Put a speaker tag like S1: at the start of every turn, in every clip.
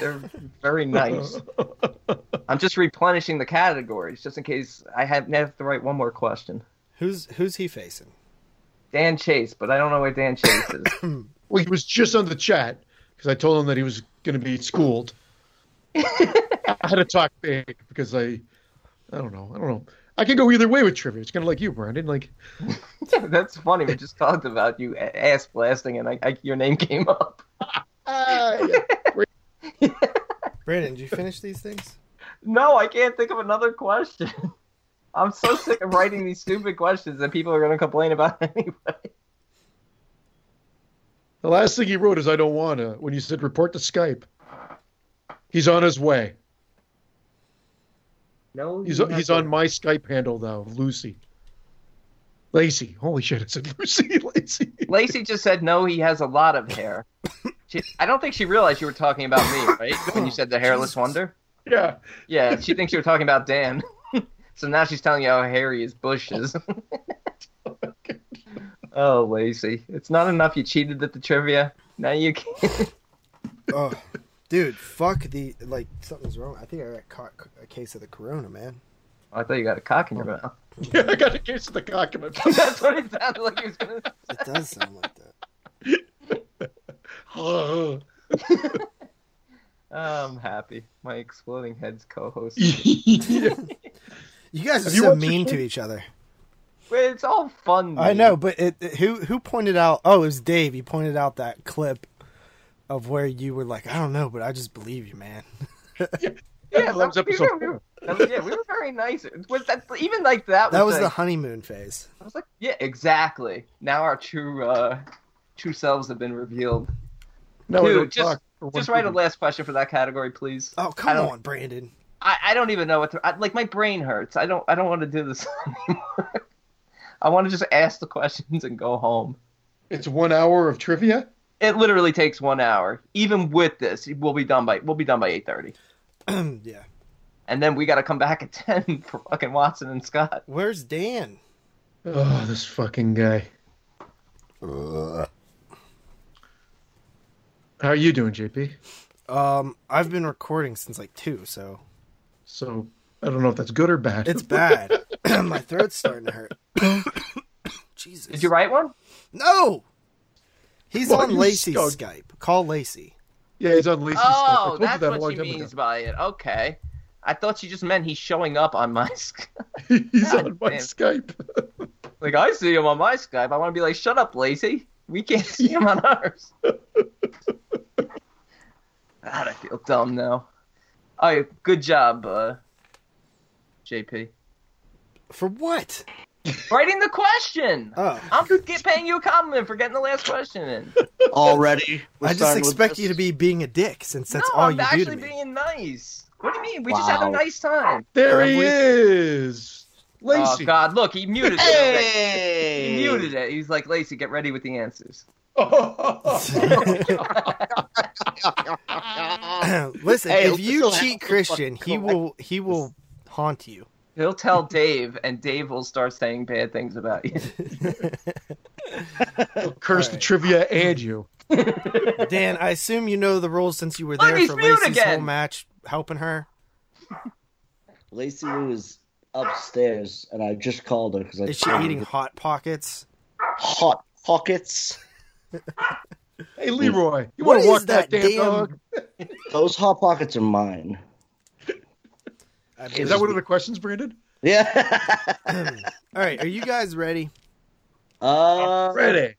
S1: They're very nice. I'm just replenishing the categories just in case I have, have to write one more question.
S2: Who's who's he facing?
S1: Dan Chase, but I don't know where Dan Chase is.
S3: Well, he was just on the chat because I told him that he was going to be schooled. I had to talk big because I, I don't know, I don't know. I can go either way with trivia. It's kind of like you, Brandon. Like,
S1: That's funny. We just talked about you a- ass blasting, and I, I, your name came up.
S3: ah,
S2: Brandon, did you finish these things?
S1: No, I can't think of another question. I'm so sick of writing these stupid questions that people are going to complain about anyway.
S3: The last thing he wrote is "I don't wanna." When you said report to Skype, he's on his way.
S1: No,
S3: He's
S1: you
S3: he's
S1: have
S3: on my Skype handle now, Lucy. Lacey, holy shit! I said Lucy, Lacey.
S1: to- Lacey just said no. He has a lot of hair. She, I don't think she realized you were talking about me, right? When you said the hairless wonder.
S3: Yeah,
S1: Yeah, she thinks you were talking about Dan. so now she's telling you how hairy his bush is. oh, Lacey, it's not enough you cheated at the trivia. Now you can't.
S2: Oh, dude, fuck the like something's wrong. I think I got caught a case of the corona, man.
S1: Oh, I thought you got a cock in your
S2: Oh.
S1: mouth.
S3: yeah. I got a case of the cock in my
S1: That's what it sounded like he was gonna.
S2: It does sound like that.
S1: I'm happy. My exploding heads co-host.
S3: yeah.
S2: You guys are
S3: Have you
S2: so
S3: watched
S2: mean
S3: this
S2: to each other.
S1: Wait, it's all fun.
S2: I
S1: dude.
S2: know, but it, it- who who pointed out? Oh, it was Dave. He pointed out that clip of where you were like, I don't know, but I just believe you, man.
S1: Yeah,
S3: that was episode
S1: we were,
S3: four.
S1: we were, yeah, we were very nice. It Was that even like that?
S2: That was the
S1: like,
S2: honeymoon phase.
S1: I was like, yeah, exactly. Now our true, uh, true selves have been revealed.
S3: No,
S1: Dude,
S3: I don't
S1: just-
S3: talk for
S1: Just
S3: one
S1: write a
S3: second.
S1: last question for that category, please.
S2: Oh,
S1: I
S2: come
S1: don't-
S2: on, Brandon.
S1: I, I don't even know what to, I, like. My brain hurts. I don't. I don't want to do this anymore. I want to just ask the questions and go home.
S3: It's one hour of trivia.
S1: It literally takes one hour. Even with this, we'll be done by we'll be done by eight thirty,
S2: yeah.
S1: and then we got to come back at ten for fucking Watson and Scott.
S2: Where's Dan?
S3: Oh, this fucking guy. How are you doing, JP?
S2: Um, I've been recording since like two, so
S3: So I don't know if that's good or bad.
S2: it's bad. My throat's starting to hurt. Jesus.
S1: Did you write one?
S2: No. He's
S3: Why
S2: on
S3: you
S2: Lacey's
S3: stuck?
S2: Skype. Call Lacey.
S3: yeah, he's on Lacey's Skype.
S1: Oh,
S3: I told you
S1: that's
S3: that a long
S1: what she
S3: time ago.
S1: means by it. Okay, I thought she just meant he's showing up on my Skype.
S3: he's on my
S1: Damn.
S3: Skype.
S1: Like I see him on my Skype. I want to be like, shut up, Lacey. We can't see him on ours. God, I feel dumb now. All right, good job, uh, JP.
S2: For what?
S1: Writing the question.
S2: Oh.
S1: I'm get paying you a compliment for getting the last question in.
S4: Already, we're
S2: I just
S4: starting with
S2: expect
S4: this.
S2: you to be being a dick since that's
S1: no,
S2: all
S1: I'm
S2: you do to
S1: actually
S2: me.
S1: being nice. What do you mean? We just had a
S4: Wow.
S1: nice time.
S3: There he
S2: Have we-
S3: is,
S1: Oh
S3: Lacey.
S1: God, look, he muted it.
S4: Hey!
S1: He muted it. He's like, Lacey, get ready with the answers.
S2: Listen,
S4: Hey,
S2: if you
S4: still have
S2: cheat
S4: to
S2: Christian, he
S4: fucking
S2: will he will haunt you.
S1: He'll tell Dave, and Dave will start saying bad things about you.
S3: He'll curse the
S2: Alright.
S3: trivia and you.
S2: Dan, I assume you know the rules since you were
S1: Look,
S2: there
S1: he's
S2: for
S1: mute
S2: Lacey's whole
S1: again.
S2: match helping her.
S4: Lacey Lou is upstairs, and I just called her because I
S2: Is she eating hot pockets?
S4: hot pockets.
S3: Hey, Leroy, you
S2: What
S3: want to
S2: is
S3: walk that,
S2: that
S3: damn,
S2: damn-
S3: dog?
S4: Those hot pockets are mine.
S2: I
S3: Is
S2: believe-
S3: that one of the questions, Brandon?
S4: Yeah.
S2: all right, are you guys ready?
S4: uh,
S3: Ready?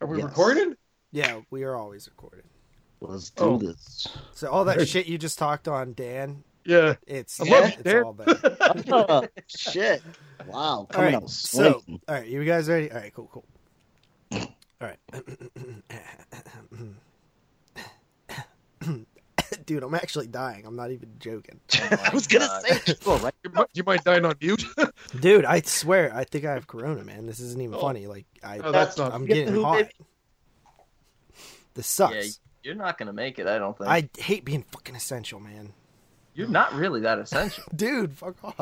S3: Are we
S4: Yes.
S3: recording?
S2: Yeah, we are always recorded.
S4: Let's do
S3: Oh.
S4: this.
S2: So all that
S3: Right.
S2: shit you just talked on, Dan,
S3: Yeah.
S2: it's
S3: I
S4: love
S3: you,
S2: it's
S3: Dan.
S2: all there.
S4: Oh, shit. Wow.
S2: All
S4: Coming
S2: right,
S4: out
S2: so
S4: swinging.
S2: all right, you guys ready? All right, cool, cool. All right, dude, I'm actually dying. I'm not even joking,
S4: I was going to
S1: God.
S4: say, it's all right.
S3: You might, you might dine on mute. oh,
S2: dude. I swear, I think I have corona, man. This isn't even
S3: Oh.
S2: funny. Like I,
S3: that's not.
S2: I'm
S4: Get
S2: getting
S4: who,
S2: hot.
S4: baby?
S2: This sucks.
S1: Yeah, you're not gonna make it. I don't think.
S2: I hate being fucking essential, man.
S1: You're not really that essential.
S2: Dude, fuck off.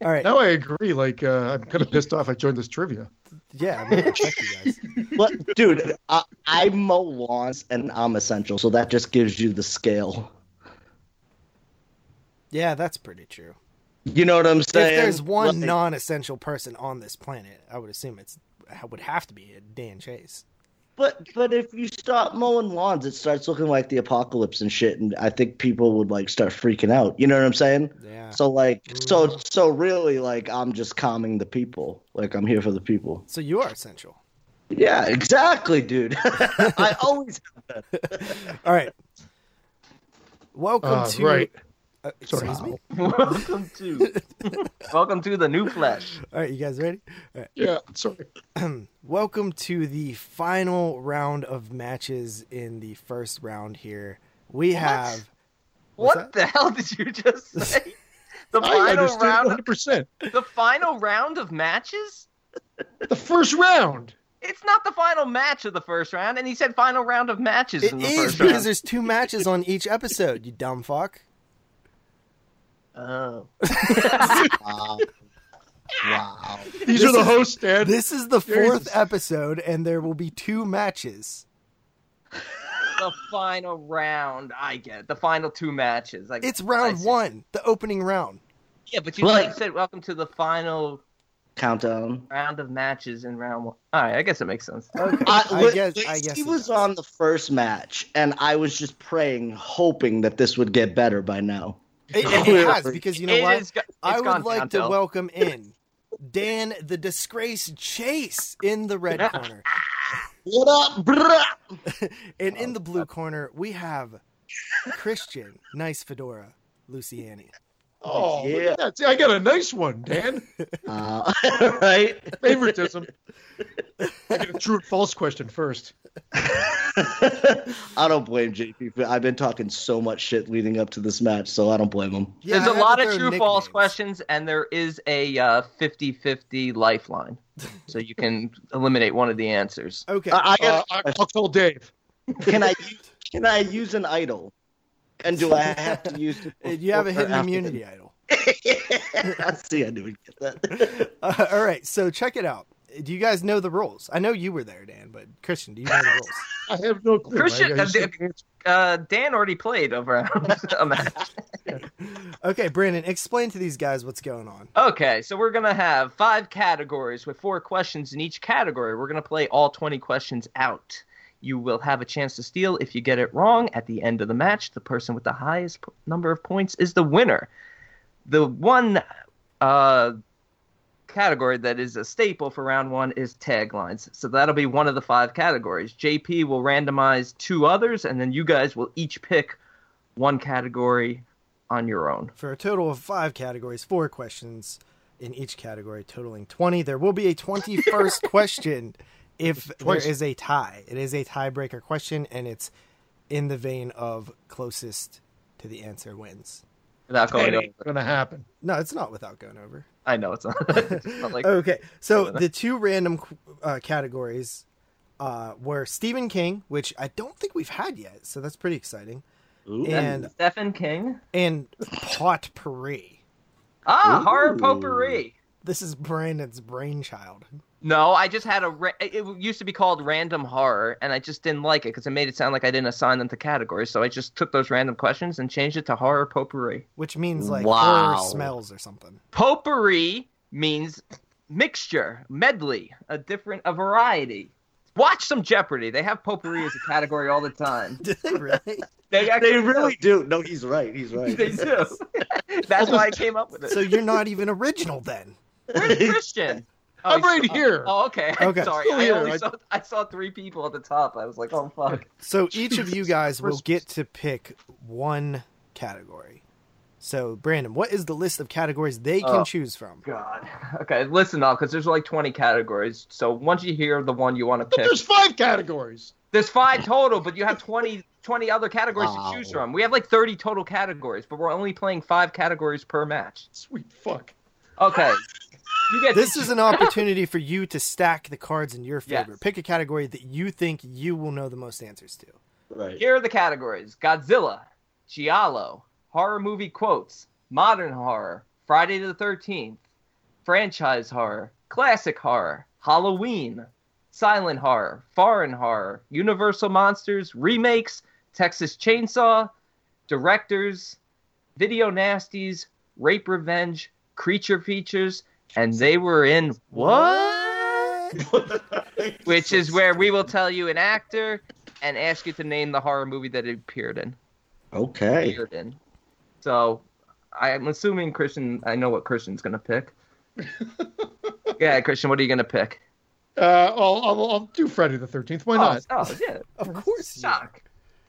S2: All right,
S3: Now I agree. Like uh, I'm kind of pissed off. I joined this trivia.
S2: Yeah, I'm gonna check you guys.
S4: But, dude, I, I mow lawns and I'm essential, so that just gives you the scale.
S2: Yeah, that's pretty true.
S4: You know what I'm saying?
S2: if there's one
S4: Like,
S2: non-essential person on this planet, I would assume it's would have to be Dan Chase.
S4: But but if you stop mowing lawns, it starts looking like the apocalypse and shit, and I think people would like start freaking out. You know what I'm saying?
S2: Yeah.
S4: So like so so really like I'm just calming the people. Like I'm here for the people.
S2: So you are essential.
S4: Yeah, exactly, dude. I always have that.
S2: All right. Welcome
S3: Uh,
S2: to
S3: right.
S2: Uh,
S3: Sorry.
S2: excuse me.
S1: welcome to, welcome to the new flesh.
S2: All right, you guys ready?
S3: Yeah, sorry.
S2: Welcome to the final round of matches in the first round. Here we have What's
S1: What the hell did you just say? The
S3: I
S1: final
S3: understood
S1: round,
S3: 100%.
S1: the final round of matches.
S3: The first round.
S1: It's not the final match of the first round, and he said final round of matches
S2: it
S1: in the
S2: is
S1: first
S2: because
S1: round.
S2: there's two matches on each episode. You dumb fuck.
S1: Oh.
S4: Wow. wow.
S3: These
S2: This
S3: are the
S2: is-
S3: hosts, Dan.
S2: This is the
S3: Jesus.
S2: fourth episode, and there will be two matches.
S1: the final round. I get it. the final two matches. Like
S2: It's round one, the opening round.
S1: Yeah, but you
S4: Right.
S1: said welcome to the final
S4: Countdown.
S1: round of matches in round one. All right, I guess it makes sense.
S2: Okay,
S4: I,
S2: I
S4: li-
S2: guess. I
S4: he
S2: guess it
S4: was
S2: does.
S4: on the first match, and I was just praying, hoping that this would get better by now.
S2: It, it has because you know
S1: It
S2: what?
S1: is go- it's
S2: I
S1: gone
S2: would like to
S1: downhill.
S2: welcome in Dan the Disgrace Chase in the red corner.
S4: What up, bruh?
S2: And
S1: Oh,
S2: in the blue corner, we have Christian, nice fedora, Luciani.
S3: Oh,
S4: Yeah.
S3: look at that. See, I got a nice one, Dan.
S4: Uh, right?
S3: Favoritism. I get a true and false question first.
S4: I don't blame JP. But I've been talking so much shit leading up to this match, so I don't blame him.
S1: There's
S2: a
S1: a lot of true false questions, and there is a uh, 50-50 lifeline, so you can eliminate one of the answers.
S2: Okay.
S4: I, I
S3: Uh,
S4: got,
S3: I- I'll call Dave.
S2: Uh,
S4: can I use- can I use an idol? And do I have to use? it
S2: uh, you have a
S4: before or
S2: hidden
S4: after
S2: immunity idol.
S4: the- I see. I didn't get that.
S2: Uh, all right, so check it out. Do you guys know the rules? I know you were there, Dan, but Christian, do you know the rules?
S3: I have no clue.
S1: Christian-
S3: I- I just-
S1: Uh, Dan already played a round a match.
S2: Okay, Brandon, explain to these guys what's going on.
S1: Okay, so we're gonna have five categories with four questions in each category. We're gonna play all 20 questions out. You will have a chance to steal if you get it wrong. At the end of the match, the person with the highest p- number of points is the winner. The one uh, category that is a staple for round one is taglines. So that'll be one of the five categories. JP will randomize two others, and then you guys will each pick one category on your own.
S2: for a total of five categories, four questions in each category, totaling 20. There will be a 21st question if
S3: Twice.
S2: there is a tie. It is a tiebreaker question, and it's in the vein of closest to the answer wins.
S1: Without
S3: It
S1: going over.
S3: ain't gonna happen.
S2: No, it's not without going over.
S1: I know it's not. it's not like
S2: okay, so the two random uh, categories uh, were Stephen King, which I don't think we've had yet, so that's pretty exciting,
S4: Ooh.
S2: and
S1: Stephen King.
S2: and potpourri.
S1: Ah, horror
S4: Ooh.
S1: potpourri.
S2: This is Brandon's brainchild.
S1: No, I just had a. Ra- it used to be called random horror, and I just didn't like it because it made it sound like I didn't assign them to categories. So I just took those random questions and changed it to horror potpourri.
S2: which means like
S4: Wow.
S2: horror smells or something.
S1: Potpourri means mixture, medley, a different, a variety. Watch some Jeopardy. They have potpourri as a category all the time.
S2: Did they really?
S1: They, actually
S4: They really do. No, he's right. He's
S1: do.
S4: right.
S1: They do. That's why I came up with it.
S2: so you're not even original then.
S1: Where's Christian? Oh,
S3: I'm
S1: he's-
S3: right here.
S1: Oh, okay.
S2: Okay.
S1: Sorry,
S3: Still
S1: I
S3: here.
S1: only
S3: I-
S1: saw I saw three people at the top. I was like, oh fuck.
S2: So each of you guys will
S3: Christmas.
S2: get to pick one category. So Brandon, what is the list of categories they can
S1: Oh.
S2: choose from?
S1: God. Okay, listen up, because there's like 20 categories. So once you hear the one you want to
S3: But
S1: pick,
S3: there's five categories.
S1: there's five total, but you have 20, 20 other categories
S4: Wow.
S1: to choose from. We have like 30 total categories, but we're only playing five categories per match.
S3: Sweet fuck.
S1: Okay. You get
S2: This is an opportunity for you to stack the cards in your favor.
S1: Yes.
S2: Pick a category that you think you will know the most answers to.
S4: Right.
S1: Here are the categories Godzilla, Giallo, Horror Movie Quotes, Modern Horror, Friday the 13th, Franchise Horror, Classic Horror, Halloween, silent horror, foreign horror, Universal Monsters, remakes, Texas Chainsaw, directors, video nasties, rape revenge, creature features, and they were in what? Which is where we will tell you an actor and ask you to name the horror movie that it appeared in.
S4: Okay.
S1: Appeared in. So I'm assuming Christian. I know what Christian's gonna pick. yeah, Christian, what are you gonna pick?
S3: Uh, I'll, I'll, I'll do Friday the 13th. Why not?
S1: Oh, oh, yeah,
S2: Of course. you-
S1: shock.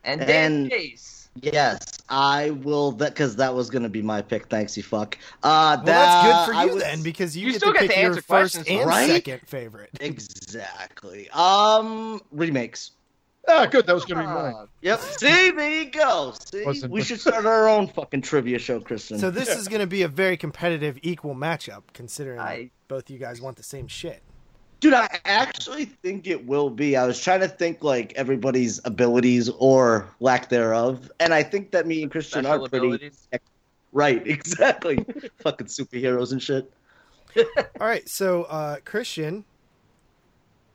S1: And Dan
S4: And-
S1: Chase.
S4: Yes, I will. That because that was gonna be my pick. Thanks, you fuck. Uh,
S2: Well, that's
S4: that-
S2: good for
S4: I
S2: you
S4: was-
S2: then because you,
S1: You
S2: get
S1: still
S2: to
S1: get
S2: pick
S1: to
S2: your
S1: answer
S2: first
S1: questions,
S2: and
S4: right?
S2: second favorite.
S4: Exactly. Um, remakes.
S3: Ah, good. That was going to be mine.
S1: Oh,
S4: Yep. See, there you go. See,
S3: Wasn't-
S4: we should start our own fucking trivia show, Kristen.
S2: So this is going to be a very competitive, equal matchup considering
S1: I-
S2: both you guys want the same shit.
S4: Dude, I actually think it will be. I was trying to think like everybody's abilities or lack theref, and I think that me and Christian
S1: special
S4: are pretty
S1: abilities.
S4: right. Exactly, fucking superheroes and shit.
S2: All right, so uh, Christian,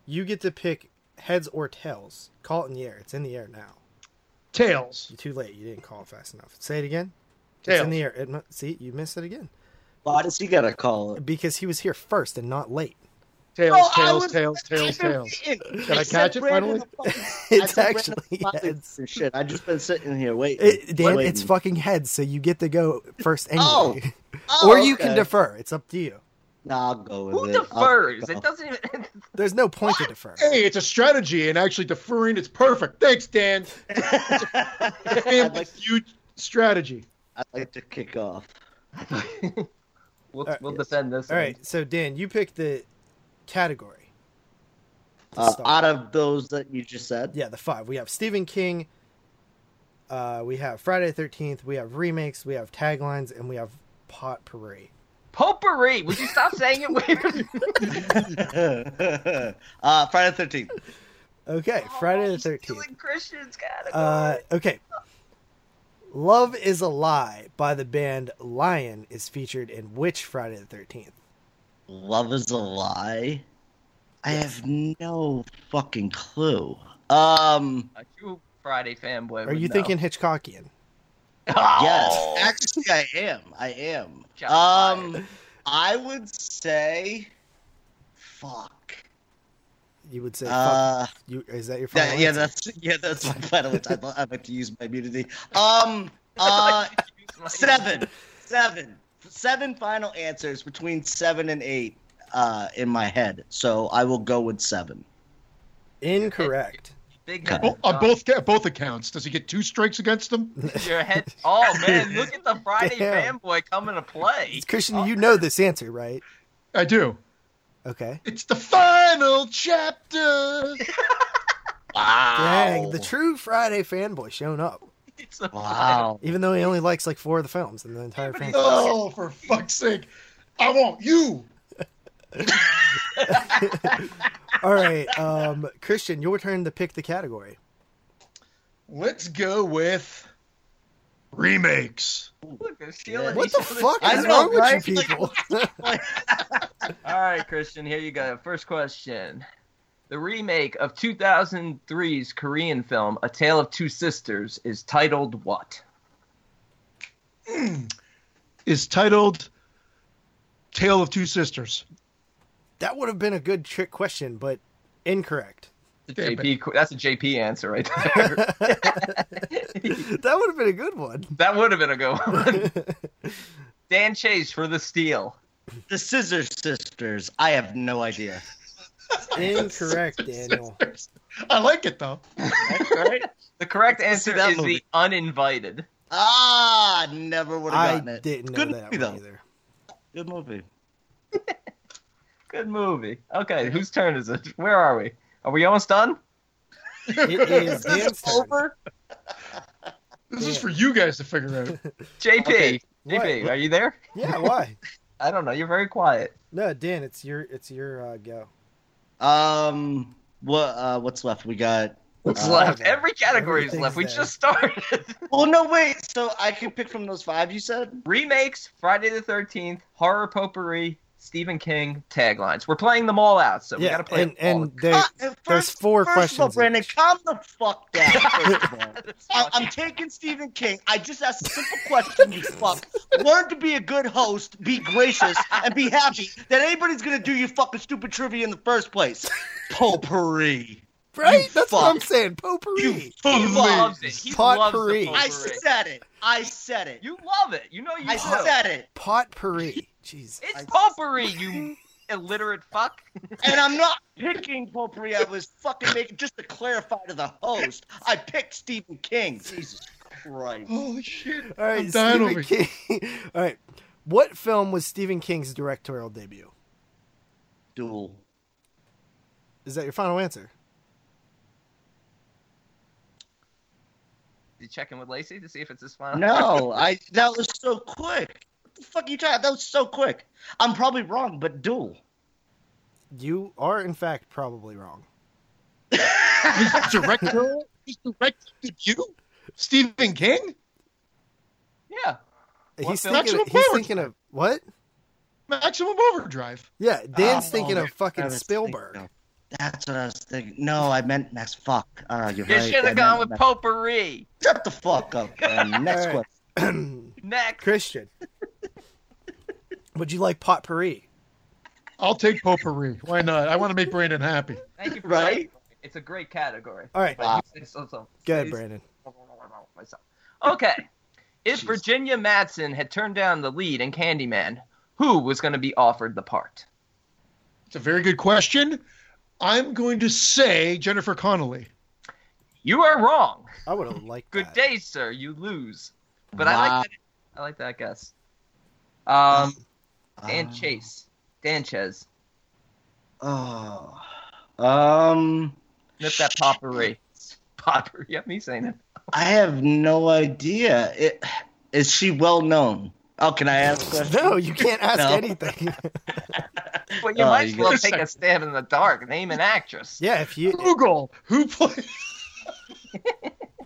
S2: you get to pick heads or tails. Call it in the air. It's in the air now.
S3: Tails.
S2: You're too late. You didn't call it fast enough. Say it again. It's
S3: Tails.
S2: in the air. It, mu- see, you missed it again
S4: Why does he gotta call it?
S2: because he was here first and not late.
S3: Tails,
S4: No, I
S3: tails,
S4: was-
S3: tails, tails, tails. Did I
S4: said
S3: catch it finally?
S4: Brandon the fucking- I
S2: It's
S4: said Brandon
S2: actually
S4: the fucking
S2: heads.
S4: and shit. I just been sitting here waiting.
S2: It, Dan,
S4: waiting.
S2: it's fucking heads, so you get to go first anyway.
S4: Oh, Oh,
S2: or you can
S4: okay.
S2: defer. It's up to you.
S4: Nah, I'll go with
S1: Who
S4: it. Oh,
S1: defers?
S4: I'll-
S1: It doesn't even.
S2: There's no point to defer.
S3: Hey, it's a strategy, and actually deferring it's perfect. Thanks, Dan.
S4: I'd,
S3: Family
S4: like,
S3: feud strategy.
S4: I'd like to kick off.
S1: we'll
S2: right.
S1: we'll defend this.
S2: All
S1: one.
S2: right, so Dan, you pick the category. to
S4: Uh,
S2: start.
S4: out of those that you just said,
S2: yeah, the five. We have Stephen King. Uh, we have Friday the Thirteenth. We have remakes. We have taglines, and we have potpourri.
S1: Potpourri. Would you stop saying it weird?
S4: uh, Friday thirteenth.
S2: Okay, Friday the
S1: Oh, He's
S2: Thirteenth.
S1: stealing Christian's category.
S2: Uh, okay. Love is a Lie by the band Lion is featured in which Friday the 13th?
S4: Love is a lie. I have no fucking clue. Um.
S1: a true Friday fanboy.
S2: Are
S1: would
S2: you
S1: know.
S2: thinking Hitchcockian?
S1: Oh.
S4: Yes, actually, I am. I am.
S1: Shots
S4: Um, I would say, fuck.
S2: You would say, fuck-
S4: Uh,
S2: you, is that your final
S4: that, yeah,
S2: answer?
S4: that's yeah, that's my final. I lo- I meant to use my immunity. Um, uh, seven, seven, seven final answers between seven and eight. Uh, in my head, so I will go with seven.
S2: Incorrect.
S1: Big
S4: Cut.
S1: head.
S3: Bo- on both ca- both accounts, does he get two strikes against them?
S1: Your head. Oh man, look at the Friday
S2: Damn.
S1: fanboy coming to play.
S2: Christian, you know this answer, right?
S3: I do.
S2: Okay.
S3: It's the final chapter.
S4: Wow!
S2: Dang, the true Friday fanboy showing up,
S1: It's a
S4: wow!
S2: even though he only likes like four of the films in the entire
S1: Everybody-
S2: franchise.
S3: Oh, for fuck's sake! I want you.
S2: All right, um, Christian, your turn to pick the category.
S3: Let's go with remakes.
S1: Look, they're stealing
S2: What
S1: each
S2: the
S1: other's-
S2: fuck
S4: I
S2: is
S4: know,
S2: wrong with you
S4: right?
S2: people?
S1: All right, Christian, here you go. First question. The remake of 2003's Korean film A Tale of Two Sisters is titled what?
S3: Is titled "Tale of Two Sisters."
S2: that would have been a good trick question, but incorrect.
S3: Damn it.
S1: JP, qu- that's a JP answer right there.
S2: That would have been a good one.
S1: that would have been a good one. Dan Chase for the steal.
S4: The Scissor Sisters. I have no idea.
S2: Incorrect, Daniel.
S3: I like it though.
S4: Right?
S1: The correct
S4: Let's see
S1: answer
S4: that
S1: is the
S4: movie.
S1: uninvited.
S4: Ah, never would have
S2: I
S4: gotten it.
S2: didn't know
S4: Good
S2: that
S4: movie,
S2: one
S4: though.
S2: either.
S4: Good movie.
S1: Good movie. Okay, whose turn is it? Where are we? Are we almost done?
S2: It is
S4: This is
S2: Dan's turn.
S4: over?
S3: This is for you guys to figure out.
S1: JP,
S4: Okay.
S1: JP, are you there?
S2: Yeah, why?
S1: I don't know. You're very quiet.
S2: No, Dan, it's your it's your uh, go.
S4: Um, what? Uh, what's left? We got.
S1: What's
S4: Uh,
S1: left? Every category is
S2: Everything's
S1: left. We
S2: there.
S1: just started.
S4: Well, no, wait. So I can pick from those five you said.
S1: Remakes, Friday the 13th, Horror Potpourri, Stephen King taglines. We're playing them all out, so we
S2: yeah,
S1: got to play
S2: and,
S1: them all.
S2: and they,
S4: Uh, and
S2: there's four
S4: first
S2: questions.
S4: Of all, Brandon,
S2: each.
S4: calm the fuck down. First of all. I, I'm taking Stephen King. I just asked a simple question. You fuck. Learn to be a good host. Be gracious and be happy that anybody's gonna do your fucking stupid trivia in the first place. Potpourri.
S2: Right?
S4: you
S2: That's what I'm
S4: fuck.
S2: saying. Potpourri.
S4: You
S1: he
S4: fuck.
S1: loves it. He
S2: Potpourri.
S1: loves
S4: I
S1: the potpourri.
S4: said it. I said it.
S1: You love it. You know you
S4: I
S1: do.
S4: said it.
S2: Potpourri. Jeez.
S1: It's
S4: I-
S1: potpourri, you illiterate fuck.
S4: And I'm not picking potpourri. I was fucking making just to clarify to the host. I picked Stephen King. Jesus Christ.
S3: Holy shit!
S2: All right,
S3: I'm dying
S2: Stephen
S3: over
S2: King. All right. What film was Stephen King's directorial debut?
S4: Duel.
S2: Is that your final answer?
S1: You check in with Lacey to see if it's his final.
S4: No, I that was so quick. What the fuck are you talking? That was so quick. I'm probably wrong, but duel.
S2: You are, in fact, probably wrong.
S3: He's director. He's directed you, Stephen King.
S1: Yeah.
S3: What
S2: he's
S3: film?
S2: thinking,
S3: Maximum
S2: he's
S3: Overdrive.
S2: thinking of what?
S3: Maximum Overdrive.
S2: Yeah, Dan's
S4: Oh,
S2: thinking of
S4: I
S2: fucking
S4: was
S2: Spielberg.
S4: thinking- That's what I was thinking. No, I meant next. Fuck. Oh, you're
S1: You
S4: right.
S1: should
S4: I
S1: have
S4: meant
S1: gone with
S4: Max-
S1: potpourri.
S4: Shut the fuck up. man.
S2: All
S4: Next
S2: right.
S4: question.
S1: Next.
S2: Christian, would you like potpourri?
S3: I'll take potpourri. Why not? I want to make Brandon happy.
S1: Thank you for
S4: Right?
S1: that. It's a great category.
S2: All right,
S1: But
S4: Wow.
S1: you said so- so-
S2: go ahead,
S1: please-
S2: Brandon.
S1: myself. Okay. If
S4: Jeez.
S1: Virginia Madsen had turned down the lead in Candyman, who was going to be offered the part?
S3: It's a very good question. I'm going to say Jennifer Connelly.
S1: You are wrong.
S2: I would have liked
S1: Good
S2: that.
S1: day, sir. You lose. But I
S4: Wow.
S1: like that. I like that guess. Um, Dan
S4: Uh,
S1: Chase, Danchez,
S4: Oh. Um.
S1: nip that potpourri. Potpourri. Yeah, me saying it.
S4: I have no idea. It, is she well known? Oh, can I ask questions?
S2: No, you can't ask
S4: No.
S2: anything.
S1: But you
S4: Oh,
S1: might as
S4: you
S1: well
S3: got-
S1: take a stab in the dark. Name an actress.
S2: yeah, if you
S3: Google who played.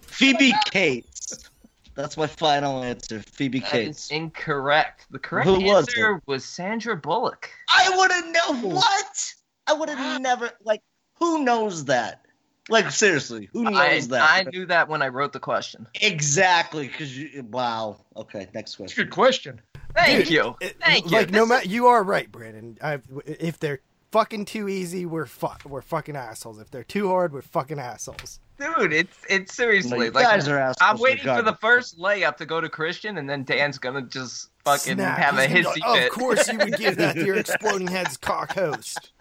S4: Phoebe Cates. That's my final answer. Phoebe
S1: That is
S4: Cates.
S1: incorrect. The correct
S4: Who was
S1: answer was, Sandra Bullock.
S4: I would have known what? I would have never like. Who knows that? Like seriously, who knows
S1: I,
S4: that?
S1: I knew that when I wrote the question.
S4: exactly because you. Wow. Okay, next
S3: It's a
S4: question.
S3: good question.
S1: Thank
S2: Dude,
S1: you.
S2: it-
S1: Thank you.
S2: like no
S1: This
S2: matter you are right, Brandon. I, if they're fucking too easy, we're fuck we're fucking assholes. If they're too hard, we're fucking assholes.
S1: dude, it's it's
S4: No,
S1: seriously
S4: you
S1: like
S4: guys are
S1: I'm
S4: assholes
S1: waiting for the
S4: regardless.
S1: first layup to go to Christian, and then Dan's gonna just fucking
S2: Snap.
S1: have a
S2: He's
S1: hissy
S2: gonna be like,
S1: fit.
S2: Of course, you would give that to your exploding heads cock host.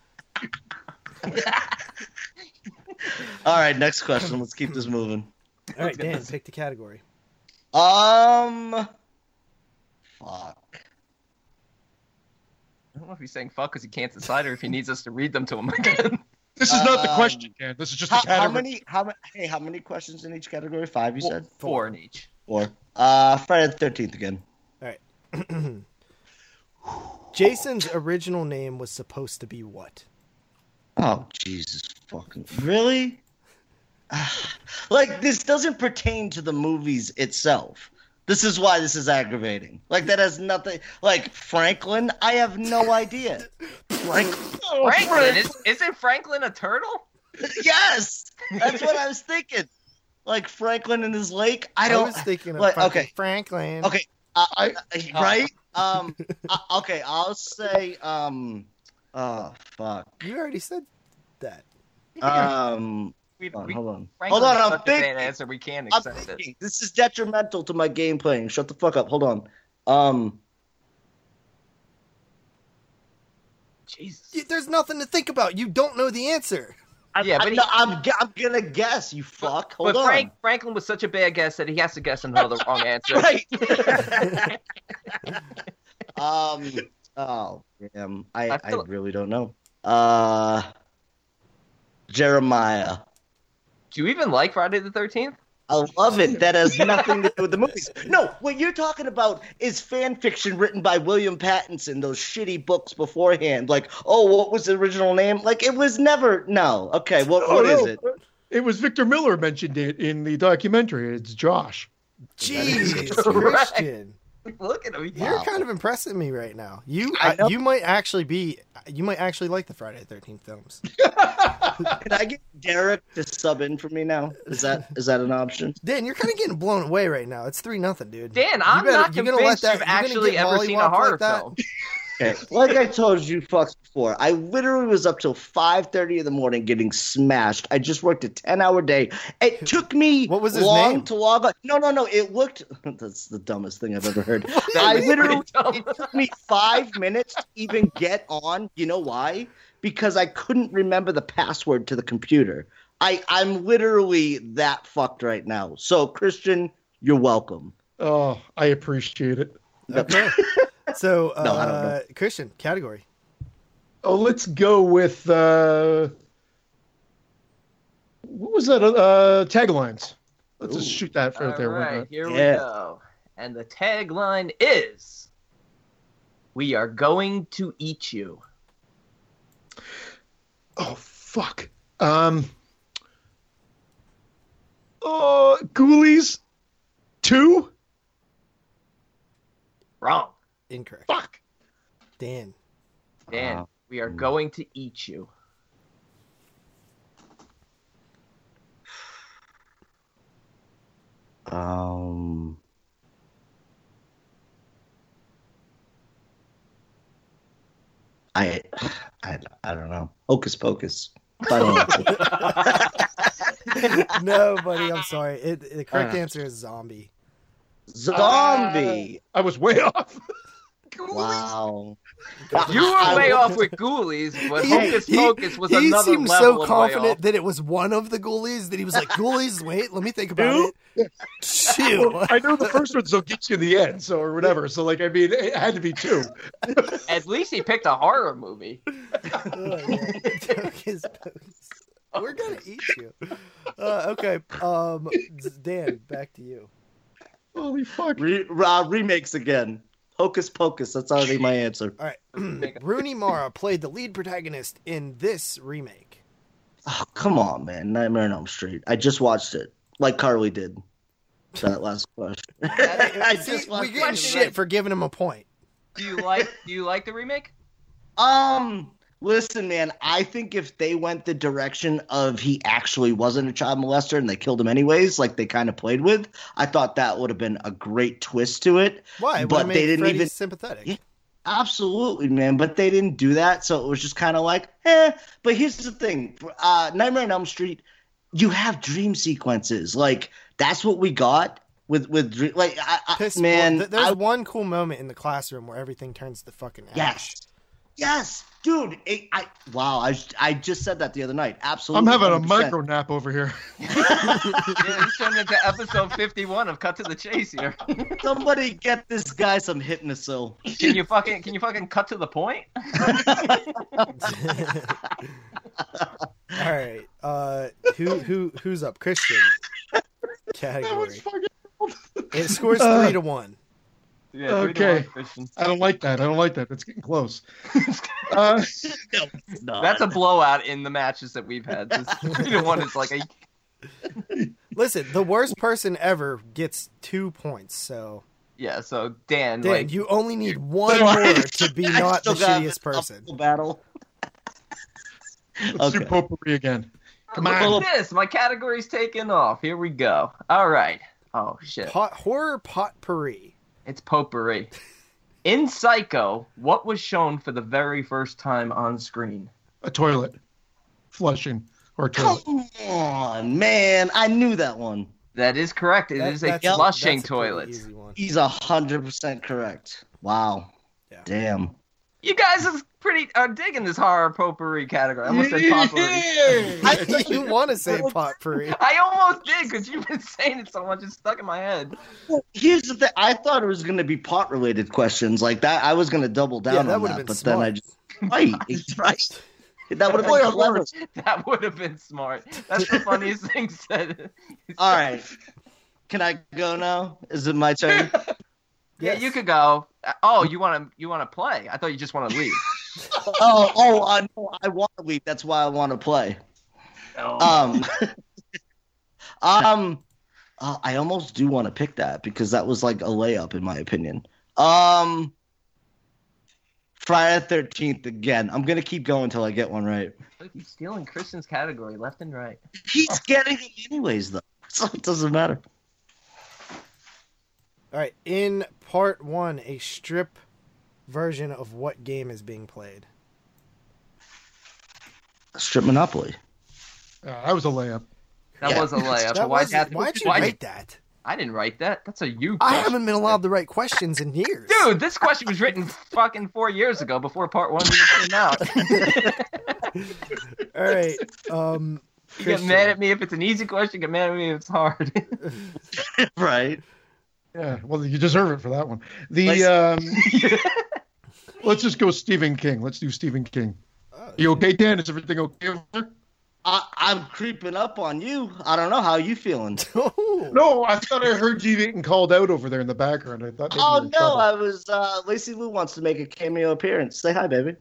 S4: All right, next question. Let's keep this moving.
S2: All right,
S1: get
S2: Dan,
S1: this.
S2: pick the category.
S4: Um. Fuck.
S1: I don't know if he's saying fuck because he can't decide, or if he needs us to read them to him again.
S3: This is not the
S4: Um,
S3: question, Dan. This is just a
S4: How,
S3: category.
S4: how many? How many? Hey, how many questions in each category? Five, you said.
S1: four in each.
S4: Four. Uh, Friday the Thirteenth again.
S2: Jason's original name was supposed to be what?
S4: Oh Jesus fucking really? Ah, like this doesn't pertain to the movies itself. This is why this is aggravating. Like that has nothing. Like Franklin, I have no idea. Frank, Oh,
S1: Franklin
S4: Frank-
S1: is isn't Franklin a turtle?
S4: yes, that's what I was thinking. Like Franklin and his lake. I don't. uh,
S2: was thinking of
S4: like,
S2: fucking
S4: okay.
S2: Franklin.
S4: Okay. I, I, uh, right? Um. I- okay, I'll say. Um. Oh fuck.
S2: You already said that.
S4: Um.
S1: We,
S4: Hold on.
S1: we,
S4: Hold on.
S1: Franklin's
S4: Hold on, I'm
S1: such a bad
S4: thinking.
S1: answer. We can't
S4: I'm
S1: accept it.
S4: thinking this is detrimental to my game playing. Shut the fuck up. Hold on. Um,
S1: Jesus.
S2: You- there's nothing to think about. You don't know the answer.
S1: yeah, but,
S4: I,
S1: he,
S4: am I'm gonna guess. You fuck. Hold
S1: but
S4: on.
S1: Frank Franklin was such a bad guess that he has to guess another wrong answer.
S4: Right. um. Oh damn. I
S1: I
S4: I,
S1: feel-
S4: really don't know. Uh. Jeremiah.
S1: Do you even like Friday the Thirteenth?
S4: I love it. That has nothing to do with the movies. No, what you're talking about is fan fiction written by William Pattinson, those shitty books beforehand. Like, oh, what was the original name? Like, it was never. No. Okay, what,
S3: Oh,
S4: what is
S3: no.
S4: it?
S3: It was Victor Miller mentioned it in the documentary. It's Josh.
S2: Jeez,
S1: Right.
S2: Christian.
S1: Look at him. He-
S2: You're
S4: Wow.
S2: kind of impressing me right now. You
S4: I
S2: I-
S4: know.
S2: you might actually be you might actually like the Friday Thirteenth films.
S4: Can I get Derek to sub in for me now? Is that is that an option?
S2: Dan, you're kind of getting blown away right now. It's three nothing, dude.
S1: Dan,
S2: You
S1: I'm
S2: better-
S1: not
S2: you're gonna
S1: convinced
S2: let that-
S1: you've
S2: you're gonna
S1: actually
S2: get
S1: ever seen a
S2: mollywopped
S1: horror
S2: like that?
S1: film.
S4: Okay. Like I told you fucks before, I literally was up till 5.30 in the morning getting smashed. I just worked a 10-hour day. It took me
S2: What was his
S4: long
S2: name?
S4: to log on. No, no, no. It looked – that's the dumbest thing I've ever heard.
S2: What do you
S4: I
S2: mean?
S4: literally
S1: Pretty dumb.
S4: it took me five minutes to even get on. You know why? Because I couldn't remember the password to the computer. I, I'm literally that fucked right now. So, Christian, you're welcome.
S3: oh, I appreciate it.
S2: Okay. so, uh,
S4: I don't know.
S2: Christian, category.
S3: Oh, let's go with uh, what was that? Uh, taglines. Let's just shoot that
S1: All
S3: right there. why
S1: right,
S3: not?
S1: here
S4: Yeah.
S1: we go. And the tagline is We are going to eat you.
S3: Oh fuck. Um. Oh, Ghoulies, two.
S1: Wrong.
S2: Incorrect.
S3: Fuck.
S2: Dan,
S1: Dan,
S4: Wow. Mm.
S1: we are going to eat you.
S4: Um. I, I, I don't know. Hocus pocus. Final answer.
S2: no, buddy, I'm sorry. It, the
S4: Uh.
S2: correct answer is zombie.
S4: Zombie.
S3: I was way off. Ghoulies.
S4: wow.
S1: You were
S4: I-
S1: way off with Ghoulies, but Hocus
S2: he-
S1: Pocus was
S2: he
S1: another
S2: seemed
S1: level
S2: so
S1: of way
S2: confident
S1: off.
S2: that it was one of the ghoulies that he was like, ghoulies, wait, let me think about
S3: Two?
S2: it. Two.
S3: I know the first one's they'll get you in the end, so or whatever. So like, I mean, it had to be two.
S1: At least he picked a horror movie.
S2: Oh, yeah. Hocus pocus. We're gonna eat you. Uh, okay, um, Dan, back to you.
S3: Holy fuck.
S4: Re, uh, remakes again. Hocus pocus. That's already my answer.
S2: All right, Rooney Mara played the lead protagonist in this remake.
S4: Oh, come on, man. Nightmare on Elm Street. I just watched it, like Carly did. That last question. I
S2: See,
S4: just
S2: we
S4: watched
S2: getting
S4: it.
S2: shit for giving him a point.
S1: Do you like do you like the remake?
S4: Um, listen, man, I think if they went the direction of he actually wasn't a child molester and they killed him anyways, like they kind of played with, I thought that would have been a great twist to it.
S2: Why? It
S4: But
S2: would've
S4: they
S2: made
S4: didn't
S2: Freddy
S4: even-
S2: sympathetic.
S4: Yeah. Absolutely, man, but they didn't do that, so it was just kind of like, eh. But here's the thing: uh, Nightmare on Elm Street, you have dream sequences, like that's what we got with with dream. Like, I, I,
S2: Piss
S4: man,
S2: Th- there's
S4: I-
S2: one cool moment in the classroom where everything turns to fucking ash.
S4: Yes. Yes, dude. It, I wow. I I just said that the other night.
S3: I'm
S4: Absolutely.
S3: having a
S4: 100%.
S3: micro nap over here.
S1: Yeah, you turned into episode fifty one of Cut to the Chase here.
S4: Somebody get this guy some hypnosil.
S1: Can you fucking can you fucking cut to the point?
S2: All right. Uh, who who who's up? Christian.
S3: That was
S2: Category.
S3: fucking.
S2: It scores
S3: Uh,
S2: three to one.
S1: Yeah,
S3: three to Okay. one, I don't like that. I don't like that. That's getting close. Uh,
S4: No,
S1: That's a blowout in the matches that we've had. This three to one is like a
S2: Listen, the worst person ever gets two points. So
S1: yeah. So Dan,
S2: Dan,
S1: like
S2: you only need one
S3: So I-
S2: more to be
S4: I
S2: not the
S4: still got
S2: shittiest
S4: a
S2: person.
S4: full Battle.
S3: let's do
S4: Okay.
S3: potpourri again. Come
S1: look
S3: on.
S1: at this. My category's taken off. Here we go. All right. Oh shit.
S2: Pot, horror potpourri.
S1: It's potpourri. In Psycho, what was shown for the very first time on screen?
S3: A toilet, flushing or a toilet.
S4: Come on, man. I knew that one.
S1: That is correct. It is
S2: That-
S1: a
S2: that's-
S1: flushing
S2: that's a pretty
S1: toilet.
S2: easy one.
S4: He's a hundred percent correct. Wow.
S2: Yeah.
S4: Damn.
S1: You guys are pretty are digging this horror potpourri category. I almost said potpourri.
S3: Yeah.
S2: I think you want to say potpourri.
S1: I almost did because you've been saying it so much, it's stuck in my head.
S4: Here's the thing. I thought it was gonna be pot related questions like that. I was gonna double down
S2: Yeah,
S4: on
S2: that
S4: that,
S2: would have been
S4: but
S2: smart.
S4: then I just right, it's right. That would have
S3: Boy,
S4: been
S3: I'm
S4: clever.
S1: That would have been smart. That's the funniest thing said.
S4: All right. Can I go now? Is it my turn?
S1: Yeah,
S2: Yes.
S1: you could go. Uh, Oh, you want to you want to play? I thought you just want to leave.
S4: oh, oh, I know. I want to leave. That's why I want to play.
S1: No.
S4: Um, um, Uh, I almost do want to pick that because that was like a layup in my opinion. Um, Friday Thirteenth again. I'm gonna keep going until I get one right.
S1: I keep stealing Kristen's category left and right.
S4: He's getting it anyways though, so it doesn't matter.
S2: All right. In part one, a strip version of what game is being played?
S4: Strip Monopoly.
S3: Uh, that was a layup.
S1: That
S4: Yeah.
S1: was a layup.
S2: That
S1: but why
S2: was-
S1: Kathy-
S2: why'd you
S1: why-
S2: write that?
S1: I didn't write that. That's a you.
S2: I
S1: question.
S2: haven't been allowed to write questions in years.
S1: Dude, this question was written fucking four years ago before part one even came out.
S2: All right. Um,
S1: you get mad at me if it's an easy question. Get mad at me if it's hard.
S4: right.
S3: Yeah, well, you deserve it for that one.
S4: Nice.
S3: The um, let's just go Stephen King. Let's do Stephen King.
S2: Oh,
S3: You okay, Dan? Is everything okay? over there?
S4: I, I'm creeping up on you. I don't know how you feeling.
S2: oh.
S3: No, I thought I heard you getting called out over there in the background. I thought. maybe you
S4: Oh
S3: were in
S4: no,
S3: trouble.
S4: I was. Uh, Lacey Lou wants to make a cameo appearance. Say hi, baby.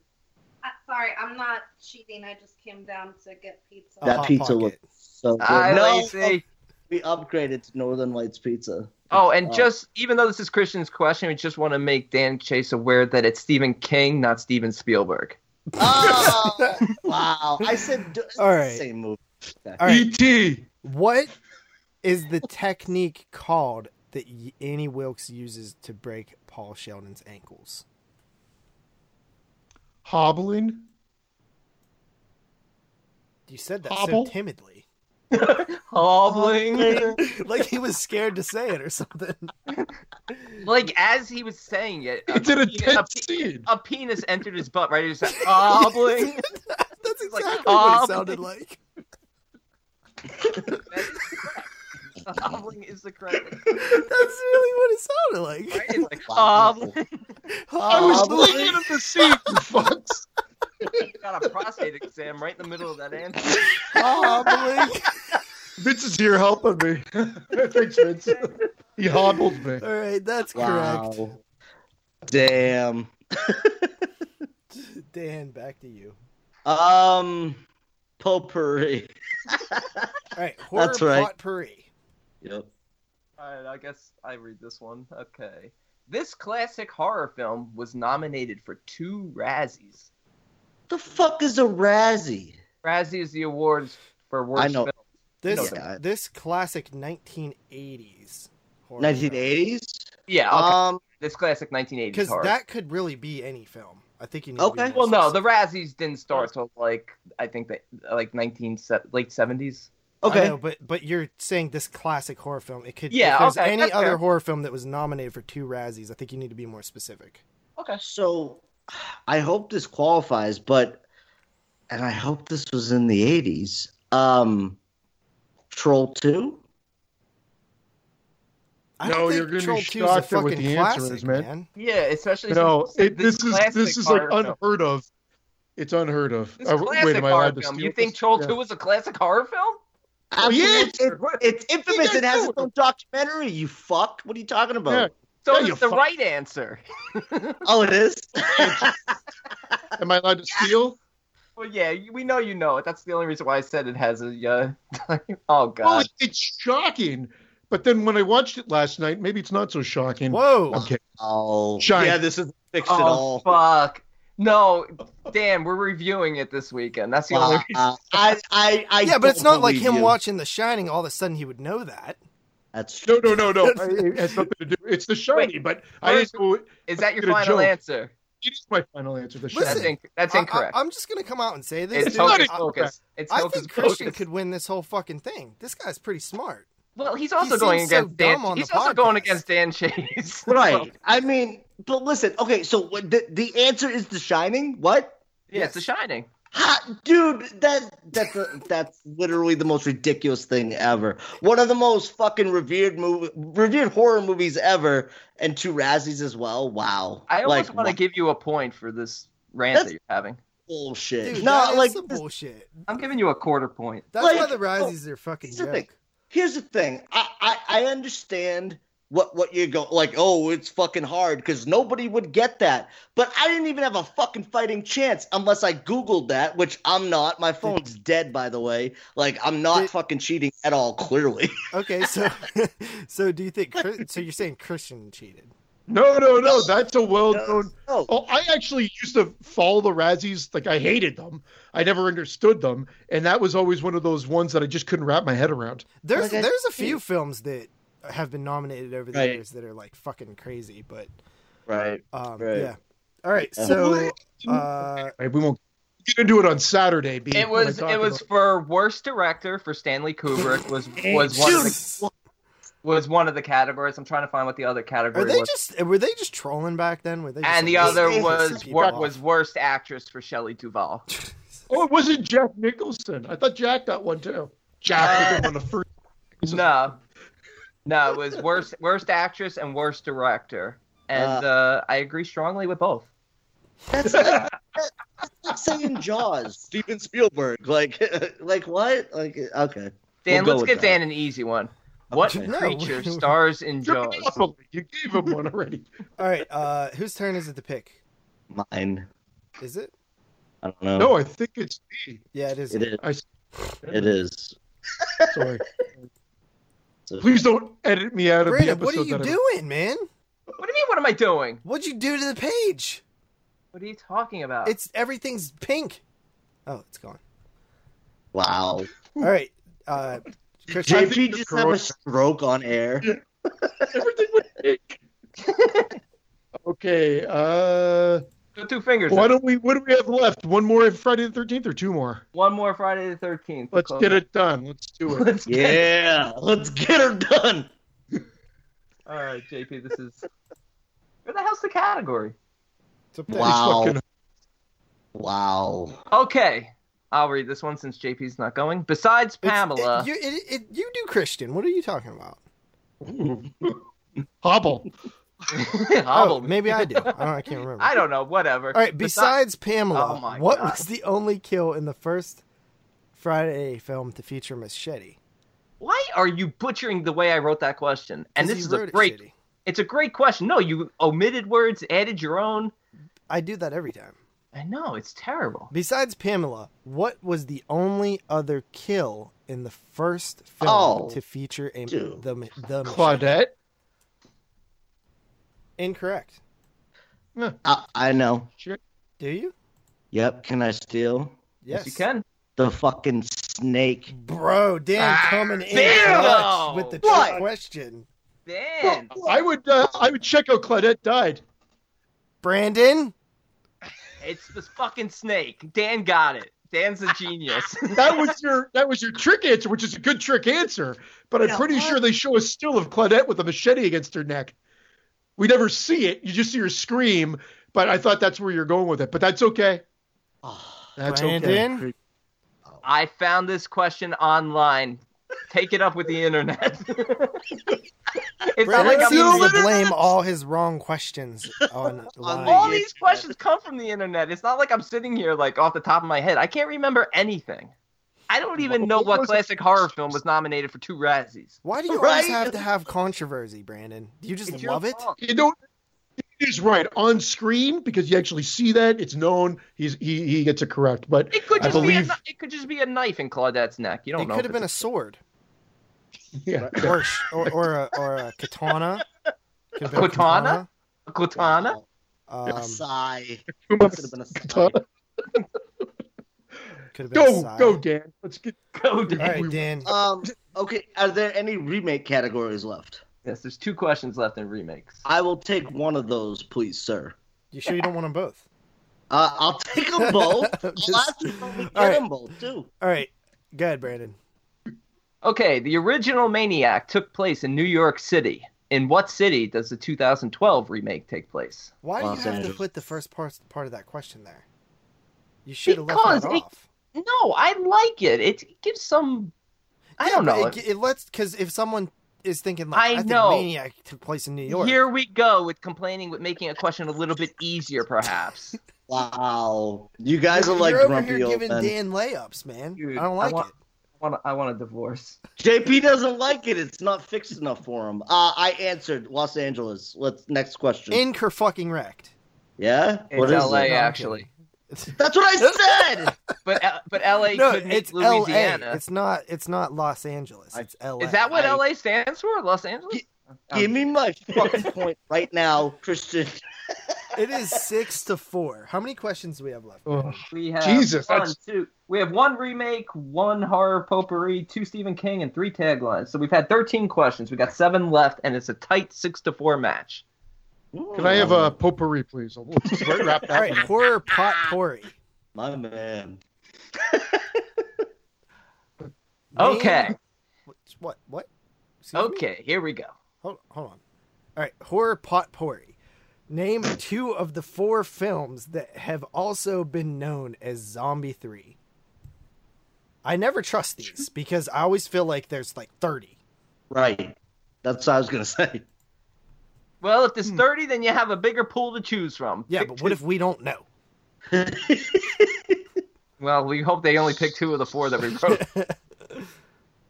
S5: Uh, sorry, I'm not cheating. I just came down to get pizza.
S2: A
S4: That
S2: Hot
S4: pizza
S2: Pocket.
S4: look- So good.
S1: I
S4: no,
S1: Lacey.
S4: we upgraded to Northern Lights Pizza.
S1: Oh, and
S4: Uh,
S1: just even though this is Christian's question, we just want to make Dan Chase aware that it's Stephen King, not Steven Spielberg.
S4: Oh wow! I said. Do-
S2: All right.
S4: Same move. Okay.
S2: All
S3: E
S2: right.
S3: E.T.
S2: What is the technique called that Y- Annie Wilkes uses to break Paul Sheldon's ankles?
S3: Hobbling.
S2: You said that
S3: Hobble?
S2: so timidly,
S1: Hobbling.
S2: like he was scared to say it or something.
S1: like as he was saying it, a,
S3: It's an
S1: penis- a
S3: intense
S1: pe-
S3: scene.
S1: a penis entered his butt. Right, he was like, hobbling.
S2: That's exactly
S1: Like,
S2: what it
S1: hobbling.
S2: sounded like.
S1: That is correct. The hobbling is the correct.
S2: That's really what it sounded
S1: Right?
S2: like.
S1: It's like
S4: Wow.
S1: hobbling.
S3: I was
S4: Hobbling.
S3: looking at the scene, you fucks.
S1: Got a prostate exam right in the middle of that answer.
S2: Hobbling.
S3: Vince is here helping me. Thanks, Vince. He hobbled me.
S2: All right, that's correct.
S4: Wow. Damn.
S2: Dan, back to you.
S4: Um, potpourri.
S2: All right, horror
S4: That's right.
S2: potpourri.
S4: Yep.
S1: All right, I guess I read this one. Okay. This classic horror film was nominated for two Razzies.
S4: The fuck is a Razzie?
S1: Razzie is the awards for worst
S4: I know.
S1: film.
S2: This
S4: No, that-
S2: this classic 1980s horror.
S4: 1980s.
S1: Yeah, okay.
S4: Um,
S1: this classic 1980s
S2: Because
S1: horror.
S2: that could really be any film. I think you need.
S4: Okay.
S2: To be more
S1: Well, no, the
S2: specific.
S1: Razzies didn't start
S4: Oh.
S1: till like I think that like 19 se- late 70s.
S2: I
S4: okay.
S2: know, but but you're saying this classic horror film. It could.
S1: Yeah,
S2: If there's
S1: okay,
S2: any
S1: that's
S2: other
S1: fair.
S2: horror film that was nominated for two Razzies, I think you need to be more specific.
S1: Okay.
S4: So I hope this qualifies, but and I hope this was in the eighties. Um Troll Two?
S2: I
S3: No,
S2: don't think
S3: you're gonna be
S2: Troll 2 is a
S3: shocked at what
S2: fucking
S3: the answer
S2: classic,
S3: is, man.
S1: Yeah, especially
S3: No,
S1: since
S3: it, this is
S1: classic
S3: this is like
S1: horror film.
S3: unheard of. It's unheard of.
S1: This
S3: Uh,
S1: classic
S3: wait, am I
S1: horror
S3: allowed to
S1: film.
S3: steal
S1: You think
S3: this?
S1: Troll
S3: Yeah.
S1: 2 was a classic horror film?
S4: Oh yeah, it's,
S3: sure.
S4: it's infamous.
S3: You
S4: It
S3: guys
S4: has
S3: know
S4: its own documentary. You fuck. What are you talking about?
S1: So
S3: Yeah,
S1: it's
S3: you
S1: the
S3: fuck-
S1: right answer.
S4: Oh, it is.
S3: Am I allowed to steal?
S1: Well, yeah, you- we know you know it. That's the only reason why I said it has a. Uh, oh
S3: Well,
S1: God.
S3: it- it's shocking. But then when I watched it last night, maybe it's not so shocking.
S2: Whoa!
S3: Okay.
S4: oh,
S3: Shine.
S4: yeah. This is fixed it
S1: Oh
S4: all.
S1: fuck. No, Dan, we're reviewing it this weekend. That's the only.
S4: Wow. I, I, I
S2: yeah, but it's
S4: don't
S2: not like
S4: believe
S2: him
S4: you.
S2: watching The Shining. All of a sudden, he would know that.
S4: That's
S3: No, no, no, no. I- it has nothing to do. It's the shiny, but I
S1: First-
S3: didn't know it.
S1: Is that your
S3: You're a
S1: final
S3: joke.
S1: answer?
S3: It is my final answer. The
S2: Listen,
S1: That's,
S3: shiny.
S1: inc- that's
S2: I-
S1: incorrect.
S2: I, am just gonna come out and say this.
S1: it's
S2: dude.
S3: not
S1: hocus
S3: incorrect.
S2: I,
S1: pocus. It's
S2: I
S1: hocus
S2: think Christian
S1: pocus.
S2: could win this whole fucking thing. This guy's pretty smart.
S1: Well, he's also
S2: seems
S1: going
S2: so
S1: against Dan.
S2: dumb on
S1: he's
S2: the
S1: also going
S2: podcast.
S1: against Dan Chase.
S4: right. I mean, but listen. Okay, so what, the the answer is The Shining. What?
S1: yeah, it's The Shining.
S4: Ha, dude, that that's a, that's literally the most ridiculous thing ever. One of the most fucking revered movie, revered horror movies ever, and two Razzies as well. Wow,
S1: I almost
S4: Like,
S1: want to
S4: wow,
S1: give you a point for this rant
S4: That's-
S1: that you're having.
S4: bullshit.
S2: Dude,
S4: no, like
S2: some
S4: this-
S2: bullshit.
S1: I'm giving you a quarter point.
S2: That's
S1: oh,
S4: Like-
S2: why the Razzies are fucking
S4: Here's the thing.
S2: joke.
S4: here's the thing. I I, I understand what what you go like oh it's fucking hard because nobody would get that but i didn't even have a fucking fighting chance unless i googled that which i'm not my phone's dead by the way like i'm not
S2: Did-
S4: fucking cheating at all clearly
S2: Okay, so so do you think Chri- so? You're saying Christian cheated?
S3: No, no, no. That's a well-known.
S4: no.
S3: Oh, I actually used to follow the Razzies. Like I hated them. I never understood them, and that was always one of those ones that I just couldn't wrap my head around.
S2: There's
S4: Like I-
S2: there's a few films that have been nominated over the
S4: Right.
S2: years that are like fucking crazy, but
S4: right
S2: um,
S4: Right.
S2: yeah. All right,
S4: Yeah.
S2: so uh,
S3: Right, we won't get into it on Saturday. B,
S2: Oh
S1: It
S3: when I
S1: was
S3: talk
S1: it was
S3: about-
S1: for worst director for Stanley Kubrick was was one of the,
S2: Jesus.
S1: was one of the categories. I'm trying to find what the other
S2: are
S1: category
S2: they
S1: was.
S2: just were they just trolling back then? Were they just
S1: and the
S2: like,
S1: other
S2: pissing
S1: was
S2: people
S1: wor-
S2: off?
S1: was worst actress for Shelley Duvall.
S3: Oh, it wasn't Jack Nicholson. I thon Jack got one too.
S1: Uh,
S3: Jack was on the first.
S1: No, no, it was worst worst actress and worst director. And uh, I agree strongly with both.
S4: that's, that's like saying jaws steven spielberg like like what like okay
S1: Dan,
S4: We'll go
S1: let's
S4: with
S1: give
S4: that.
S1: Dan an easy one. What
S2: No,
S1: creature
S2: we-
S1: stars in
S3: You're
S1: Jaws?
S3: awful. You gave him one already.
S2: All right, uh, whose turn is it to pick?
S4: mine
S2: Is it?
S4: i don't know
S3: No, I think it's me.
S2: Yeah, it is.
S4: it is
S3: I
S4: it is
S3: sorry.
S4: So-
S3: Please don't edit me out of
S2: Brandon,
S3: the
S2: what
S3: episode.
S2: are you
S3: that I-
S2: doing, man?
S1: What do you mean? What am I doing?
S2: What'd you do to the page?
S1: What are you talking about?
S2: It's everything's pink. Oh, it's gone.
S4: wow
S2: All right, uh, Christian.
S3: think
S4: JP
S3: the
S4: just have a
S3: corona-
S4: stroke on air.
S3: Everything would pink. okay. Uh,
S1: Put two fingers.
S3: why
S1: up.
S3: don't we? What do we have left? One more Friday the Thirteenth, or two more?
S1: One more Friday the Thirteenth.
S3: Let's get it done. Let's do it.
S1: Let's get-
S4: Yeah, let's get her done.
S1: All right, JP. This is where the hell's the category?
S2: It's up there.
S4: Wow.
S3: Fucking-
S4: Wow.
S1: Okay, I'll read this one since JP's not going. Besides
S2: It's-
S1: Pamela,
S2: It, you, it, it, you do Christian. What are you talking about?
S3: Hobble.
S1: Hobble.
S2: Oh, maybe I do. I, don't, I can't remember.
S1: I don't know. Whatever.
S2: All right.
S1: Besi-
S2: Besides Pamela,
S1: Oh my
S2: what
S1: God.
S2: was the only kill in the first Friday film to feature machete?
S1: why are you butchering the way I wrote that question? And
S2: 'Cause
S1: this
S2: he
S1: is
S2: wrote
S1: a
S2: it
S1: great.
S2: shitty.
S1: It's a great question. No, you omitted words, added your own.
S2: I do that every time.
S1: I know it's terrible.
S2: Besides Pamela, what was the only other kill in the first film
S4: Oh,
S2: to feature a
S4: dude.
S2: the ma- the machete?
S3: Claudette.
S2: Incorrect.
S4: I, I know.
S2: Do you?
S4: Yep. Can I steal
S1: Yes, you can.
S4: the fucking snake?
S2: Bro, Dan
S3: Ah,
S2: coming in
S1: damn!
S2: clutch with the trick
S4: What?
S2: question.
S1: Dan.
S3: I would. Uh, I would check out Claudette died.
S2: Brandon,
S1: It's the fucking snake. Dan got it. Dan's a genius.
S3: That was your. That was your trick answer, which is a good trick answer. But I'm
S4: No,
S3: pretty
S4: what?
S3: sure they show a still of Claudette with a machete against her neck. We never see it. You just see her scream. But I thought that's where you're going with it. But that's okay.
S4: Oh,
S3: That's okay.
S2: Brandon,
S1: I found this question online. Take it up with the internet. it's not like
S2: Brandon
S1: I'm
S2: seems
S1: the
S2: to blame all his wrong questions on
S1: all
S2: live.
S1: these questions come from the internet. It's not like I'm sitting here like off the top of my head. I can't remember anything. I don't even know what classic horror film was nominated for two Razzies.
S2: Why do you always
S4: Right?
S2: have to have controversy, Brandon? Do you just
S1: It's your
S2: love it?
S1: fault.
S3: You know, it is right on screen because you actually see that. It's known. He's he he gets it correct. But
S1: It could
S3: I
S1: just be a,
S3: believe.
S1: kni- it could just be a knife in Claudette's neck. You don't
S2: It
S1: know.
S2: could
S1: if
S2: have been a
S1: it's
S2: sword
S3: Yeah.
S2: or sh- or or a, or a katana. Could have been a
S1: Katana? a katana.
S2: katana. Um,
S4: sigh.
S3: Kuma-
S4: That could've been a sigh.
S3: Katana.
S2: could have been a
S3: Go
S2: scythe.
S3: go Dan. Let's get.
S1: Go, Dan.
S2: All right, Dan.
S4: Um. Okay. Are there any remake categories left?
S1: Yes, there's two questions left in remakes.
S4: I will take one of those, please, sir.
S2: You sure you don't want them both?
S4: Uh, I'll take them both. I'll
S2: Just-
S4: ask you if we get
S2: All right.
S4: them both too.
S2: All right, go ahead, Brandon.
S1: Okay, the original Maniac took place in New York City. In what city does the 2012 remake take place?
S2: Why do you
S4: Los
S2: have to
S4: Angeles.
S2: put the first part part of that question there? You should have left
S1: Because
S2: that
S1: it-
S2: off.
S1: No, I like it. It gives some. I
S2: Yeah,
S1: don't
S2: but
S1: know.
S2: It, it lets because if someone is thinking like,
S1: I
S2: I, think
S1: know.
S2: Maniac took place in New York.
S1: Here we go with complaining with making a question a little bit easier, perhaps.
S4: Wow. You guys are like
S2: You're over
S4: grumpy
S2: here
S4: old
S2: giving
S4: men.
S2: Dan layups, man.
S1: Dude,
S2: I don't like
S1: I want-
S2: it.
S1: I want I want a divorce.
S4: JP doesn't like it. It's not fixed enough for him. Uh, I answered Los Angeles. Let's next question.
S2: In her fucking wrecked.
S4: yeah,
S1: It's
S4: what is
S1: LA
S4: it?
S1: actually,
S4: That's what I said.
S1: but uh, but LA
S2: no,
S1: could make
S2: it's
S1: Louisiana.
S2: LA. It's not. It's not Los Angeles. It's LA.
S1: Is that what
S4: I-
S1: LA stands for? Los Angeles?
S4: Gi- Give me my fucking point right now, Christian.
S2: It is six to four. How many questions do we have
S1: Oh,
S2: left?
S3: Ugh.
S1: We have
S3: Jesus,
S1: one,
S3: that's-
S1: two. We have one remake, one horror potpourri, two Stephen King, and three taglines. So we've had thirteen questions. We got seven left, and it's a tight six to four match.
S3: Can I have a potpourri, please? I'll- We'll just wrap that
S2: All right,
S3: one up.
S2: horror potpourri.
S4: My man.
S1: Okay,
S2: Name- What? What? Excuse me?
S1: okay, here we go.
S2: Hold, hold on. All right, horror potpourri. Name two of the four films that have also been known as Zombie Three. I never trust these because I always feel like there's like thirty.
S4: Right. That's what I was gonna say.
S1: Well, if there's thirty, then you have a bigger pool to choose from.
S2: Hmm. Yeah,
S1: Pick
S2: but
S1: two.
S2: what if we don't know?
S1: Well, we hope they only pick two of the four that we wrote.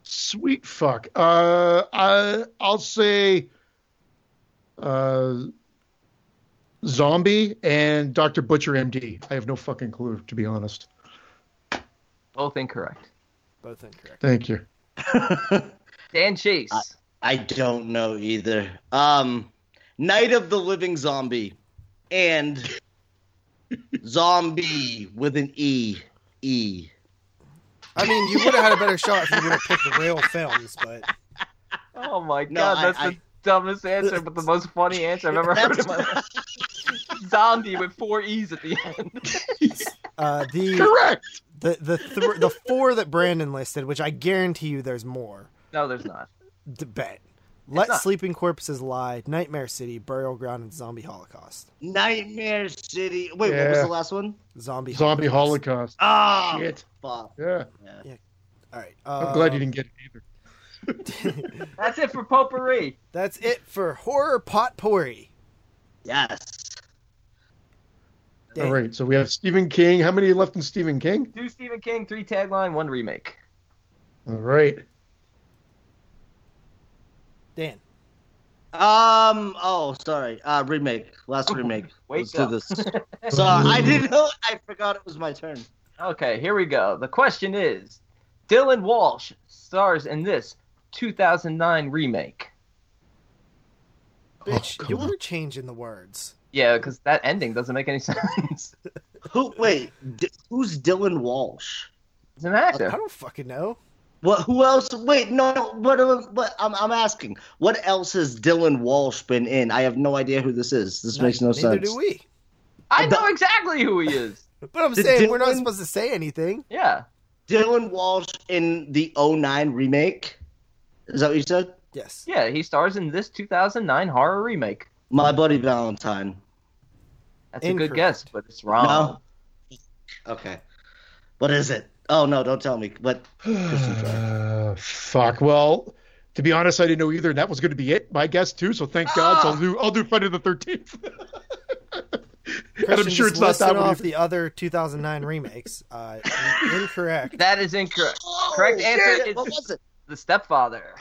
S3: Sweet fuck. Uh, I, I'll say uh, Zombie and Dr. Butcher MD. I have no fucking clue, to be honest.
S1: Both incorrect.
S2: Both incorrect.
S3: Thank you.
S1: Dan Chase.
S4: I don't know either. Um, Night of the Living Zombie and Zombie with an E. E.
S2: I mean, you would have had a better shot if you would have picked the real films, but
S1: oh my
S4: No,
S1: god,
S4: I-
S1: that's the
S4: I-
S1: dumbest answer, but the most funny answer I've ever heard in my life. Zombie with four E's at the end.
S2: uh, the
S3: Correct.
S2: the the th- the four that Brandon listed, which I guarantee you there's more.
S1: No, there's not.
S2: D- bet. Let
S1: not.
S2: sleeping corpses lie. Nightmare City, Burial Ground, and Zombie Holocaust.
S4: Nightmare City. Wait, what was
S3: Yeah.
S4: the last one?
S2: Zombie
S3: Zombie Holocaust.
S4: Ah,
S3: Shit.
S4: fuck.
S3: Yeah.
S2: All right.
S3: I'm
S2: Uh,
S3: glad you didn't get it either.
S1: That's it for potpourri.
S2: That's it for horror potpourri.
S4: Yes.
S2: Dang.
S3: All right. So we have Stephen King. How many left in Stephen King?
S1: Two Stephen King, three tagline, one remake.
S3: All right.
S2: Dan.
S4: Um. Oh, sorry. Uh, remake. Last remake.
S1: Wake
S4: Let's do
S1: up.
S4: this. Sorry, I didn't know. I forgot it was my turn.
S1: Okay, here we go. The question is Dylan Walsh stars in this 2009 remake.
S2: Bitch,
S3: Oh, come
S2: you
S3: on.
S2: were changing the words.
S1: Yeah, because that ending doesn't make any sense.
S4: Who? Wait. D- who's Dylan Walsh?
S1: It's an
S2: I
S1: actor.
S2: don't fucking know.
S4: What? Who else? Wait. No. no, What? uh, What? I'm. I'm asking. What else has Dylan Walsh been in? I have no idea who this is. This makes no
S2: Neither
S4: sense.
S2: do we.
S1: I know exactly who he is.
S2: But I'm
S4: Did
S2: saying we're not
S4: Dylan-
S2: supposed to say anything.
S1: Yeah.
S4: Dylan Walsh in the 09 remake. Is that what you said?
S2: Yes.
S1: Yeah, he stars in this 2009 horror remake.
S4: My buddy Valentine.
S1: That's a
S2: Incorrect.
S1: good guess, but it's wrong.
S4: No. Um, Okay. What is it? Oh no! Don't tell me. What?
S3: Uh, fuck. Well, to be honest, I didn't know either. and That was going to be it, my guess too. So thank God. So I'll do. I'll do Friday the Thirteenth. and I'm
S2: Christian
S3: sure it's
S2: just
S3: not
S2: listed
S3: that one.
S2: off
S3: either.
S2: the other 2009 remakes. Uh, incorrect.
S1: That is incorrect.
S4: Oh,
S1: Correct answer
S4: shit,
S1: is-
S4: What was it?
S1: The Stepfather.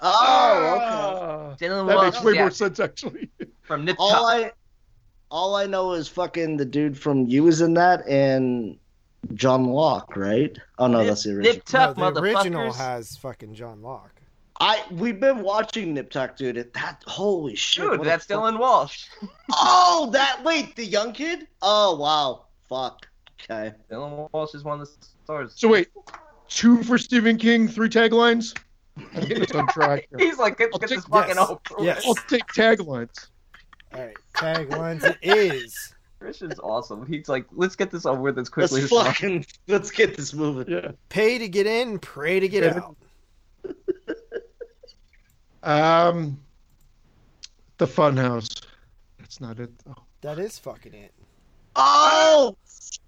S4: Oh, okay.
S1: Dylan
S3: That
S1: Walsh
S3: makes way
S1: yeah,
S3: more sense, actually.
S1: from Nip
S4: All
S1: Tuck.
S4: I, all I know is fucking the dude from you is in that and John Locke, right? Oh no,
S1: Nip-
S4: that's the original.
S1: Nip Tuck,
S2: no, the original
S1: motherfuckers.
S2: has fucking John Locke.
S4: I we've been watching Nip Tuck, dude. It, that holy shit.
S1: Dude,
S4: what a
S1: that's
S4: fuck-
S1: Dylan Walsh.
S4: Oh, that wait, the young kid. Oh wow, fuck. Okay.
S1: Dylan Walsh is one of the stars.
S3: So wait, two for Stephen King, three taglines. I'm getting this on track. here.
S1: He's like, get,
S3: I'll
S1: get
S3: take-
S1: this fucking
S2: yes,
S1: over.
S2: yes.
S3: I'll take taglines.
S2: All right. Taglines it is.
S1: Christian's awesome. He's like, let's get this over with as quickly
S4: Let's
S1: as possible.
S4: fucking let's get this moving.
S3: Yeah.
S2: Pay to get in, pray to get out.
S3: Um, the Funhouse. That's not it though.
S2: That is fucking it.
S4: Oh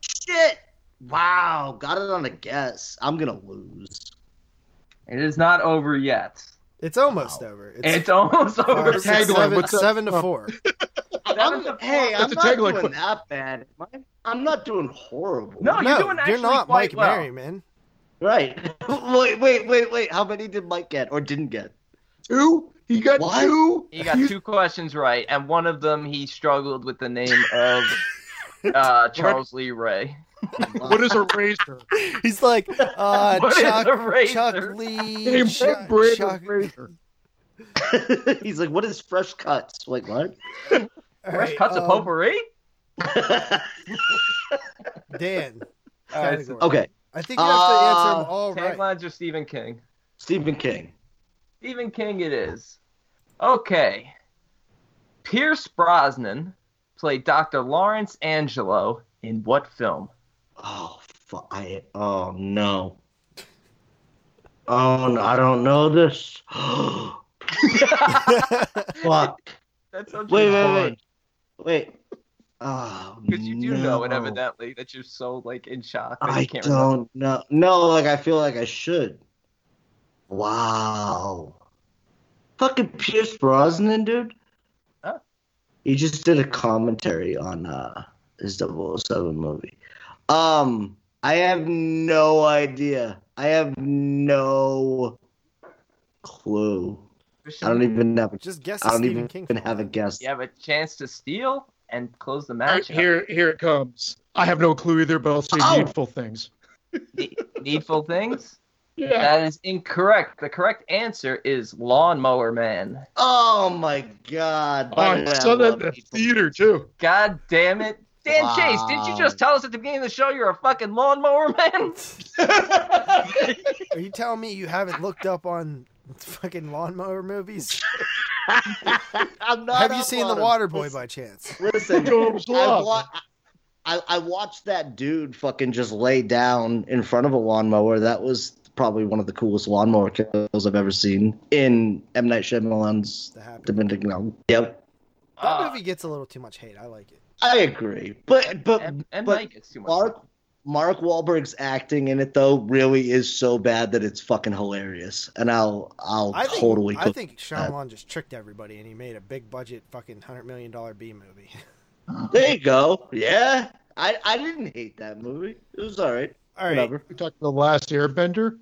S4: shit! Wow, got it on a guess. I'm gonna lose.
S1: It is not over yet.
S2: It's almost
S4: Wow.
S2: over.
S1: It's, almost over.
S2: five, six,
S3: Tagline,
S2: seven,
S3: what's that?
S2: seven
S1: Oh.
S2: to four.
S1: Seven
S4: I'm,
S1: to
S4: hey,
S1: four.
S4: I'm
S3: That's a
S4: not
S3: tagline
S4: doing
S3: question.
S4: that bad. am I? I'm not doing horrible.
S1: No, Oh, you're
S2: no,
S1: doing actually
S2: you're not
S1: quite
S2: Mike
S1: well.
S2: Merriman.
S4: Right. wait, wait, wait, wait. How many did Mike get or didn't get?
S3: Two? He got
S4: What?
S3: two?
S1: He got two questions right, and one of them he struggled with the name of uh, Charles Lee Ray.
S3: What is a razor?
S2: He's like, uh,
S1: What is
S2: Chuck,
S1: a razor?
S2: Chuck Lee,
S3: Name one
S2: Chuck,
S3: brand
S2: Chuck.
S3: of razor.
S4: He's like, what is fresh cuts? Wait, what?
S2: All
S1: Fresh
S2: right,
S1: cuts of
S2: um,
S1: potpourri.
S2: Dan,
S1: All right,
S2: category.
S4: okay,
S2: I think you have to answer them
S4: Uh,
S2: all right.
S1: taglines are Stephen King.
S4: Stephen King.
S1: Stephen King, it is. Okay. Pierce Brosnan played Dr. Lawrence Angelo in what film?
S4: Oh, fuck. I, oh, no. Oh, no, I don't know this. fuck.
S1: That's such
S4: Wait,
S1: a
S4: wait,
S1: hard-
S4: wait. Wait. Oh,
S1: Because you do know it
S4: no.
S1: evidently that you're so like in shock. That
S4: I
S1: you can't remember.
S4: don't know. No, like I feel like I should. Wow. Fucking Pierce Brosnan, dude.
S1: Huh?
S4: He just did a commentary on uh his 007 movie. Um, I have no idea. I have no clue. I don't even have a,
S2: Just guess
S4: I
S2: a
S4: don't
S2: Stephen
S4: even
S2: King. film.
S4: have a guess.
S1: You have a chance to steal and close the
S3: All right,
S1: match. up.
S3: here, here it comes. I have no clue either, but I'll say
S4: Oh.
S3: needful things. Uh,
S1: Ne- Needful things.
S3: Yeah.
S1: That is incorrect. The correct answer is Lawnmower Man.
S4: Oh my god.
S3: Oh, I saw that in the theater too.
S1: God damn it. Dan Chase, didn't you just
S4: Wow.
S1: tell us at the beginning of the show you're a fucking lawnmower man?
S2: Are you telling me you haven't looked up on fucking lawnmower movies?
S4: I'm not
S2: have you
S4: up
S2: seen
S4: on
S2: The
S4: him.
S2: Waterboy by chance?
S4: Listen,
S3: Goes
S4: I,
S3: love.
S4: wa- I, I watched that dude fucking just lay down in front of a lawnmower. That was probably one of the coolest lawnmower kills I've ever seen in M. Night Shyamalan's
S2: That happened.
S4: Dominic Now. Yep,
S2: That
S1: Uh,
S2: movie gets a little too much hate. I like it.
S4: I agree. But but
S1: and and
S4: but
S1: Mike gets too much.
S4: Mark Mark Wahlberg's acting in it though really is so bad that it's fucking hilarious, and I'll I'll
S2: I think,
S4: totally.
S2: I
S4: cook-
S2: think Shyamalan just tricked everybody and he made a big budget fucking $100 million B movie.
S4: there you go. Yeah, I I didn't hate that movie. It was all right.
S2: All right.
S4: Whatever.
S3: We talked the last Airbender.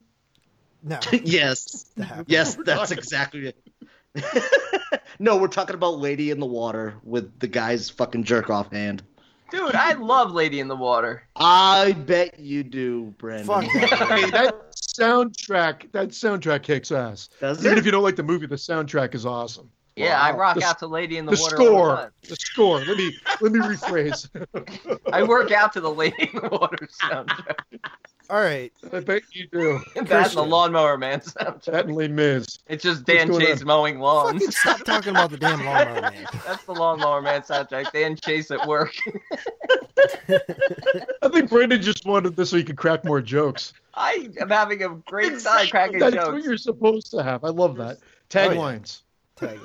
S2: No.
S4: yes.
S2: That happened.
S4: Yes,
S3: We're
S4: that's
S3: talking-
S4: exactly it. no, we're talking about Lady in the Water with the guy's fucking jerk off hand.
S1: Dude, I love Lady in the Water.
S4: I bet you do, Brandon.
S2: Fuck that.
S3: Hey, that soundtrack, that soundtrack kicks ass.
S4: Does
S3: Even
S4: it?
S3: if you don't like the movie, the soundtrack is awesome.
S1: Yeah, I
S4: Wow.
S1: rock
S3: The-
S1: out to Lady in the,
S3: The,
S1: Water. all the
S3: score,
S1: time.
S3: the score. Let me let me rephrase.
S1: I work out to the Lady in the Water soundtrack.
S2: All right.
S3: I bet you do.
S1: That's the lawnmower man soundtrack.
S3: That and Les Mis.
S1: It's just
S3: What's
S1: Dan
S3: going
S1: Chase
S3: on?
S1: mowing lawns.
S2: Fucking stop talking about the damn lawnmower man.
S1: That's the lawnmower man soundtrack. Dan Chase at work.
S3: I think Brandon just wanted this so he could crack more jokes.
S1: I am having a great time cracking
S3: That's what
S1: jokes.
S3: you're supposed to have. I love that. Taglines.
S2: Tagline.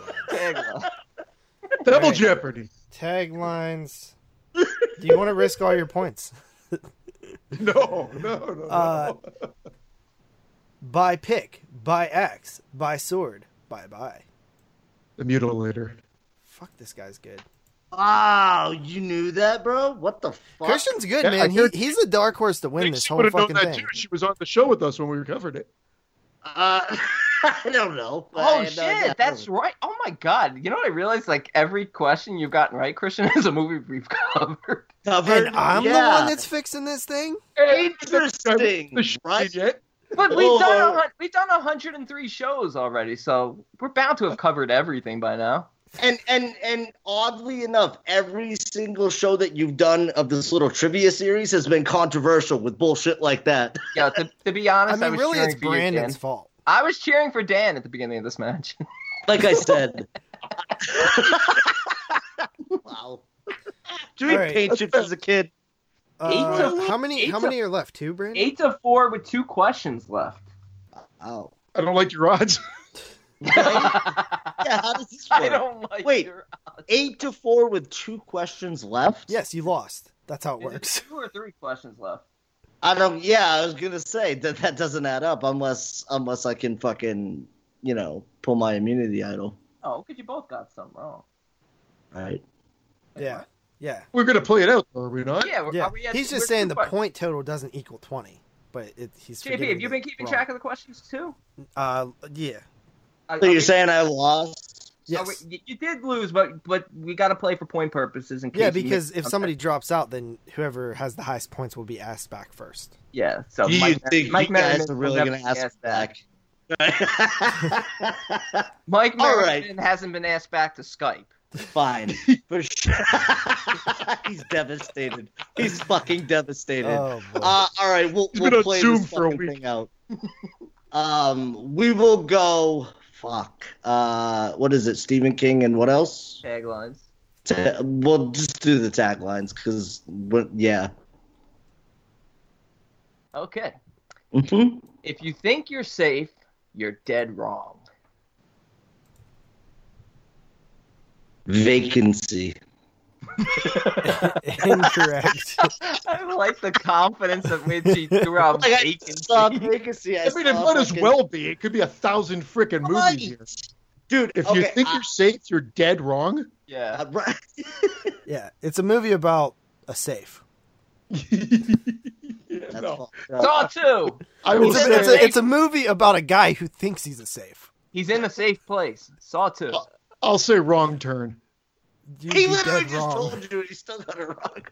S1: Tagline.
S3: Double
S2: Right.
S3: Jeopardy.
S2: Taglines. Do you want to risk all your points?
S3: No, no, no.
S2: Uh,
S3: no.
S2: By pick, by axe, by sword, bye bye.
S3: The mutilator.
S2: Fuck, this guy's good.
S4: Wow, you knew that, bro? What the fuck?
S2: Christian's good,
S3: Yeah, I
S2: man. He,
S3: guarantee-
S2: he's a dark horse to win this
S3: she
S2: whole
S3: would have known
S2: fucking
S3: that
S2: thing.
S3: too. She was on the show with us when we recovered it.
S4: Uh, I don't know. but I
S1: Oh
S4: had no idea.
S1: shit, that's right. Oh my god. You know what I realized? Like every question you've gotten right, Christian, is a movie we've covered.
S4: Covered-
S2: And I'm the
S4: yeah.
S2: one that's fixing this thing?
S4: Interesting,
S3: The show
S4: right?
S3: yet.
S1: But we've done
S4: Whoa.
S1: a, hun- we've done 103 shows already, so we're bound to have covered everything by now.
S4: And and and oddly enough, every single show that you've done of this little trivia series has been controversial with bullshit like that.
S1: Yeah, to, to be
S2: I
S1: honest, I,
S2: mean,
S1: was
S2: really,
S1: cheering
S2: it's
S1: for you, Dan.
S2: Brandon's fault.
S1: I was cheering for Dan at the beginning of this match.
S4: Like I said. wow. Doing
S2: All right.
S4: paint chips as a kid.
S2: Uh,
S1: to-
S2: how many
S1: eight
S2: How
S1: to-
S2: many are left? Two, Brandon?
S1: Eight to four with two questions left.
S4: Oh.
S3: I don't like your odds.
S4: Yeah, how does this work?
S1: I don't like
S4: Wait.
S1: your
S4: Eight to four with two questions left?
S2: Yes, you lost. That's how it
S1: Is it
S2: works.
S1: two or three questions left.
S4: I don't yeah, I was gonna say that that doesn't add up unless unless I can fucking, you know, pull my immunity idol.
S1: Oh, because you both got some wrong.
S4: Right.
S2: Yeah. Yeah.
S3: We're gonna play it out, though, are we not?
S1: Yeah, we're-
S2: Yeah.
S1: are we at-
S2: He's
S1: we're
S2: just saying
S1: two
S2: the
S1: questions-
S2: point total doesn't equal 20, but it, he's.
S1: JP, have you been keeping track of the questions too?
S2: Uh, yeah.
S1: I-
S4: So
S1: I
S4: you're
S1: mean,
S4: saying I lost?
S1: so
S2: Yes.
S1: we- you- you did lose, but but we got to play for point purposes in case.
S2: yeah,
S1: you
S2: because
S1: missed
S2: if
S1: something.
S2: somebody drops out, then whoever has the highest points will be asked back first.
S1: yeah, so
S4: you
S1: Mike,
S4: think
S1: Mike
S4: you
S1: Merriman
S4: guys are
S1: will
S4: really going to
S1: definitely
S4: ask
S1: ask back.
S4: back?
S1: Mike
S4: All
S1: Merriman hasn't been asked back to Skype.
S4: Fine, for sure. He's devastated. He's fucking devastated.
S2: Oh, boy.
S4: Uh, all right, we'll,
S3: He's
S4: we'll
S3: been on
S4: play
S3: Zoom
S4: this
S3: for a
S4: fucking
S3: week.
S4: thing out. um, we will go. Fuck. Uh, what is it? Stephen King and what else?
S1: Taglines.
S4: Ta- we'll just do the taglines because, yeah.
S1: Okay.
S4: hmm
S1: If you think you're safe, you're dead wrong.
S4: Vacancy.
S2: Incorrect.
S1: I like the confidence of which he threw out
S4: Like, I
S1: vacancy.
S4: saw vacancy. I,
S3: I mean, it
S4: saw
S3: might as
S4: uh, fucking-
S3: well be. It could be a thousand freaking
S4: Right.
S3: movies here.
S4: Dude,
S3: If
S4: okay,
S3: you think
S4: I-
S3: you're safe, you're dead wrong.
S1: Yeah.
S4: I- right.
S2: yeah, it's a movie about a safe.
S3: Yeah,
S4: That's
S3: no.
S4: fucked up.
S1: Saw two.
S3: I will
S2: It's a, it's, a,
S3: say,
S2: it's a movie about a guy who thinks he's a safe.
S1: He's in a safe place. Saw two.
S3: I'll say wrong turn.
S2: You'd
S4: He
S2: be
S4: literally
S2: dead
S4: just
S2: wrong.
S4: told you, and he still got it wrong.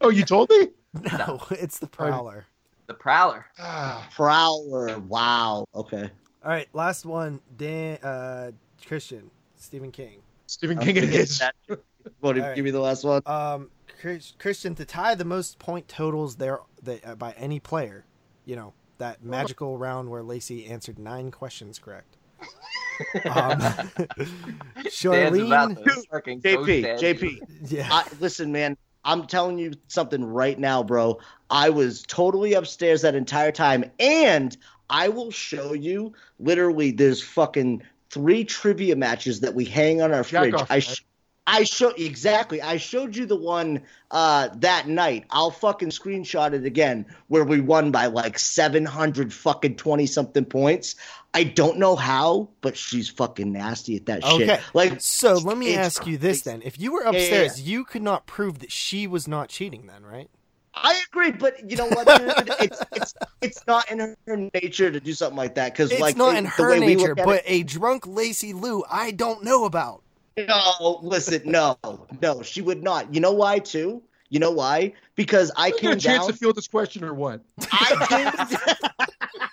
S3: Oh, you told me?
S2: No, it's the Prowler.
S1: The Prowler.
S3: Ah,
S4: Prowler. Wow. Okay.
S2: All right, last one. Dan, uh, Christian, Stephen King.
S3: Stephen
S4: I'm
S3: King it
S4: forgetting
S3: is.
S4: that. What,
S2: All right.
S4: Give me the last one.
S2: Um, Chris, Christian to tie the most point totals there that, uh, by any player. You know that magical round where Lacey answered nine questions correct. Um,
S1: Dan's about
S2: Charlene,
S1: to fucking ghost
S4: JP,
S1: dad you.
S4: JP.
S2: yeah,
S4: I, listen, man, I'm telling you something right now, bro. I was totally upstairs that entire time, and I will show you. Literally, there's fucking three trivia matches that we hang on our
S3: Jack
S4: fridge.
S3: off,
S4: I.
S3: man.
S4: Sh- I show exactly. I showed you the one uh, that night. I'll fucking screenshot it again, where we won by like seven hundred fucking twenty something points. I don't know how, but she's fucking nasty at that
S2: Okay.
S4: shit. Like
S2: So let me
S4: it's
S2: ask you this
S4: crazy.
S2: then: If you were
S4: yeah,
S2: upstairs, you could not prove that she was not cheating, then, right?
S4: I agree, but you know what? Dude? it's, it's it's not in her, her nature to do something like that because
S2: It's
S4: like
S2: not
S4: it-
S2: in
S4: the
S2: her
S4: way we
S2: nature,
S4: look at
S2: but a drunk Lacey Lou, I don't know about.
S4: it- no, listen, no, no, she would not. You know why too? You know why? Because I
S3: You get
S4: came
S3: a chance
S4: down.
S3: to field this question or what?
S4: I came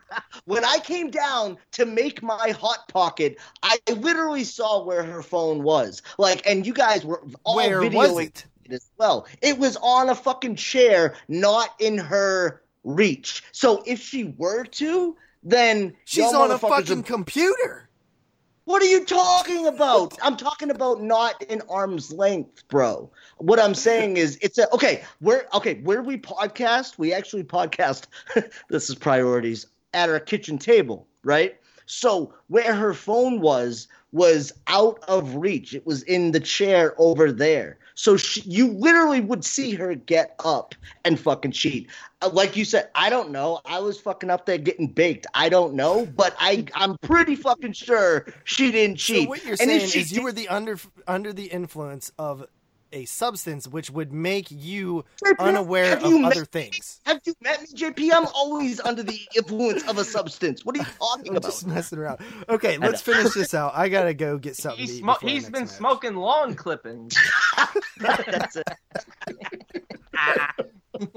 S4: when I came down to make my hot pocket, I literally saw where her phone was. Like, and you guys were all
S2: Where
S4: videoing
S2: was it?
S4: it as well. It was on a fucking chair, not in her reach. So if she were to, then
S2: She's
S4: y'all
S2: on a
S4: motherfuckers
S2: fucking
S4: are-
S2: computer.
S4: what are you talking about? I'm talking about not in arm's length, bro. What I'm saying is, it's a okay. We're okay. Where we podcast, we actually podcast. this is priorities at our kitchen table, right? So where her phone was was out of reach. It was in the chair over there. So she, you literally would see her get up and fucking cheat. Uh, Like you said, I don't know. I was fucking up there getting baked. I don't know, but I I'm pretty fucking sure she didn't cheat.
S2: So what you're
S4: And if
S2: saying
S4: she
S2: is you were the under under the influence of a substance which would make you
S4: did-
S2: unaware
S4: Have
S2: of
S4: you met-
S2: other things.
S4: Have you met me, JP? I'm always under the influence of a substance. What are you talking
S2: I'm
S4: about?
S2: just messing around. Okay, let's finish this out. I gotta go get something. to
S1: He's,
S2: eat
S1: smo-
S2: before the
S1: he's
S2: next
S1: been
S2: match.
S1: smoking lawn clippings.
S4: That's it.
S2: All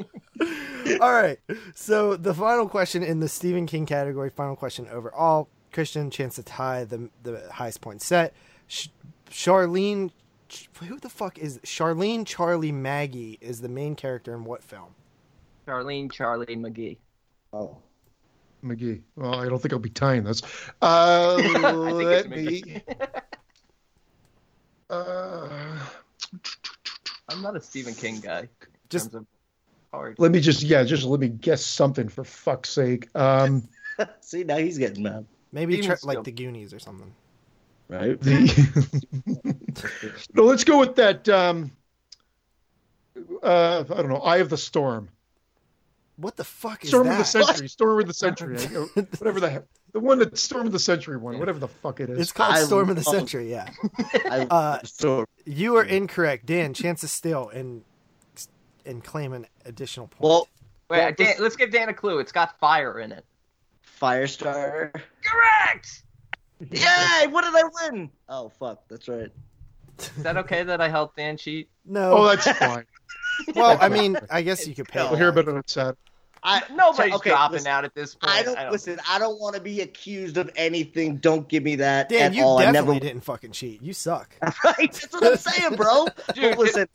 S2: right. So the final question in the Stephen King category, final question overall. Christian chance to tie the the highest point set. Sh- Charlene, Ch- who the fuck is Charlene? Charlie Maggie is the main character in what film?
S1: Charlene, Charlie McGee.
S4: Oh.
S3: McGee. Well, I don't think I'll be tying this. Uh,
S1: I think it's
S3: let
S1: McGee.
S3: me. Uh,
S1: I'm not a Stephen King guy.
S2: Just
S1: in terms of hard.
S3: let me just yeah, just let me guess something for fuck's sake. Um,
S4: See, now he's getting mad,
S2: Maybe
S1: Steven
S2: tra-
S1: Spielberg.
S2: like the Goonies or something.
S4: right?
S3: the no, let's go with that. Um, uh, I don't know. Eye of the storm.
S2: What the fuck is
S3: Storm of the
S2: that?
S3: century. Storm of the century. I go- whatever the heck. The one that Storm of the Century one, whatever the fuck it is.
S2: It's called
S4: I
S2: Storm of the
S4: love-
S2: Century. Yeah,
S4: I
S2: Uh,
S4: so
S2: you are incorrect, Dan. Chance is still and and claim an additional point.
S4: well,
S1: Wait,
S4: What was-
S1: Dan, let's give Dan a clue. It's got fire in it.
S4: Firestarter.
S1: Correct.
S4: Yay! What did I win? Oh fuck, that's right.
S1: Is that okay that I helped Dan cheat?
S2: No.
S3: Oh, that's fine.
S2: well, I mean, I guess you could pay.
S3: We'll hear about it on Saturday.
S4: I
S1: Nobody's
S4: so- okay,
S1: dropping
S4: listen,
S1: out at this point.
S4: I don't, listen. I don't want to be accused of anything. Don't give me that
S2: Dan,
S4: at
S2: you
S4: all. I
S2: definitely
S4: never
S2: didn't fucking cheat. You suck.
S4: right? That's what I'm saying, bro.
S1: Dude,
S4: Listen,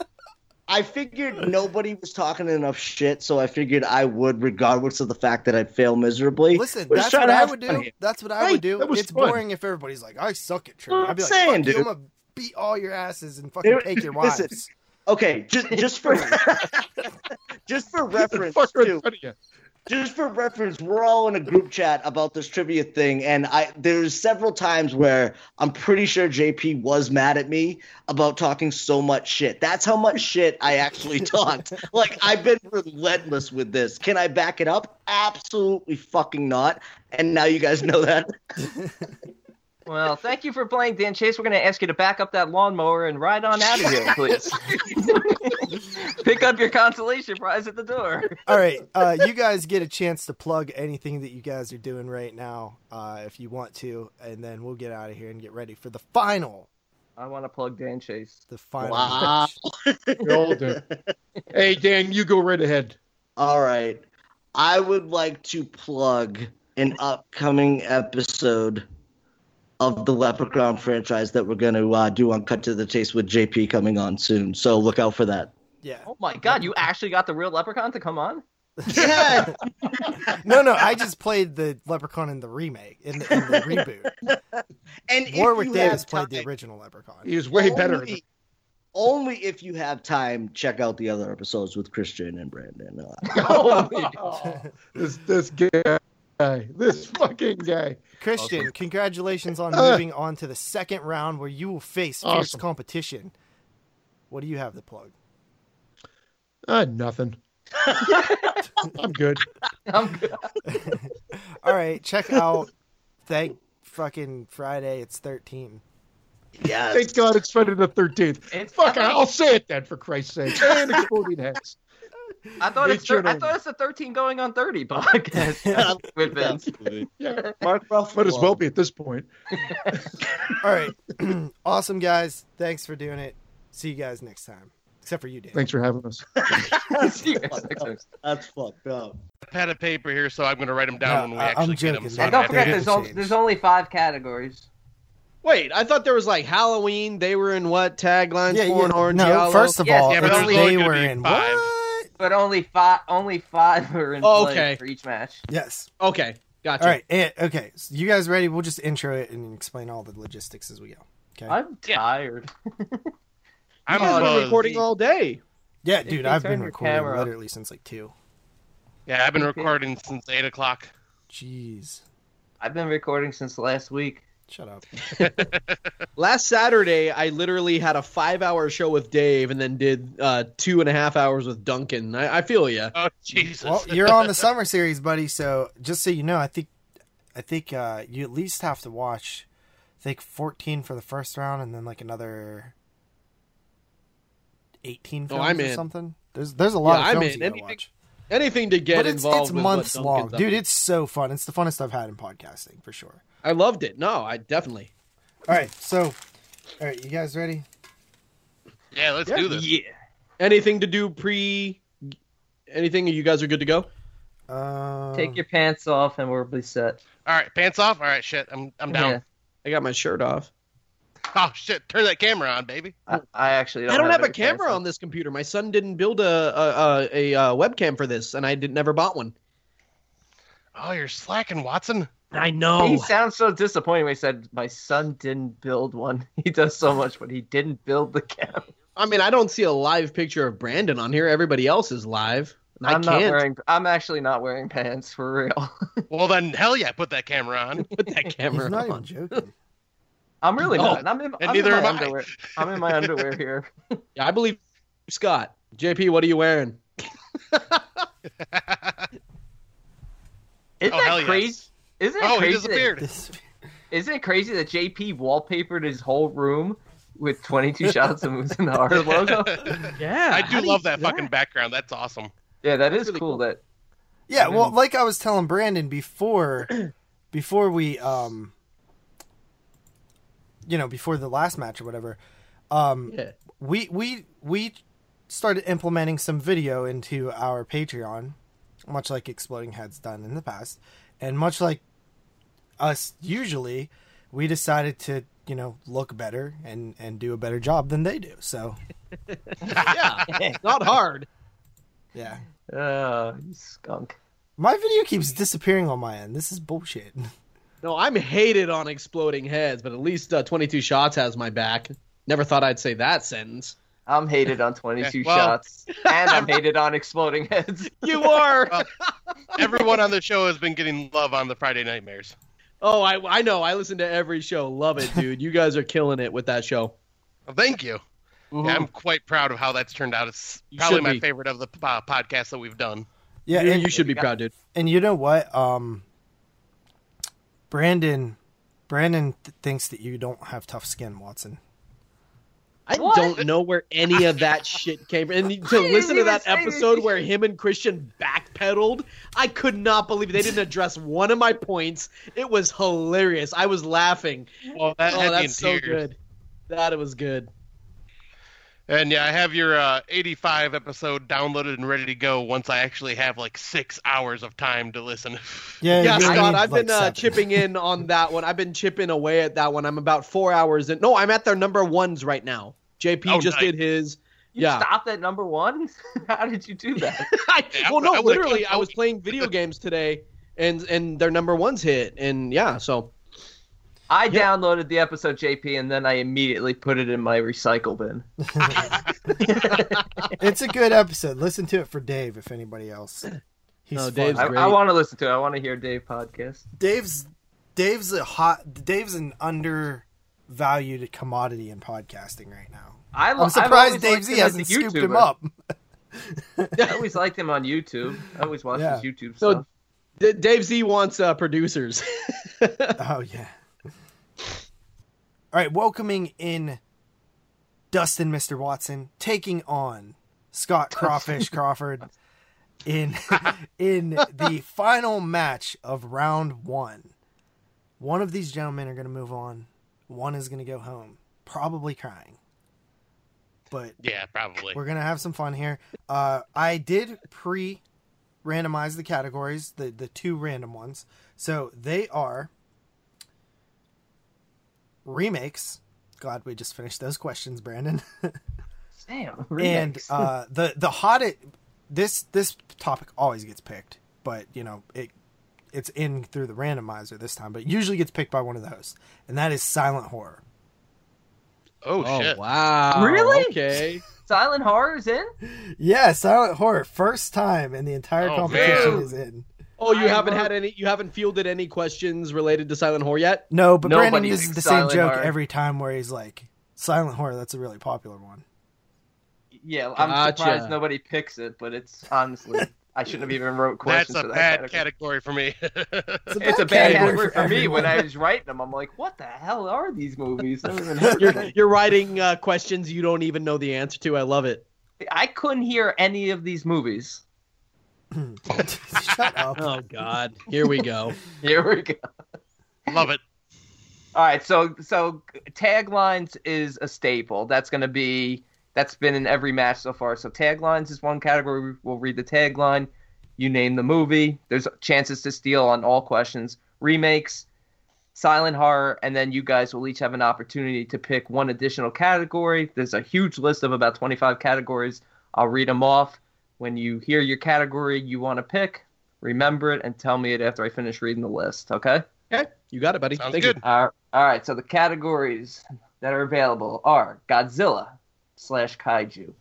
S4: I figured nobody was talking enough shit, so I figured I would, regardless of the fact that I'd fail miserably.
S2: Listen,
S4: We're just
S2: that's what
S4: trying to
S2: I
S4: have
S2: would
S4: fun
S2: do.
S4: here.
S2: That's what I
S4: Right,
S2: would do.
S3: that was
S2: It's
S3: fun.
S2: boring if everybody's like, "I suck at
S4: Well,
S2: trivia." I'd be like,
S4: I'm saying,
S2: "Fuck you,
S4: dude.
S2: I'm gonna beat all your asses and fucking
S4: Dude,
S2: take your wives."
S4: listen. Okay, just just for just for reference
S3: Fuck right in
S4: too.
S3: front of you.
S4: just for reference, we're all in a group chat about this trivia thing, and I there's several times where I'm pretty sure JP was mad at me about talking so much shit. That's how much shit I actually talked. Like I've been relentless with this. Can I back it up? Absolutely fucking not. And now you guys know that.
S1: Well, thank you for playing, Dan Chase. We're going to ask you to back up that lawnmower and ride on out of here, please. Pick up your consolation prize at the door.
S2: All right, uh, you guys get a chance to plug anything that you guys are doing right now, uh, if you want to, and then we'll get out of here and get ready for the final,
S1: I want to plug Dan Chase.
S2: the final.
S4: Wow.
S2: match.
S3: We all do. Hey, Dan, you go right ahead.
S4: All right. I would like to plug an upcoming episode of the Leprechaun franchise that we're going to uh, do on Cut to the Chase with JP coming on soon. So look out for that.
S2: Yeah.
S1: Oh my God, you actually got the real leprechaun to come on?
S4: Yeah.
S2: No, no, I just played the Leprechaun in the remake in the, in the reboot.
S4: and
S2: Warwick
S4: if you
S2: Davis
S4: have
S2: played the
S4: time-
S2: original Leprechaun.
S3: He was way
S4: only-
S3: better.
S4: Only if you have time, check out the other episodes with Christian and Brandon. Uh,
S3: this this guy, this fucking guy.
S2: Christian,
S1: Awesome.
S2: congratulations on
S3: Uh.
S2: moving on to the second round where you will face fierce
S3: Awesome.
S2: competition. What do you have to plug?
S3: Uh, nothing. I'm good.
S1: I'm good.
S2: All right, check out Thank Fucking Friday. It's 13.
S4: Yes.
S3: Thank God it's Friday the 13th.
S1: It's-
S3: Fuck, I- I'll say it then, for Christ's sake. And exploding heads.
S1: I thought it's
S3: Nature
S1: thir- I
S3: and-
S1: thought it's the 13 going on 30 podcast with Vince.
S3: Yeah,
S4: Mark Ruffalo.
S3: might as well be at this point.
S2: All right. awesome, guys. Thanks for doing it. See you guys next time. Except for you, Dan.
S3: Thanks for having us.
S1: See you guys next time.
S4: That's fucked up.
S6: pad of paper here, so I'm going to write them down
S2: No,
S6: when we
S2: I- I'm
S6: actually get
S2: joking.
S6: them.
S1: And
S2: I
S1: don't
S2: think
S1: forget,
S2: it
S1: there's,
S2: will
S1: on-
S2: change.
S1: there's only five categories.
S7: Wait, I thought there was like Halloween. They were in what taglines?
S2: Yeah,
S7: Foreign
S2: yeah.
S7: horn.
S2: no,
S7: Giallo?
S2: first of
S1: Yes,
S2: all,
S1: yeah, but
S2: if
S1: there's
S6: only
S2: they
S6: gonna
S2: were
S6: be
S2: in
S6: five.
S2: what?
S1: But only five, only five are in
S7: Oh,
S1: play
S7: okay.
S1: for each match.
S2: Yes.
S7: okay, gotcha.
S2: All right. And, okay. So you guys ready? We'll just intro it and explain all the logistics as we go. Okay.
S1: I'm
S6: Yeah.
S1: tired.
S6: I'm
S7: You've been
S6: buzzed.
S7: recording all day.
S2: yeah,
S1: you
S2: dude, I've
S1: turn
S2: been
S1: your
S2: recording
S1: camera up.
S2: literally since like two.
S6: Yeah, I've been recording since eight o'clock.
S2: Jeez.
S1: I've been recording since last week.
S2: Shut up.
S7: Last Saturday, I literally had a five-hour show with Dave, and then did uh, two and a half hours with Duncan. I, I feel you.
S6: Oh Jesus!
S2: Well, you're on the summer series, buddy. So just so you know, I think I think uh, you at least have to watch, I think fourteen for the first round, and then like another eighteen
S7: Oh,
S2: films
S7: I'm
S2: or
S7: in.
S2: something. There's there's a lot
S7: Yeah,
S2: of
S7: I'm
S2: films
S7: in.
S2: you gotta
S7: Anything-
S2: watch,
S7: Anything to get
S2: but it's
S7: involved.
S2: it's
S7: with what
S2: months
S7: Duncan's
S2: long,
S7: up
S2: dude.
S7: to.
S2: It's so fun. It's the funnest I've had in podcasting for sure.
S7: I loved it. No, I definitely.
S2: All right, so all right, you guys ready?
S6: yeah, let's
S7: Yeah.
S6: do this.
S7: Anything to do pre? Anything? You guys are good to go.
S2: Um,
S1: Take your pants off and we'll be set.
S6: All right, pants off. All right, shit, I'm I'm down.
S1: Yeah.
S7: I got my shirt off.
S6: Oh shit, turn that camera on, baby.
S1: I, I actually don't
S7: I don't have, a
S1: any pants
S7: camera on this computer. My son didn't build a a, a, a uh, webcam for this, and I did, never bought one.
S6: Oh, you're slacking, Watson.
S7: I
S1: He
S7: know.
S1: sounds so disappointed when he said, My son didn't build one. He does so much, but he didn't build the camera.
S7: I mean, I don't see a live picture of Brandon on here. Everybody else is live. And I
S1: I'm not
S7: can't
S1: wearing, I'm actually not wearing pants for real.
S6: Well then, hell yeah, put that camera on.
S7: put that camera
S2: He's not even
S7: on.
S2: joking.
S1: I'm really
S6: No,
S1: not. I'm in, I'm in
S6: neither
S1: my
S6: am I.
S1: underwear. I'm in my underwear here.
S7: Yeah, I believe Scott. JP, what are you wearing?
S1: Isn't
S6: oh hell
S1: that crazy?
S6: yes.
S1: Isn't it
S6: Oh, he
S1: crazy
S6: disappeared.
S2: This-
S1: That, isn't it crazy that JP wallpapered his whole room with 22 shots of Moose and the Heart logo?
S7: Yeah,
S6: I do love that fucking background. That's awesome.
S1: Yeah, that is
S7: really
S1: cool.
S7: cool.
S1: That
S2: Yeah,
S3: I
S2: well,
S3: mean-
S2: like I was telling Brandon before, before we, um, you know, before the last match or whatever, um,
S7: Yeah.
S2: we we we started implementing some video into our Patreon, much like Exploding Heads done in the past, and much like us usually, we decided to you know look better and and do a better job than they do. So
S7: yeah. It's not hard.
S2: yeah,
S1: Uh, you skunk.
S2: my video keeps disappearing on my end. This is bullshit.
S7: No, I'm hated on exploding heads, but at least uh, 22 shots has my back. Never thought I'd say that sentence.
S1: I'm hated on 22
S6: Well-
S1: shots, and I'm hated on exploding heads.
S7: You are.
S6: Everyone on the show has been getting love on the Friday Nightmares.
S7: oh, I I know. I listen to every show. Love it, dude. You guys are killing it with that show. Mm-hmm.
S6: Well, thank you.
S4: Mhm.
S6: Yeah, I'm quite proud of how that's turned out. It's
S7: You
S6: probably
S7: should
S6: my
S7: be.
S6: favorite of the p- uh, podcasts that we've done.
S2: Yeah,
S7: you,
S2: and-
S7: you should be proud, dude.
S2: and you know what um brandon brandon th- thinks that you don't have tough skin watson
S7: I
S1: What?
S7: don't know where any of that shit came from. And to
S1: didn't
S7: listen to
S1: even
S7: that
S1: say
S7: episode
S1: that.
S7: where him and Christian backpedaled, I could not believe they didn't address one of my points. It was hilarious. I was laughing.
S6: Well, that
S7: oh,
S6: had me in
S7: that's so
S6: tears.
S7: good. That it was good.
S6: And yeah, I have your uh, 85 episode downloaded and ready to go once I actually have like six hours of time to listen.
S2: yeah
S7: yeah,
S2: you
S7: Scott,
S2: need,
S7: I've
S2: like,
S7: been uh,
S2: seven.
S7: chipping in on that one. I've been chipping away at that one. I'm about four hours in. No, I'm at their number ones right now. JP
S6: Oh,
S7: just
S6: nice.
S7: did his.
S1: You
S7: Yeah.
S1: stopped at number one? How did you do that?
S7: I,
S6: Yeah, I
S7: well, no,
S6: would've
S7: literally,
S6: kept
S7: I was playing video games today, and and their number ones hit, and yeah, so
S1: I
S7: Yep.
S1: downloaded the episode, JP, and then I immediately put it in my recycle bin.
S2: it's a good episode listen to it for dave if anybody else he's
S7: No,
S2: fun.
S7: Dave's
S1: I,
S7: great.
S1: I want to listen to it. I want to hear Dave podcast.
S2: dave's dave's a hot dave's an undervalued commodity in podcasting right now
S1: I,
S2: i'm surprised dave Z hasn't scooped him up
S1: I always liked him on YouTube. I always watched
S2: Yeah.
S1: his YouTube
S7: So-
S1: stuff.
S7: D- Dave Z wants uh, producers.
S2: Oh yeah. All right, welcoming in Dustin, Mr. Watson, taking on Scott Crawfish Crawford in in the final match of round one. One of these gentlemen are going to move on. One is going to go home, probably crying. But
S6: yeah, probably.
S2: we're gonna have some fun here. Uh, I did pre randomize the categories, the the two random ones. So they are remakes. Glad we just finished those questions, Brandon.
S1: Damn.
S2: and
S1: remakes.
S2: uh, the the hottest this this topic always gets picked, but you know it it's in through the randomizer this time, but it usually gets picked by one of the hosts, and that is silent horror.
S6: Oh, shit.
S7: wow!
S1: Really?
S7: Okay.
S1: Silent Horror is in?
S2: Yeah, silent horror, first time in the entire
S6: Oh,
S2: competition
S1: man.
S2: is in.
S7: Oh, you
S1: I
S7: haven't
S1: love-
S7: had any. You haven't fielded any questions related to Silent Horror yet.
S2: No, but Brandon
S1: Nobody
S2: uses the
S1: thinks
S2: same
S1: Silent
S2: joke
S1: Horror.
S2: every time where he's like, "Silent horror." That's a really popular one.
S1: Yeah, I'm
S7: Gotcha.
S1: surprised nobody picks it, but it's honestly, I shouldn't have even wrote questions
S6: That's
S1: for
S6: a
S1: that
S6: bad
S1: category.
S6: category. for me.
S1: It's a bad category
S2: category
S1: for me. When I
S2: everyone.
S1: was writing them, I'm like, what the hell are these movies? I don't even have
S7: You're
S1: them.
S7: you're writing uh, questions you don't even know the answer to. I love it.
S1: I couldn't hear any of these movies.
S2: shut up.
S7: Oh God! Here we go.
S1: Here we go.
S6: Love it.
S1: All right, so so taglines is a staple. That's going to be that's been in every match so far. So taglines is one category. We'll read the tagline. You name the movie. There's chances to steal on all questions. Remakes, silent horror, and then you guys will each have an opportunity to pick one additional category. There's a huge list of about 25 categories. I'll read them off. When you hear your category you want to pick, remember it and tell me it after I finish reading the list. Okay.
S7: Okay, you got it, buddy.
S6: Sounds
S7: Thank
S6: good.
S7: you.
S1: All right, so the categories that are available are Godzilla slash kaiju,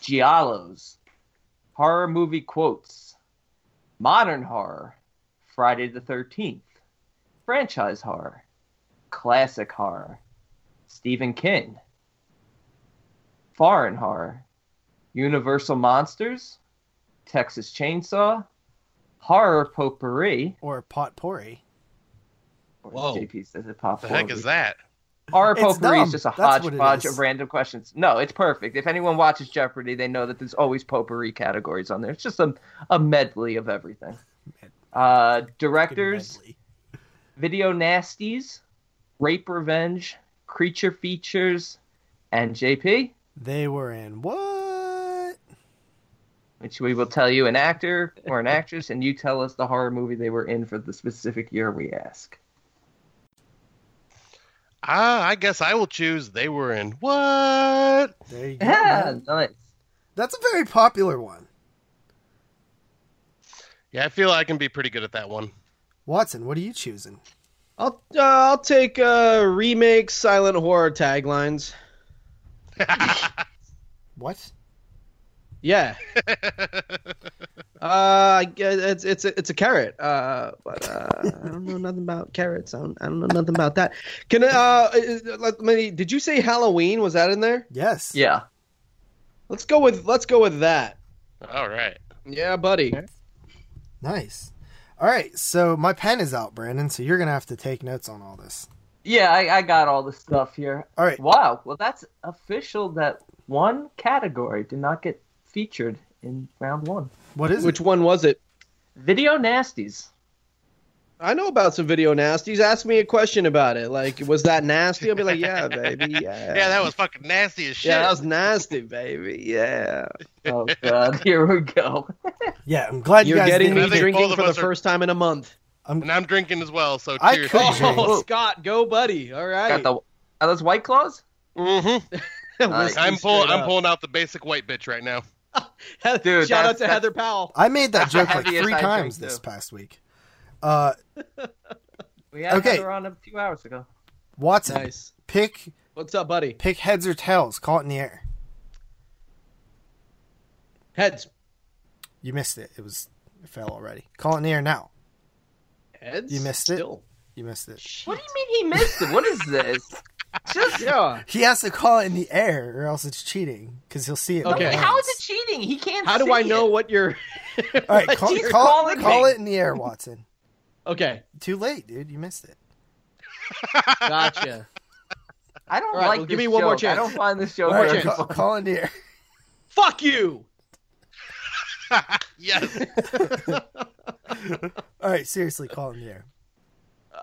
S1: Giallos, horror movie quotes, modern horror, Friday the 13th, franchise horror, classic horror, Stephen King, foreign horror, Universal Monsters, Texas Chainsaw, horror potpourri.
S2: Or potpourri.
S1: or
S7: Whoa.
S1: JP says it pop
S6: The heck is that?
S1: Our
S2: It's
S1: potpourri
S2: dumb.
S1: is just a
S2: That's what it
S1: hodgepodge
S2: is.
S1: of random questions. No, it's perfect. If anyone watches Jeopardy, they know that there's always potpourri categories on there. It's just a, a medley of everything. Uh,
S2: Fucking
S1: directors,
S2: medley.
S1: Video Nasties, Rape Revenge, Creature Features, and JP,
S2: They were in what?
S1: which we will tell you an actor or an actress, and you tell us the horror movie they were in for the specific year we ask.
S6: Ah, I guess I will choose. They were in what?
S2: There you go.
S1: Yeah,
S2: man.
S1: nice.
S2: That's a very popular one.
S6: Yeah, I feel I can be pretty good at that one.
S2: Watson, what are you choosing?
S7: I'll uh, I'll take uh, remake silent horror taglines.
S2: What?
S7: Yeah. Uh, I guess it's it's a, it's a carrot. Uh, but uh, I don't know nothing about carrots. I don't, I don't know nothing about that. Can I, uh, is- let me. Did you say Halloween? Was that in there?
S2: Yes.
S1: Yeah.
S7: Let's go with let's go with that.
S6: All right.
S7: Yeah, buddy.
S2: Nice. All right. So my pen is out, Brandon. So you're gonna have to take notes on all this.
S1: Yeah, I, I got all the stuff here.
S2: All right.
S1: Wow. Well, that's official that one category did not get featured in round one.
S2: What is it?
S7: Which one was it?
S1: Video Nasties.
S7: I know about some video nasties. Ask me a question about it. Like, was that nasty? I'll be like, yeah, baby. Yeah,
S6: Yeah, that was fucking nasty as shit.
S7: Yeah, that was nasty, baby. Yeah.
S1: Oh, God. here we go.
S2: Yeah, I'm glad you
S7: You're
S2: guys
S7: getting
S2: didn't-
S7: me
S6: I think
S7: drinking
S6: both of
S7: for the
S6: us are-
S7: first time in a month.
S6: and I'm drinking as well, so
S2: I
S6: cheers.
S2: could-
S7: Oh,
S1: Whoa.
S7: Scott, go, buddy. All right. Oh,
S1: Got the, are those White Claws?
S6: Mm-hmm.
S1: Nice.
S7: Whiskey
S6: I'm pulling.
S7: straight
S6: I'm
S7: up.
S6: pulling out the basic white bitch right now.
S7: Heath-
S1: Dude,
S7: shout
S1: that's-
S7: out to
S1: that's-
S7: Heather Powell.
S2: I made that joke like
S1: Heaviest
S2: three
S1: I drink,
S2: times this
S1: too.
S2: past week. Uh,
S1: We had
S2: Okay.
S1: her on a few hours ago.
S2: Watson,
S7: Nice.
S2: pick
S7: What's up, buddy?
S2: pick heads or tails. Call it in the air.
S7: Heads.
S2: You missed it. It was it fell already. Call it in the air now.
S7: Heads.
S2: You missed it.
S7: Still.
S2: You missed it.
S1: What do you mean he missed it? What is this? Just
S7: Yeah.
S2: He has to call it in the air, or else it's cheating because he'll see it.
S7: Okay.
S2: once.
S1: how is it cheating? He can't.
S7: How do
S1: see
S7: I know
S1: It.
S7: what you're?
S2: All right,
S7: what
S2: call,
S7: you're
S2: call,
S1: calling
S2: call
S1: me?
S2: it in the air, Watson.
S7: Okay.
S2: Too late, dude. You missed it.
S7: Gotcha.
S1: I don't
S7: All right,
S1: like
S7: well,
S1: this
S7: give me one more
S1: joke. I
S7: chance.
S1: don't find this joke
S2: All right,
S1: very
S2: call,
S1: funny.
S2: call it in the air.
S7: Fuck you.
S6: yes.
S2: All right, seriously, call it in the air.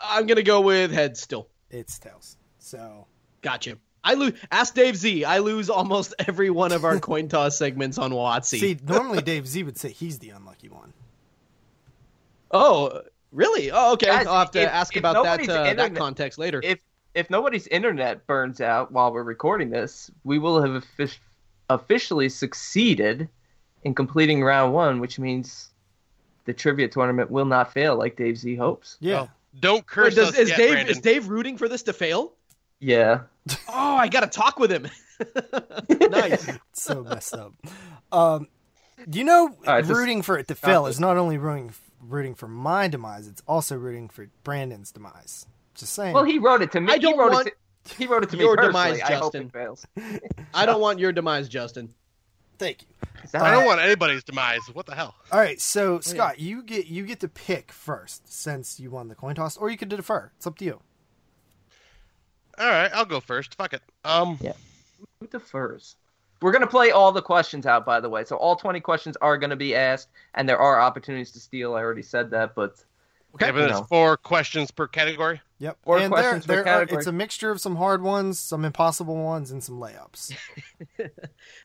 S7: I'm gonna go with heads. Still.
S2: It's tails. So
S7: Gotcha. I lose. Ask Dave Z. I lose almost every one of our coin toss segments on Watsy.
S2: see, normally Dave Z would say he's the unlucky one.
S7: Oh, really? Oh, okay.
S1: Guys,
S7: I'll have to
S1: if-
S7: ask
S1: if
S7: about that
S1: nobody's
S7: uh, that
S1: internet-
S7: context later.
S1: if if nobody's internet burns out while we're recording this, we will have offic- officially succeeded in completing round one, which means the trivia tournament will not fail, like Dave Z hopes.
S2: Yeah.
S6: Don't
S7: Wait,
S6: curse
S7: does,
S6: us
S7: is
S6: yet,
S7: Dave
S6: Brandon.
S7: is Dave rooting for this to fail?
S1: Yeah,
S7: Oh, I gotta talk with him. nice.
S2: so messed up. Um, you know,
S1: right, this-
S2: rooting for it to fail is not only rooting rooting for my demise; it's also rooting for Brandon's demise. Just saying.
S1: Well, he wrote it to me.
S7: I don't
S1: he wrote
S7: want
S1: it to, he wrote it to
S7: your
S1: me
S7: demise,
S1: personally. I hope
S7: Justin.
S1: it fails.
S7: I don't want your demise, Justin.
S2: thank you.
S1: Is that
S6: I
S1: right?
S6: don't want anybody's demise. What the hell?
S2: All right,
S1: Oh,
S2: so Scott, you get you get to pick first since you won the coin toss, or you could defer. It's up to you.
S6: All right, I'll go first. Fuck it. Um,
S1: Who defers? We're going to play all the questions out, by the way. So all 20 questions are going to be asked, and there are opportunities to steal. I already said that, but
S6: given
S1: You
S6: it's
S1: know.
S6: four questions per category.
S2: Yep.
S1: Or
S2: and there,
S1: questions per
S2: there are,
S1: category.
S2: it's a mixture of some hard ones, some impossible ones, and some layups.
S6: All
S7: Sweet, and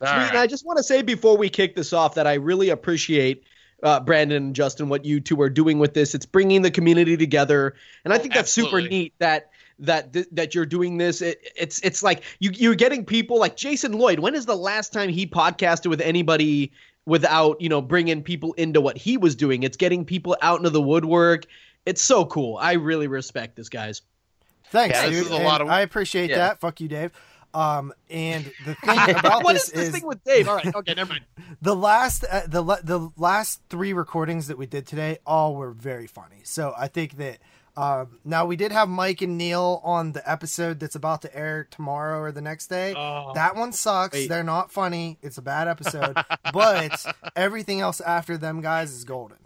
S6: right.
S7: I just want to say before we kick this off that I really appreciate uh, Brandon and Justin what you two are doing with this. It's bringing the community together, and I think that's super
S6: absolutely.
S7: neat that that th- that you're doing this. It, it's it's like you you're getting people like Jason Lloyd. When is the last time he podcasted with anybody without you know bringing people into what he was doing? It's getting people out into the woodwork. It's so cool. I really respect this, guys.
S2: Thanks,
S6: Yeah, this
S2: dude.
S6: is a
S2: and
S6: lot of-
S2: I appreciate
S1: Yeah.
S2: that. Fuck you, Dave. Um, and the thing about
S7: what
S2: this
S7: is this
S2: is
S7: thing with Dave? All right, okay, never mind.
S2: the last uh, the la- the last three recordings that we did today all were very funny. So I think that um, now we did have Mike and Neil on the episode that's about to air tomorrow or the next day.
S6: Oh,
S2: that one sucks.
S7: Oh. wait.
S2: They're not funny. It's a bad episode. but everything else after them guys is golden.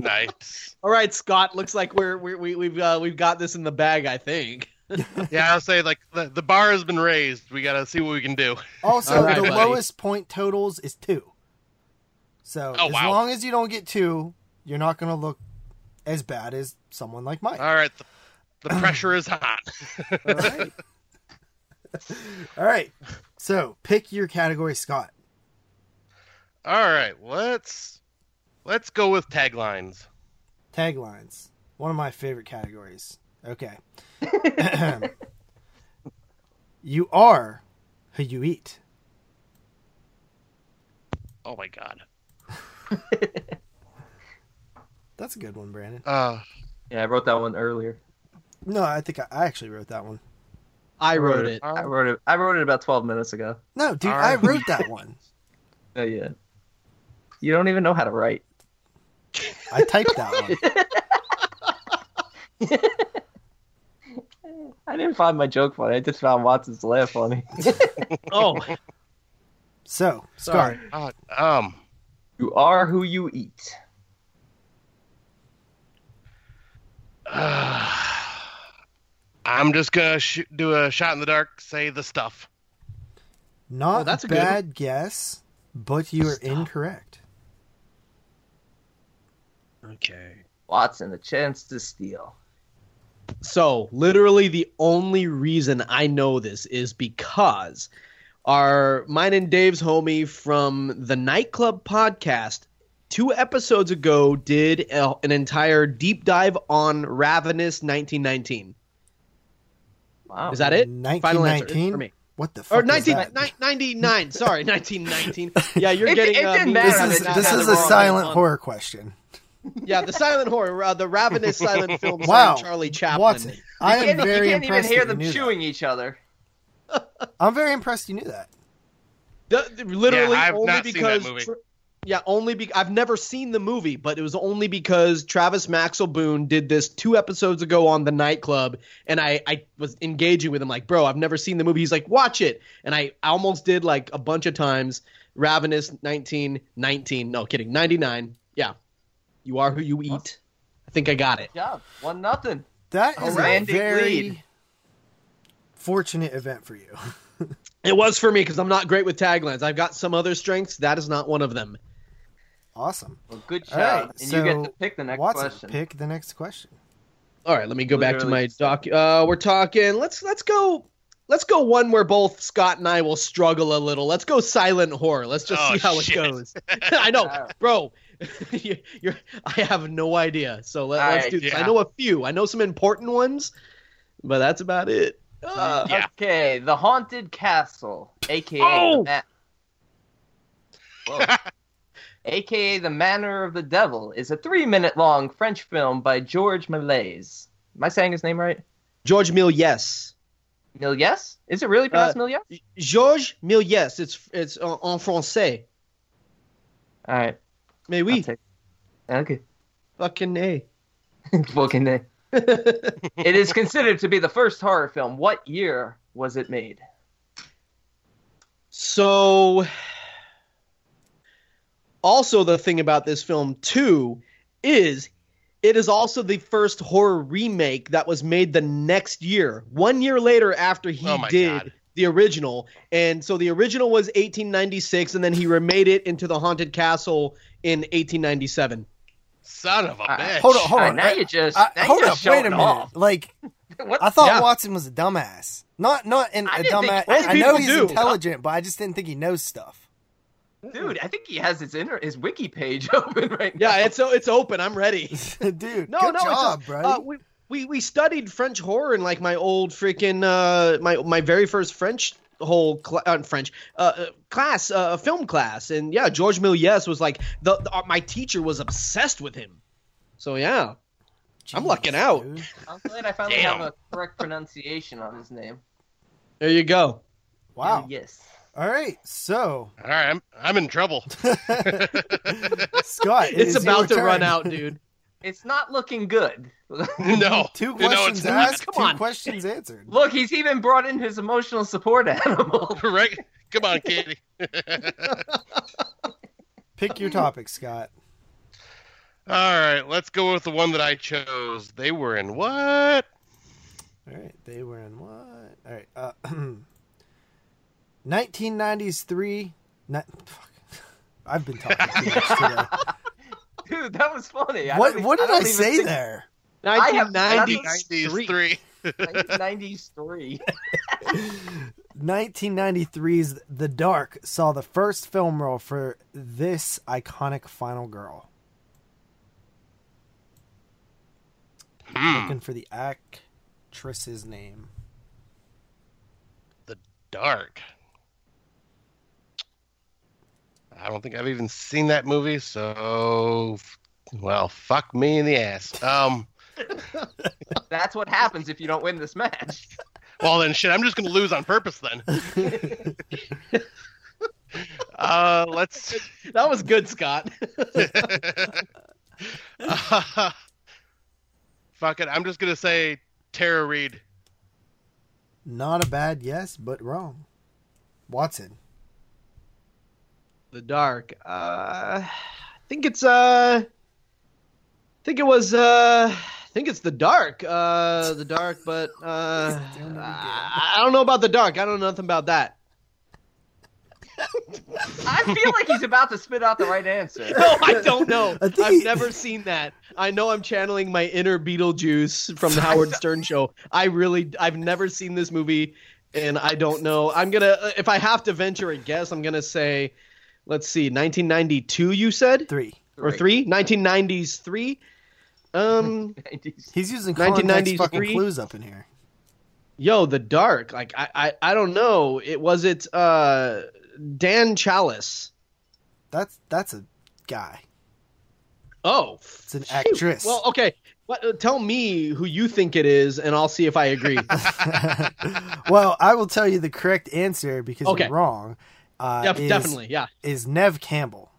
S6: Nice.
S7: All right, Scott. Looks like we're, we're we, we've uh, we've got this in the bag. I think.
S6: Yeah, I'll say like the, the bar has been raised. We gotta see what we can do.
S2: Also,
S7: All right,
S2: the
S7: buddy.
S2: lowest point totals is two. So
S6: Oh,
S2: as
S6: wow.
S2: long as you don't get two, you're not going to look as bad as someone like Mike.
S6: All right, the, the pressure is hot.
S2: All right. All right. So pick your category, Scott.
S6: All right, let's let's go with taglines.
S2: Taglines. One of my favorite categories. Okay. you are who you eat.
S6: Oh my god.
S2: That's a good one, Brandon.
S6: Uh,
S1: Yeah, I wrote that one earlier.
S2: No, I think I, I actually wrote that one.
S7: I wrote it.
S6: um,
S1: I wrote it. I wrote it about twelve minutes ago.
S2: No, dude,
S6: All
S2: I
S6: right.
S2: wrote that one.
S1: Oh yeah. You don't even know how to write.
S2: I typed that one.
S1: I didn't find my joke funny. I just found Watson's laugh funny.
S7: Oh,
S2: So, Scott,
S7: sorry.
S6: uh, um,
S1: you are who you eat.
S6: uh, I'm just gonna sh- do a shot in the dark. Say the stuff.
S2: not
S7: Oh, that's
S2: a
S7: a good
S2: bad guess, but you are incorrect.
S7: Okay.
S1: Watson, the chance to steal.
S7: So, literally, the only reason I know this is because our mine and Dave's homie from the nightclub podcast two episodes ago did a, an entire deep dive on Ravenous 1919.
S1: Wow.
S7: Is that it? Final answer It's
S2: 1919?
S7: for me.
S2: What the fuck?
S7: Or
S2: is
S7: 19,
S2: that?
S7: ni- 99, sorry, 1919. Yeah, you're
S1: It-
S7: getting.
S1: it
S7: uh,
S1: didn't
S7: me-
S1: matter
S2: This
S1: Yeah, they
S2: is this
S1: got
S2: is
S1: it
S2: a
S1: wrong.
S2: silent horror question.
S7: Yeah, the silent horror, uh, the Ravenous silent film
S2: Wow.
S7: starring Charlie Chaplin.
S2: Watson,
S1: you
S2: I am
S1: can't, e-, you
S2: very
S1: can't even
S2: impressed.
S1: hear
S2: that you
S1: them
S2: knew that.
S1: chewing each other.
S2: I'm very impressed you knew that.
S7: The- the- literally,
S6: Yeah, I've
S7: only
S6: not seen that
S7: because.
S6: movie.
S7: Tra- yeah, only be- I've never seen the movie, but it was only because Travis Maxwell Boone did this two episodes ago on the nightclub, and I, I was engaging with him like, bro, I've never seen the movie. He's like, watch it, and I almost did like a bunch of times. Ravenous nineteen nineteen, no kidding, ninety nine. Yeah, you are who you eat. I think I got it.
S1: Good job. One nothing.
S2: That
S1: A
S2: is a
S1: romantic
S2: very
S1: lead.
S2: fortunate event for you.
S7: It was for me because I'm not great with taglines. I've got some other strengths. That is not one of them.
S2: Awesome.
S1: Well, good
S2: All
S1: job.
S2: right,
S1: and you get
S2: so
S1: to pick the next
S2: Watson,
S1: question.
S2: pick the next question.
S7: All right, let me go back to my
S1: Literally.
S7: doc. Uh, we're talking. Let's let's go. Let's go one where both Scott and I will struggle a little. Let's go silent horror. Let's just
S6: Oh,
S7: see how
S6: shit.
S7: it goes. I know,
S1: Wow.
S7: bro. you you're, I have no idea. So let,
S1: All
S7: us
S1: right,
S7: do this.
S6: yeah.
S7: I know a few. I know some important ones, but that's about it. Uh,
S6: Yeah.
S1: Okay, the haunted castle, aka
S7: Oh!
S1: the ma- Whoa. aka the manor of the devil, is a three-minute-long French film by George Méliès. Am I saying his name right?
S7: George Mill, yes.
S1: Méliès? Is it really
S7: Uh,
S1: pronounced Méliès?
S7: Georges Mill, yes. It's it's uh, en français.
S1: All right,
S7: Mais
S1: I'll
S7: oui,
S1: take- Okay,
S7: fucking a.
S1: fucking name. It is considered to be the first horror film. What year was it made?
S7: So, also the thing about this film too is it is also the first horror remake that was made the next year, one year later after he
S6: Oh my
S7: did
S6: God.
S7: the original. And so the original was 1896, and then he remade it into the Haunted Castle in 1897.
S6: Son of a
S1: Uh,
S6: bitch.
S2: Hold on, hold
S1: All right,
S2: on.
S1: now
S2: I-
S1: you just
S2: I-
S1: now
S2: hold
S1: you
S2: up,
S1: just
S2: wait a
S1: showing
S2: minute.
S1: off.
S2: Like
S1: What?
S2: I thought
S7: Yeah.
S2: Watson was a dumbass. Not not in a
S1: I didn't think
S2: dumbass.
S1: most
S2: I know
S7: people
S2: he's
S7: do.
S2: intelligent, but I just didn't think he knows stuff.
S1: dude, I think he has his inter- his wiki page open right now.
S7: Yeah, it's it's open. I'm ready.
S2: Dude,
S7: No,
S2: good
S7: no,
S2: job,
S7: it's, a-
S2: bro.
S7: uh, we, we we studied French horror in like my old freaking uh my my very first French whole cl- uh, French uh, uh class uh film class and yeah Georges Méliès was like the, the- uh, my teacher was obsessed with him. So yeah, I'm lucking out.
S2: dude.
S1: I'm glad I finally
S6: Damn.
S1: have a correct pronunciation on his name.
S7: there you go.
S2: Wow.
S1: Yes.
S2: All right, so
S6: All right, I'm I'm in trouble.
S2: Scott, it
S7: It's
S2: is your
S7: about to
S2: turn.
S7: run out, dude.
S1: It's not looking good.
S6: no,
S2: Two
S6: You know,
S2: questions
S6: it's
S2: asked,
S7: Come
S2: two
S7: on.
S2: questions answered.
S1: Look, he's even brought in his emotional support animal.
S6: right. Come on, Katie.
S2: Pick your topic, Scott.
S6: All right, let's go with the one that I chose. They were in what?
S2: All right, they were in what? All right, uh, 1993. Ni- fuck. I've been talking too much today.
S1: Dude, that was funny. I
S2: What
S1: don't e-
S2: what did I,
S1: don't even
S2: say
S1: think-
S2: there?
S1: I have-
S7: 1993.
S6: 93.
S1: 1993.
S2: 1993's The Dark saw the first film role for this iconic final girl.
S6: Hmm,
S2: Looking for the actress's name.
S6: dark. I don't think I've even seen that movie, so well, fuck me in the ass. Um,
S1: That's what happens if you don't win this match.
S6: well then, shit, I'm just gonna lose on purpose then. Uh, let's.
S7: That was good, Scott.
S6: Uh, fuck it, I'm just gonna say Tara Reed.
S2: Not a bad yes, but wrong. Watson.
S7: the Dark. Uh, I think it's uh, I think it was uh, I think it's The Dark. Uh, The Dark, but uh,
S2: Don't know
S7: I I don't know about The Dark. I don't know nothing about that.
S1: I feel like he's about to spit out the right answer.
S7: No, I don't know.
S2: I think-
S7: I've never seen that. I know I'm channeling my inner Beetlejuice from the Howard Stern show. I really, I've never seen this movie, and I don't know. I'm gonna, if I have to venture a guess, I'm gonna say, let's see, 1992. You said
S2: Three.
S7: or three? 1990s three. Um,
S1: 90s.
S2: He's using context fucking
S7: 1993.
S2: clues up in here.
S7: yo, The Dark. Like, I, I, I don't know. It was it, uh, Dan Chalice.
S2: That's that's a guy.
S7: Oh,
S2: It's an actress.
S7: Well, okay. What, uh, tell me who you think it is, and I'll see if I agree.
S2: well, I will tell you the correct answer because
S7: Okay.
S2: you're wrong. Uh,
S7: Def-
S2: is,
S7: definitely, yeah.
S2: is Nev Campbell.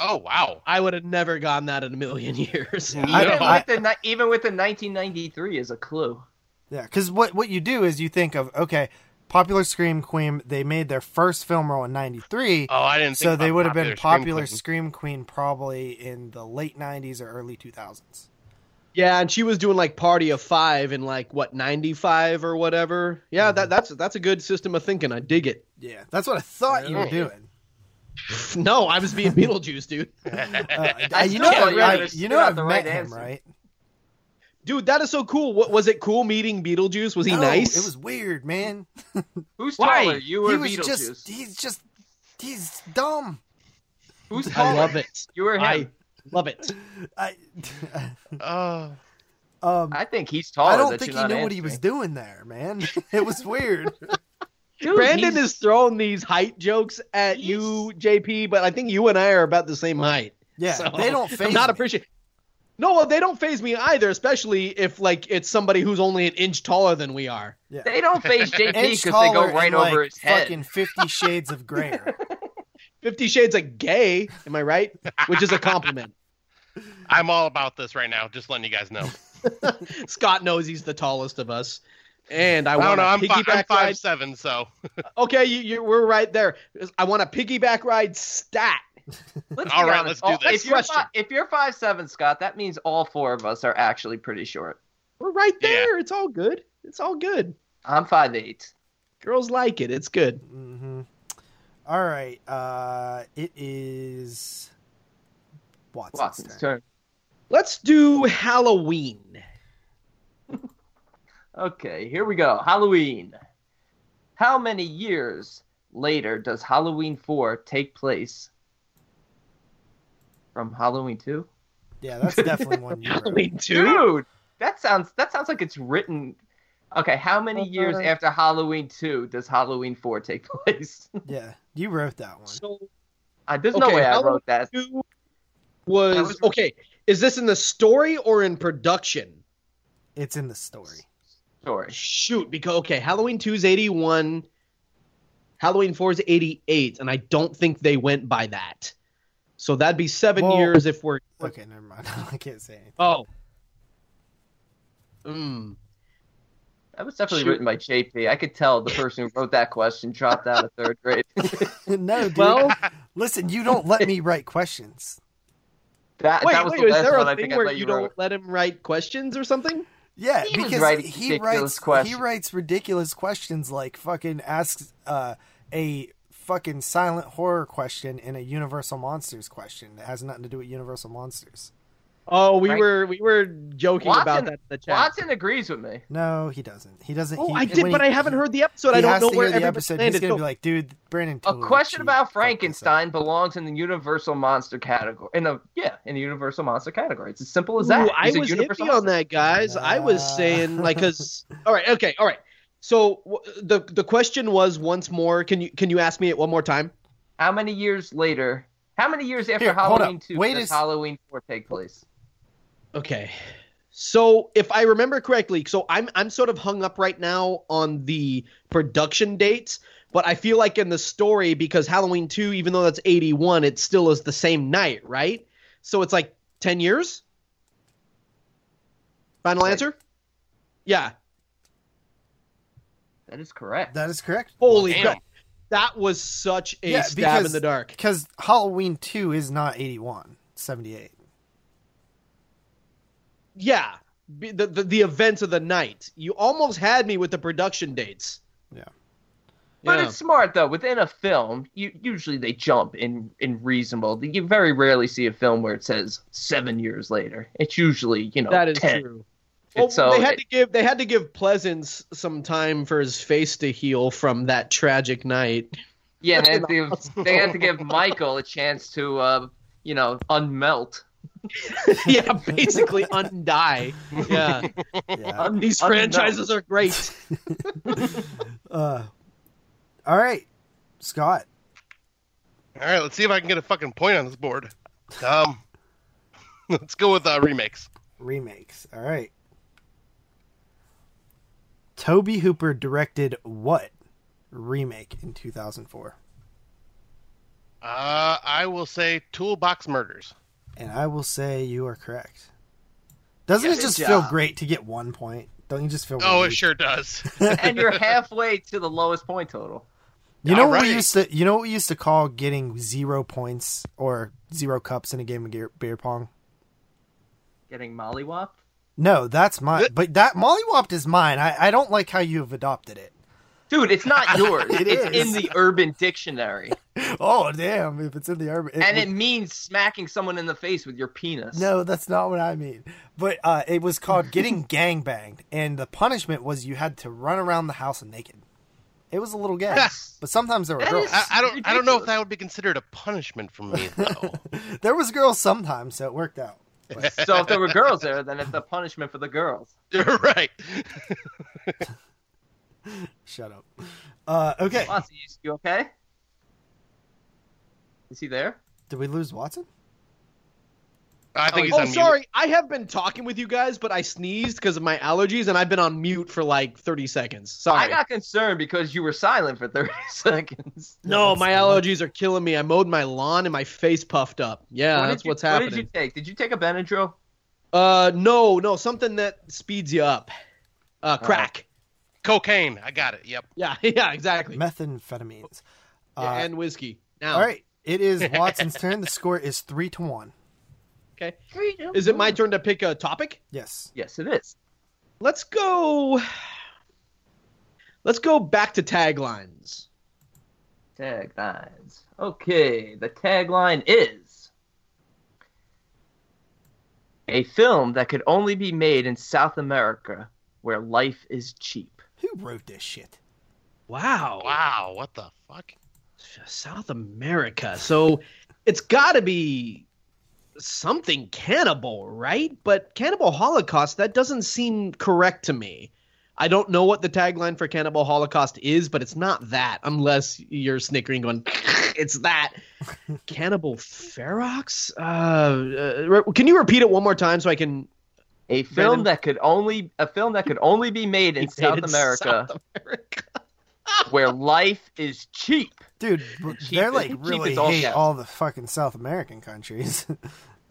S6: Oh wow.
S7: I would have never gotten that in a million years.
S6: I-
S1: Even,
S2: I-
S1: with the, ni- even with the 1993 is a clue.
S2: Yeah, because what what you do is you think of okay, popular scream queen. They made their first film role in '93,
S6: Oh, I didn't.
S2: so
S6: think
S2: they
S6: about
S2: would have been
S6: Scream
S2: popular
S6: Queen.
S2: scream queen probably in the late '90s or early 2000s.
S7: yeah, and she was doing like Party of Five in like what ninety five or whatever. Yeah,
S2: Mm-hmm.
S7: that that's that's a good system of thinking. I dig it.
S2: Yeah, that's what I thought you were
S6: Really?
S2: doing.
S7: No, I was being Beetlejuice, dude.
S2: Uh,
S1: I
S2: you
S1: still
S2: know,
S1: thought you were
S2: I,
S1: gonna
S2: you
S1: spit
S2: know,
S1: out
S2: I've
S1: the
S2: met
S1: right
S2: him,
S1: answer.
S2: right?
S7: Dude, that is so cool. What was it? Cool meeting Beetlejuice. Was he
S2: No,
S7: nice?
S2: It was weird, man.
S1: Who's
S7: Why?
S1: taller? You
S2: he
S1: or
S2: was
S1: Beetlejuice?
S2: just he's just he's dumb.
S1: Who's
S7: I
S1: taller?
S7: love it.
S1: You or him?
S7: I
S1: I,
S7: love it.
S2: I uh,
S6: Oh.
S2: um
S1: think he's taller.
S2: I don't
S1: that
S2: think he
S1: you're
S2: knew
S1: not
S2: what he was
S1: answering.
S2: doing there, man. It was weird.
S1: Dude,
S7: Brandon
S1: he's-
S7: has thrown these height jokes at
S1: He's-
S7: you, JP, but I think you and I are about the same height.
S2: Yeah,
S7: So,
S2: they don't phase
S7: I'm not
S2: me.
S7: appreciate. No, well, they don't phase me either, especially if like it's somebody who's only an inch taller than we are.
S2: Yeah.
S1: They don't face JP because
S2: Inch
S1: they
S2: taller
S1: go right
S2: and,
S1: over
S2: like,
S1: his head.
S2: Fucking Fifty Shades of Grey.
S7: Fifty Shades of Gay, am I right? Which is a compliment.
S6: I'm all about this right now. Just letting you guys know.
S7: Scott knows he's the tallest of us, and I,
S6: I, don't
S7: want
S6: know.
S7: a
S6: I'm, fi-
S7: piggyback
S6: I'm five
S7: ride.
S6: seven, so
S7: Okay, you, you, we're right there. I want a piggyback ride stat.
S1: Let's
S6: All
S1: be
S6: right,
S1: honest.
S6: let's do
S1: all-
S6: this.
S1: If you're,
S7: Next
S1: five, if you're five seven, Scott, that means all four of us are actually pretty short.
S7: We're right
S6: Yeah.
S7: there. It's all good. It's all good.
S1: I'm five eight.
S7: Girls like it. It's good.
S2: Mhm. All right. Uh, it is Watson's,
S1: Watson's
S2: turn.
S1: turn.
S7: Let's do Halloween.
S1: Okay, here we go. Halloween. How many years later does Halloween four take place from Halloween two?
S2: Yeah, that's definitely one you wrote.
S7: Halloween two.
S1: Dude, that sounds that sounds like it's written. Okay, how
S7: Oh,
S1: many years after Halloween two does Halloween four take place?
S2: Yeah, you wrote that one.
S7: So
S1: Uh, there's no
S7: Okay,
S1: way I
S7: Halloween
S1: wrote that.
S7: two
S1: That
S7: was
S1: was-
S7: okay. Is this in the story or in production?
S2: It's in the story.
S1: Sorry.
S7: Shoot, because okay, Halloween two's eighty one, Halloween four's eighty eight, and I don't think they went by that. So that'd be seven
S2: Well-
S7: years if we're
S2: Okay, never mind. I can't say anything.
S7: oh. Mm.
S1: That was definitely
S7: Shoot.
S1: written by JP. I could tell the person who wrote that question dropped out of third grade.
S2: no, dude.
S7: Well,
S2: Listen, you don't let me write questions.
S1: That,
S7: wait,
S1: that was
S7: wait,
S1: the
S7: is
S1: last
S7: there
S1: one
S7: a
S1: I
S7: thing
S1: think I
S7: where
S1: let
S7: you
S1: you
S7: don't
S1: wrote.
S7: let him write questions or something?
S2: Yeah,
S1: He was
S2: because
S1: writing
S2: he
S1: ridiculous
S2: writes he
S1: questions.
S2: writes ridiculous questions like fucking asks uh, a fucking silent horror question and a Universal Monsters question that has nothing to do with Universal Monsters.
S7: Oh, we
S1: Frank-
S7: were we were joking about
S1: Watson-
S7: that in the chat.
S1: Watson agrees with me.
S2: No, he doesn't. He doesn't.
S7: Oh,
S2: he,
S7: I did,
S2: when
S7: but
S2: he-
S7: I haven't heard the episode.
S2: He
S7: I don't
S2: has
S7: know
S2: to
S7: where
S2: hear the
S7: everybody
S2: episode.
S7: landed.
S2: He's gonna
S7: So-
S2: be like, dude, Brandon.
S1: A
S2: totally
S1: question
S2: cheated.
S1: about
S2: Fuck this up.
S1: Frankenstein belongs in the universal monster category. In the yeah, in the universal monster category. It's as simple as that.
S7: Ooh, I
S1: He's a
S7: was
S1: universal
S7: iffy on
S1: monster.
S7: that, guys. I was
S2: Nah.
S7: saying like, cause all right, okay, all right. So w- the the question was once more. Can you can you ask me it one more time?
S1: How many years later? How many years after
S2: Here, hold
S1: Halloween
S2: up.
S1: two
S2: Wait
S1: does
S2: a s-
S1: Halloween four take place?
S7: Okay. So if I remember correctly, so I'm I'm sort of hung up right now on the production dates, but I feel like in the story because Halloween 2 even though that's 81, it still is the same night, right? So it's like 10 years? Final
S1: Right.
S7: answer? Yeah.
S1: That is correct.
S2: That is correct.
S7: Holy
S6: Damn.
S7: crap. That was such a
S2: Yeah,
S7: stab in
S2: because-
S7: the dark.
S2: Because Halloween two is not 81, 78.
S7: Yeah. Be- The, the the events of the night. You almost had me with the production dates.
S2: Yeah.
S1: But
S7: Yeah.
S1: it's smart though. Within a film, you usually they jump in in reasonable. You very rarely see a film where it says seven years later. It's usually you know
S7: that is
S1: 10.
S7: true.
S1: And
S7: Well,
S1: so
S7: they had
S1: it-
S7: to give they had to give Pleasance some time for his face to heal from that tragic night.
S1: yeah, they had, to, give- they had to give Michael a chance to uh, you know unmelt.
S7: yeah, basically undie. Yeah,
S2: Yeah.
S7: these
S1: Undie.
S7: franchises are great.
S2: uh, all right, Scott.
S6: All right, let's see if I can get a fucking point on this board. Um, let's go with uh, remakes.
S2: remakes. All right. Toby Hooper directed what remake in 2004?
S6: Uh, I will say Toolbox Murders.
S2: And I will say you are correct. Doesn't it
S4: Good
S2: just
S4: job.
S2: feel great to get one point? Don't you just feel?
S6: Oh, it
S2: relieved?
S6: sure does.
S1: and you're halfway to the lowest point total.
S2: You know what we
S6: Alright.
S2: used to you know what we used to call getting zero points or zero cups in a game of gear, beer pong.
S1: Getting mollywopped.
S2: No, that's mine.
S6: Th-
S2: But that mollywopped is mine. I, I don't like how you have adopted it.
S1: Dude, it's not yours.
S2: It
S1: it's
S2: is.
S1: in the Urban Dictionary,
S2: Oh damn! If it's in the urban,
S1: and it means smacking someone in the face with your penis.
S2: No, that's not what I mean. But uh, it was called getting gang banged, and the punishment was you had to run around the house naked. It was a little gay,
S1: Yes.
S2: but sometimes there were
S1: That
S2: girls.
S6: I, I don't. I don't know
S1: Ridiculous.
S6: if that would be considered a punishment from me though.
S2: there was girls sometimes, so it worked out.
S1: So if there were girls there, then it's a punishment for the girls.
S6: You're right.
S2: Shut up. Uh, okay,
S1: Watson, you, you okay? Is he there?
S2: did we lose Watson?
S6: I think he's
S7: oh,
S6: on mute.
S7: sorry, I have been talking with you guys, but I sneezed because of my allergies, and I've been on mute for like thirty seconds. Sorry.
S1: I got concerned because you were silent for 30 seconds.
S7: no,
S2: That's
S7: my
S2: fine.
S7: allergies are killing me. I mowed my lawn and my face puffed up. Yeah,
S1: What did
S7: that's
S1: you-
S7: what's
S1: what
S7: happening.
S1: did you take? Did you take a Benadryl?
S7: Uh, no, no, something that speeds you up. Uh, crack.
S6: Cocaine. I got it. Yep.
S7: Yeah, yeah, exactly.
S2: Methamphetamines. Uh,
S7: yeah, and whiskey. Now,
S2: all right, it is Watson's turn. The score is three to one.
S7: okay. Is it my turn to pick a topic?
S2: Yes.
S1: Yes, it is.
S7: Let's go. Let's go back to taglines.
S1: Taglines. Okay, the tagline is a film that could only be made in South America where life is cheap.
S2: Who wrote this shit?
S7: Wow.
S6: Wow. What the fuck?
S7: South America. So it's got to be something cannibal, right? But cannibal Holocaust, that doesn't seem correct to me. I don't know what the tagline for cannibal Holocaust is, but it's not that, unless you're snickering going, it's that. cannibal Ferox? Uh, uh, re- can you repeat it one more time so I can.
S1: A film
S7: Venom.
S1: that could only a film that could only be made in South America
S7: South America.
S1: where life is cheap.
S2: Dude,
S1: Cheap
S2: they're
S1: is-
S2: like
S1: cheap
S2: really
S1: is all
S2: hate
S1: cap.
S2: all the fucking South American countries.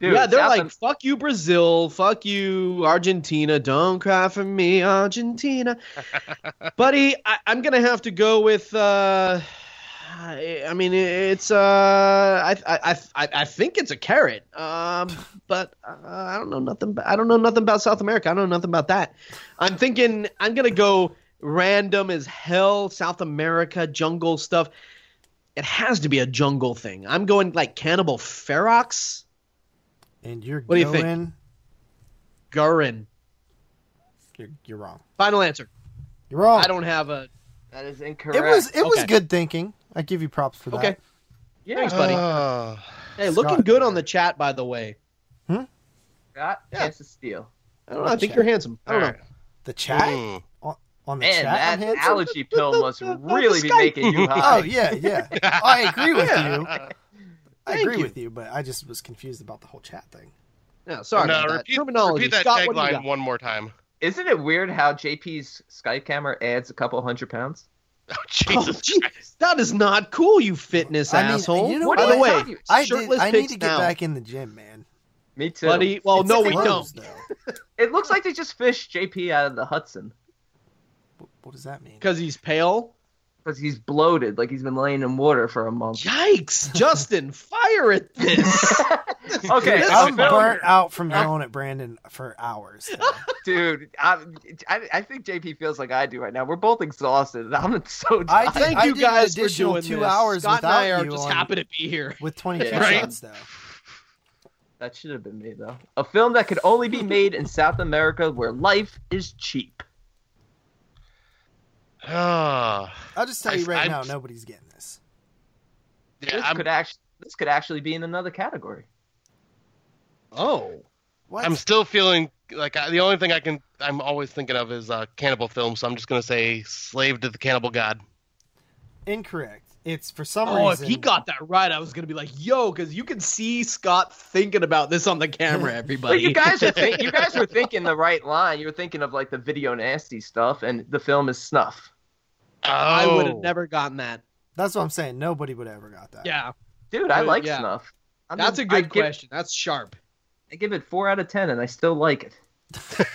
S1: Dude,
S7: yeah, they're
S1: South
S7: like,
S1: Am-
S7: fuck you, Brazil. Fuck you, Argentina. Don't cry for me, Argentina. Buddy, I, I'm going to have to go with. Uh, I I mean, it's. Uh, I, I, I, I think it's a carrot. Um, but uh, I don't know nothing. ba- I don't know nothing about South America. I don't know nothing about that. I'm thinking I'm going to go random as hell, South America, jungle stuff. It has to be a jungle thing. I'm going like Cannibal Ferox,
S2: And you're
S7: What do you
S2: going.
S7: think? Gurren.
S2: You're, you're wrong.
S7: Final answer.
S2: You're wrong.
S7: I don't have a.
S1: That is
S2: it
S1: incorrect.
S2: was it was
S7: Okay.
S2: good thinking. I give you props for that.
S7: Okay.
S1: yeah.
S7: Thanks, buddy.
S6: Ah.
S7: hey, looking
S2: Scott.
S7: good on the chat, by the way.
S1: Got
S7: Yeah.
S1: chance to steal.
S7: I don't know. I think
S2: Chat.
S7: you're handsome. I don't know.
S6: Alright.
S2: The chat
S6: Mm.
S2: on the
S1: Man,
S2: chat. I'm
S1: that
S2: handsome?
S1: allergy pill must
S7: That's
S1: really be
S7: Skype.
S1: making you
S2: Oh
S1: high.
S2: yeah, yeah. I agree with you. I
S7: Thank
S2: agree
S7: you.
S2: with you, but I just was confused about the whole chat thing.
S7: No, sorry.
S6: No,
S7: about that.
S6: repeat,
S7: Terminology.
S6: repeat that
S7: Scott, what do you
S6: tagline
S7: got?
S6: one more time.
S1: Isn't it weird how JP's Skype camera adds a couple hundred pounds?
S6: Oh,
S7: Oh,
S6: Jesus.
S7: gee, that is not cool, you fitness
S2: I mean,
S7: asshole.
S2: you know
S7: By
S2: what?
S7: the way,
S1: you?
S2: I did,
S7: Shirtless
S2: I need
S7: pics
S2: to get
S7: now.
S2: back in the gym, man.
S1: Me too.
S7: buddy. Well,
S2: It's
S7: Oh, no, we don't.
S2: closed, Though.
S1: It looks like they just fished JP out of the Hudson
S2: Wh- What does that mean?
S7: Because he's pale.
S1: because he's bloated, like he's been laying in water for a month.
S7: Yikes, Justin, fire at this.
S1: Okay,
S7: This
S2: I'm
S1: I'm
S7: failure.
S2: burnt out from yelling at Brandon for hours. though.
S1: dude. I, I I think JP feels like I do right now. We're both exhausted. and I'm so
S2: I
S1: tired.
S2: did-
S7: Thank
S2: I
S7: you
S2: did an
S7: guys for
S2: additional
S7: doing
S2: two
S7: this.
S2: hours
S7: Scott and I
S2: without
S7: are
S2: you
S7: just
S2: on-
S7: happy to be here.
S2: With 22
S1: Yeah. Right.
S2: shots, though.
S1: that should have been me though. A film that could only be made in South America where life is cheap.
S6: Ah.
S2: I'll just tell
S6: I-
S2: you right
S6: I'm-
S2: now, nobody's getting this.
S6: yeah,
S1: This
S6: I'm,
S1: could actually this could actually be in another category.
S7: Oh,
S2: What?
S6: I'm still feeling like I, the only thing I can I'm always thinking of is uh, cannibal films. So I'm just gonna say Slave to the Cannibal God.
S2: Incorrect. It's for some
S7: oh! If
S2: reason.
S7: he got that right, I was gonna be like, "Yo," because you can see Scott thinking about this on the camera. Everybody,
S1: But you guys are think, you guys were thinking the right line. You were thinking of like the video nasty stuff, and the film is snuff.
S6: Oh.
S7: I would have never gotten that.
S2: That's what I'm saying. Nobody would ever got that.
S7: Yeah,
S1: Dude, I
S7: Good,
S1: like
S7: yeah.
S1: snuff. I mean,
S7: that's a
S1: I
S7: good
S1: give-
S7: question. That's sharp.
S1: I give it four out of ten, and I still like it.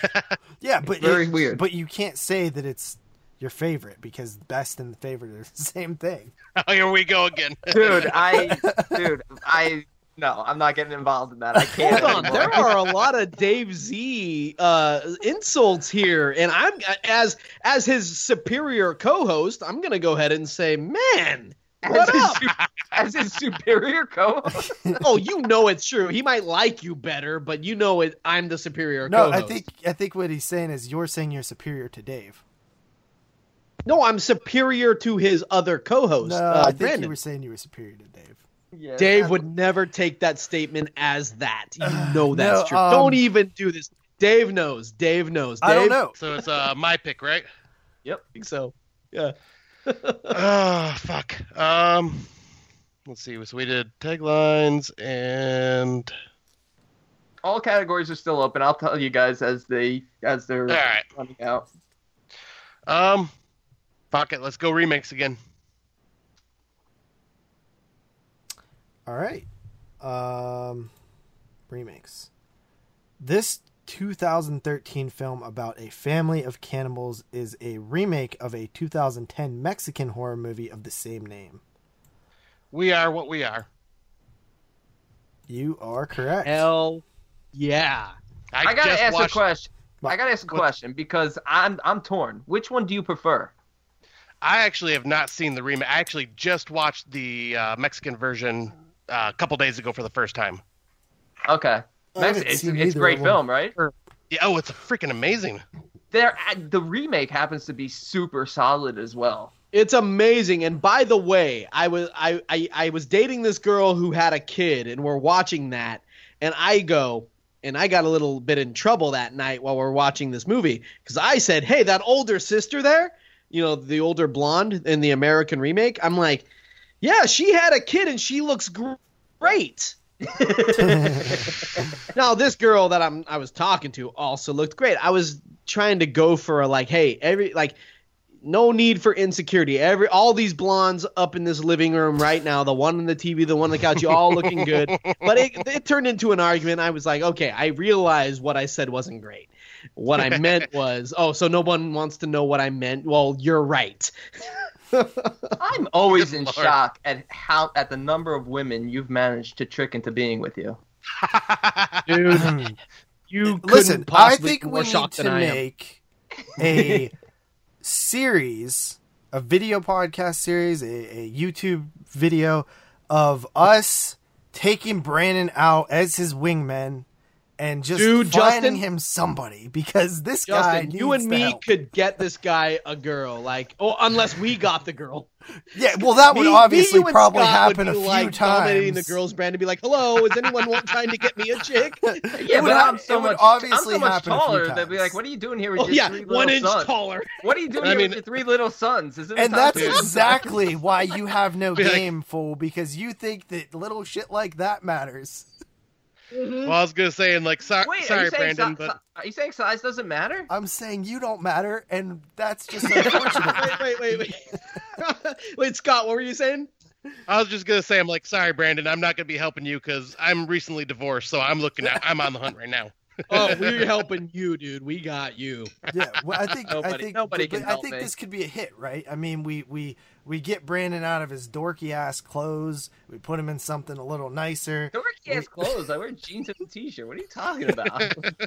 S2: Yeah, but
S1: Very
S2: it-
S1: weird.
S2: But you can't say that it's your favorite because best and the favorite are the same thing.
S6: Oh, here we go again.
S1: dude i dude i no i'm not getting involved in that i can't
S7: Hold on,
S1: anymore.
S7: there are a lot of Dave Z uh, insults here, and I'm as as his superior co-host, I'm gonna go ahead and say, man,
S1: as,
S7: what
S1: his,
S7: up?
S1: su- as his superior co
S7: oh, you know it's true. He might like you better, but you know it. I'm the superior.
S2: No, I
S7: co-host.
S2: think I think what he's saying is you're saying you're superior to Dave.
S7: no, I'm superior to his other co-host,
S2: No,
S7: uh,
S2: I think
S7: Brandon.
S2: you were saying you were superior to Dave.
S1: yeah,
S7: Dave would never take that statement as that. You know
S2: No,
S7: that's true.
S2: um,
S7: Don't even do this. Dave knows. Dave knows. Dave,
S2: I don't know.
S6: So it's uh, my pick, right?
S7: I think so.
S6: Oh, fuck. Um, let's see. So we did taglines and
S1: all categories are still open i'll tell you guys as they as they're
S6: all right.
S1: running out
S6: Um, fuck it. Let's go remix again.
S2: All right. Um, remakes. This 2013 film about a family of cannibals is a remake of a 2010 Mexican horror movie of the same name.
S6: We are what we are.
S2: You are correct.
S7: Hell, yeah.
S1: i, gotta
S6: just
S1: ask
S6: watched-
S1: a question
S2: What?
S1: i gotta ask a
S6: What?
S1: question because i'm i'm torn which one do you prefer
S6: I actually have not seen the remake. I actually just watched the uh, Mexican version uh, a couple days ago for the first time.
S1: okay
S2: I
S1: Mex-
S2: haven't
S1: it's,
S2: seen
S1: it's
S2: either
S1: a great
S2: of 'em.
S1: film right
S6: Yeah, oh, it's freaking amazing.
S1: there the remake happens to be super solid as well
S7: It's amazing. And by the way, I was I, I I was dating this girl who had a kid, and we're watching that. And I go, and I got a little bit in trouble that night while we're watching this movie because I said, "Hey, that older sister there, you know, the older blonde in the American remake." I'm like, "Yeah, she had a kid, and she looks gr- great." Now this girl that I'm I was talking to also looked great. I was trying to go for a like, hey, every like no need for insecurity. Every all these blondes up in this living room right now, the one on the TV, the one on the couch, you all looking good. But it, it turned into an argument. I was like, okay, I realized what I said wasn't great. What I meant was, oh, so no one wants to know what I meant. Well, you're right.
S1: I'm always
S6: Good
S1: in
S6: lord.
S1: shock at how at the number of women you've managed to trick into being with you.
S7: Dude, you
S2: Listen,
S7: couldn't
S2: I
S7: possibly
S2: think
S7: be
S2: we
S7: more
S2: need
S7: shocked
S2: to
S7: than I am.
S2: make a series a video podcast series, a, a YouTube video of us taking Brandon out as his wingman and just
S7: Dude,
S2: finding
S7: Justin-
S2: him somebody because this
S7: Justin,
S2: guy
S7: you
S2: needs
S7: and
S2: the
S7: me
S2: help.
S7: could get this guy a girl, like, oh, unless we got the girl.
S2: yeah, well, that would
S7: Me- me,
S2: obviously
S7: you, and
S2: probably
S7: Scott would
S2: happen a
S7: be,
S2: few
S7: like, Dominating
S2: times.
S7: the girls' brand and be like, "Hello, is anyone want- trying to get me a chick?"
S1: Yeah,
S2: It would
S1: but
S2: hap-
S1: I'm so
S2: it would
S1: much.
S2: obviously
S1: I'm so much
S2: happen a few
S1: taller. They'd be
S2: times.
S1: like, "What are you doing here with
S7: oh
S1: your
S7: yeah,
S1: three little
S7: one inch
S1: sons?
S7: taller.
S1: What are you doing
S6: I
S1: here
S6: mean-
S1: with your three little sons?" Isn't it
S2: And
S1: time
S2: that's
S1: to-
S2: exactly why you have no
S6: Be like-
S2: game, fool, because you think that little shit like that matters.
S5: Mhm.
S6: Well, I was gonna say, and like, so-
S1: Hmm? Wait, are
S6: sorry,
S1: you saying
S6: Brandon,
S1: Brandon,
S6: but
S1: are you saying size doesn't matter?
S2: I'm saying you don't matter, and that's just unfortunate.
S7: wait, wait, wait, wait. wait, Scott, what were you saying?
S6: I was just gonna say, I'm like, sorry, Brandon, I'm not gonna be helping you because I'm recently divorced, so I'm looking, out, I'm on the hunt right now.
S7: Oh, we're helping you, dude. We got you.
S2: yeah, well, I think I
S1: Nobody-
S2: think
S1: nobody
S2: but
S1: can
S2: I
S1: help
S2: think
S1: me.
S2: this could be a hit, right? I mean, we we we get Brandon out of his dorky ass clothes. We put him in something a little nicer.
S1: Don't wear ass clothes. I wear jeans and a t-shirt. What are you talking about?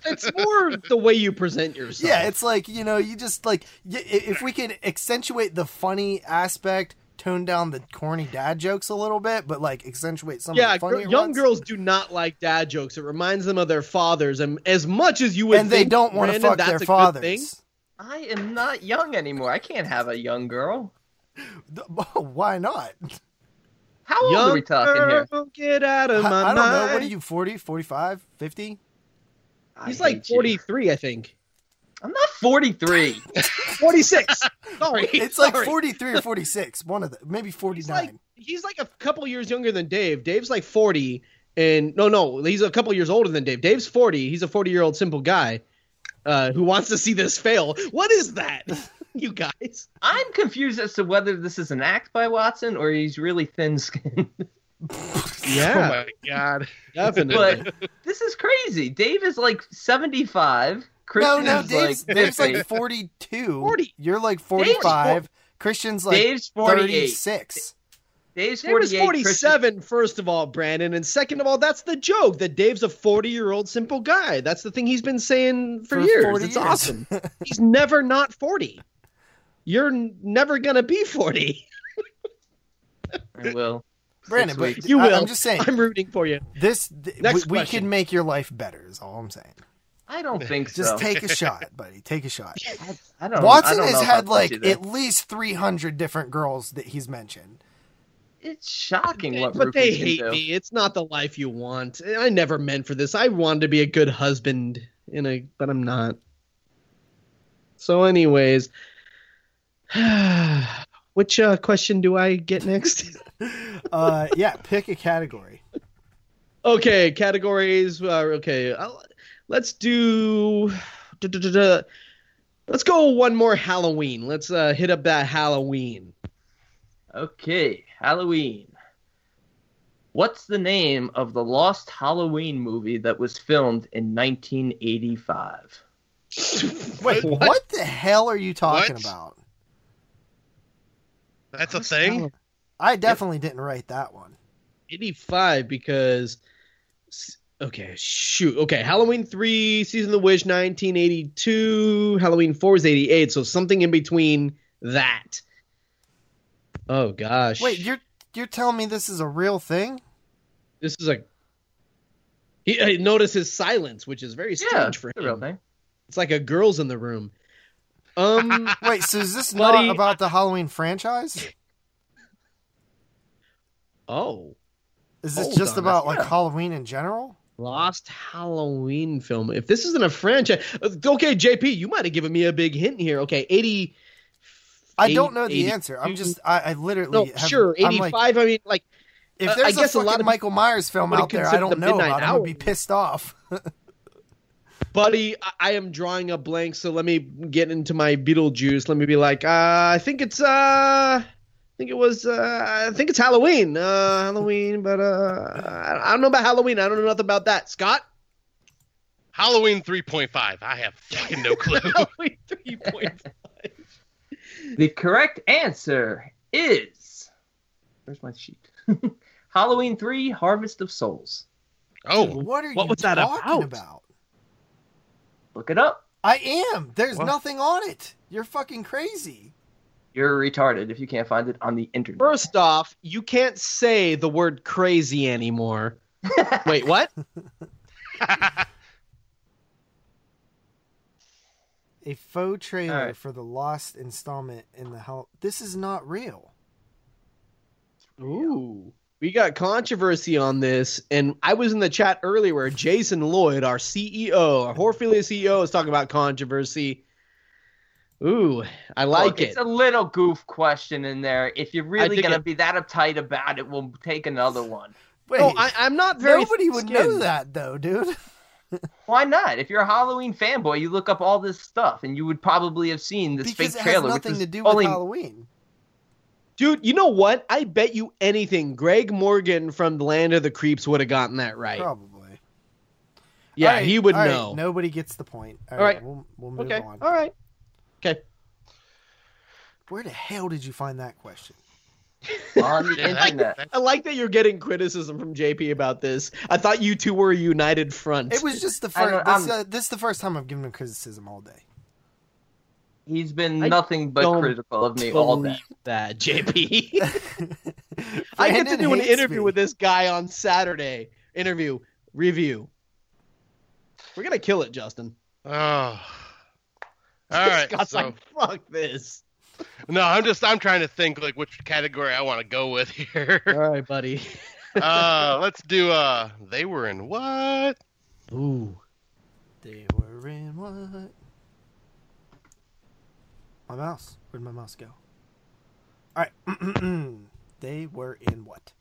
S7: It's more the way you present yourself.
S2: Yeah, it's like you know, you just like y- i- if we could accentuate the funny aspect, tone down the corny dad jokes a little bit, but like accentuate some
S7: yeah.
S2: of the
S7: gr-
S2: funny
S7: young girls do not like dad jokes. It reminds them of their fathers, and as much as you would,
S2: and they
S7: think,
S2: don't want to
S7: Brandon,
S2: fuck
S7: that's a
S2: their
S7: good thing,
S2: fathers.
S1: I am not young anymore. I can't have a young girl.
S2: Th- oh, Why not?
S1: How old
S7: Young
S1: are we talking here?
S7: girl, get out
S2: I,
S7: of my
S2: I don't know. What are
S7: mind.
S2: you 40, 45, 50?
S7: He's
S1: I
S7: like
S1: hate you.
S7: 43, I think.
S1: I'm not 43.
S7: 46. Sorry.
S2: It's like
S7: sorry.
S2: 43 or 46, one of the maybe 49.
S7: like- He's like a couple years younger than Dave. Dave's like 40. And no, no, he's a couple years older than Dave. Dave's 40. He's a 40 year old simple guy uh, who wants to see this fail. What is that, you guys?
S1: I'm confused as to whether this is an act by Watson or he's really thin-skinned.
S6: Oh my god.
S7: definitely.
S1: But this is crazy. Dave is like 75.
S2: no,
S1: Christian
S2: no,
S1: is
S2: Dave's,
S1: like
S2: Dave's
S1: 50.
S2: like 42.
S7: 40.
S2: You're like
S1: four-
S2: 45. Christian's like
S1: Dave's 48.
S2: 36.
S1: Dave's
S7: Dave is
S1: 48.
S7: 47, first of all, Brandon. And second of all, that's the joke that Dave's a 40 year old simple guy. That's the thing he's been saying for,
S2: For 40
S7: years.
S2: years.
S7: It's awesome. he's never not 40. You're n- never going to be 40.
S1: Christian- I will.
S2: Brandon, but
S1: weeks.
S7: You
S2: I-
S7: will.
S2: I'm just saying,
S7: I'm rooting for you.
S2: this th-
S7: Next
S2: we, we
S7: question.
S2: can make your life better, is all I'm saying.
S1: I don't think
S2: Just
S1: so.
S2: take a shot, buddy. Take a shot.
S1: I, I don't I
S2: Watson
S1: don't
S2: has
S1: know if I'll
S2: had
S1: touch
S2: like
S1: you there.
S2: at least 300 different girls that he's mentioned.
S1: It's shocking what
S7: but they
S1: rookies can
S7: hate
S1: do.
S7: me. It's not the life you want. I never meant for this. I wanted to be a good husband, and I but I'm not. So, anyways, which uh, question do I get next?
S2: Uh, yeah, pick a category.
S7: okay, categories. Uh, okay, I'll, let's do. duh, duh, duh, duh. Let's go one more Halloween. Let's uh, hit up that Halloween.
S1: Okay, Halloween. What's the name of the lost Halloween movie that was filmed in 1985?
S2: Wait, what,
S7: What?
S2: the hell are you talking
S6: What?
S2: about?
S6: That's a thing.
S2: I definitely didn't write that one.
S7: 85 because okay shoot okay halloween 3 season of the wish 1982 halloween 4 is 88 so something in between that oh gosh
S2: Wait, you're you're telling me this is a real thing?
S7: this is a he uh, notice his silence which is very strange for
S1: it's a real
S7: him
S1: thing.
S7: it's like a girl's in the room um
S2: Wait, so is this
S7: Buddy,
S2: not about the Halloween franchise?
S7: oh
S2: Is this
S7: Hold
S2: just
S7: on,
S2: about like
S1: yeah.
S2: Halloween in general?
S7: Lost Halloween film. If this isn't a franchise, uh, okay, JP, you might have given me a big hint here. Okay, eighty.
S2: I don't know the
S7: 80
S2: answer. I'm just I, I
S7: No,
S2: literally have,
S7: sure,
S2: I'm
S7: eighty-five.
S2: like,
S7: I mean, like, uh,
S2: if
S7: I
S2: there's a
S7: guess a
S2: fucking
S7: lot of
S2: Michael Myers film
S7: would've
S2: out there, I
S7: considered
S2: don't
S7: the
S2: know
S7: Midnight
S2: about. it. I'm gonna be
S7: Hour.
S2: pissed off.
S7: buddy, I, I am drawing a blank. So let me get into my Beetlejuice. Let me be like, uh, I think it's, uh, I think it was, uh, I think it's Halloween. Uh, Halloween, but uh, I I don't know about Halloween. I don't know nothing about that. Scott,
S6: Halloween 3.5. I have fucking no clue.
S7: Halloween three point five.
S1: The correct answer is. Where's my sheet? Halloween 3 Harvest of Souls.
S6: oh,
S2: what are
S7: What
S2: you
S7: was that
S2: talking
S7: about?
S2: about?
S1: Look it up.
S2: I am. There's
S6: What?
S2: nothing on it. You're fucking crazy.
S1: You're retarded if you can't find it on the internet.
S7: First off, you can't say the word crazy anymore. Wait, what?
S2: A faux trailer
S1: All right.
S2: for the lost installment in the hell. This is not real.
S7: Ooh. We got controversy on this, and I was in the chat earlier where Jason Lloyd, our CEO, our Horphilia CEO, is talking about controversy. Ooh, I like
S1: Look,
S7: it.
S1: It's a little goof question in there. If you're really
S7: dig
S1: gonna
S7: it.
S1: be that uptight about it, we'll take another one.
S2: Wait,
S7: no, I, I'm not very.
S2: nobody would know
S7: thick-skinned.
S2: that though, dude.
S1: Why not? If you're a Halloween fanboy, you look up all this stuff, and you would probably have seen this fake
S2: because it has
S1: trailer,
S2: nothing
S1: which
S2: to
S1: was
S2: do with
S1: only
S2: Halloween.
S7: Dude, you know what? I bet you anything Greg Morgan from the Land of the Creeps would have gotten that right.
S2: Probably.
S7: Yeah,
S2: All right,
S7: he would
S2: all right,
S7: know.
S2: nobody gets the point.
S7: All
S2: right,
S7: right.
S2: we'll, we'll move
S7: okay.
S2: on.
S7: All right.
S2: Where the hell did you find that question?
S1: on the
S6: Yeah, that-
S1: internet.
S7: I like that you're getting criticism from JP about this. I thought you two were a united front.
S2: It was just the
S1: I
S2: first.
S1: know, I'm-
S2: This, uh, this is the first time I've given him criticism all day.
S1: He's been
S7: I
S1: nothing but
S7: don't
S1: critical of me
S7: Believe
S1: all day.
S7: that, JP. I get to
S2: Brandon
S7: do an
S2: hates
S7: interview
S2: me.
S7: with this guy on Saturday. Interview review. We're gonna kill it, Justin.
S6: Oh. All right.
S7: Scott's
S6: so-
S7: like, fuck this.
S6: no, I'm just I'm trying to think like which category I want to go with
S7: All
S6: here.
S7: right, buddy.
S6: uh, let's do uh they were in what?
S7: Ooh.
S2: They were in what? My mouse. Where'd my mouse go? All right. they were in what?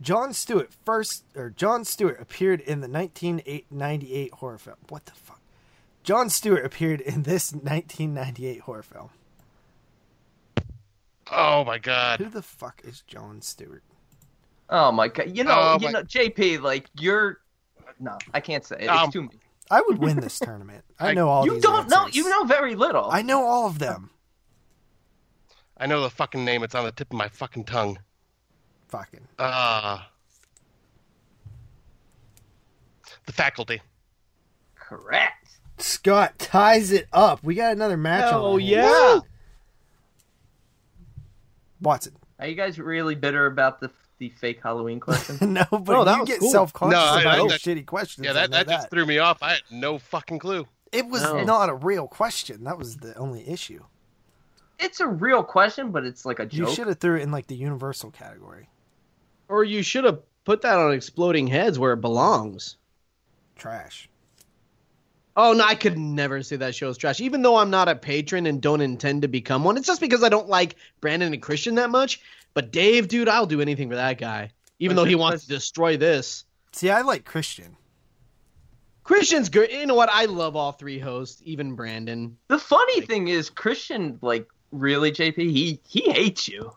S2: John Stewart first, or John Stewart appeared in the 1998 horror film. What the fuck? John Stewart appeared in this 1998 horror film.
S6: Oh my god.
S2: Who the fuck is John Stewart?
S1: Oh my god! You know,
S6: Oh,
S1: you
S6: my-
S1: know, JP, like you're. No, I can't say it. It's
S6: Um,
S1: too much.
S2: I would win this tournament. I
S6: I-
S2: know all.
S1: You
S2: these
S1: don't know.
S2: answers.
S1: You know very little.
S2: I know all of them.
S6: I know the fucking name, it's on the tip of my fucking tongue.
S2: Fucking
S6: Uh The faculty.
S1: Correct.
S2: Scott ties it up. We got another match. on
S7: Oh
S2: our hands.
S7: yeah.
S2: Watson.
S1: Are you guys really bitter about the the fake Halloween question?
S2: no, but
S7: No, Oh, that
S2: you
S7: was
S2: get
S7: cool.
S2: self-conscious
S6: No, I-
S2: about
S6: I-
S2: your
S6: that-
S2: shitty questions.
S6: Yeah,
S2: I
S6: that,
S2: know
S6: that just threw me off. I had no fucking clue.
S2: It was
S7: No.
S2: not a real question. That was the only issue.
S1: it's a real question, but it's like a
S2: You
S1: joke.
S2: should have threw it in like the universal category.
S7: Or you should have put that on exploding heads where it belongs.
S2: Trash.
S7: Oh no, I could never say that show's trash. Even though I'm not a patron and don't intend to become one, it's just because I don't like Brandon and Christian that much. But Dave, dude, I'll do anything for that guy. Even
S1: Was
S7: though he
S1: it-
S7: wants
S1: was-
S7: to destroy this.
S2: See, I like Christian.
S7: Christian's good. You know what? I love all three hosts, even Brandon.
S1: The funny thing is, Christian, like really, JP, he he hates you.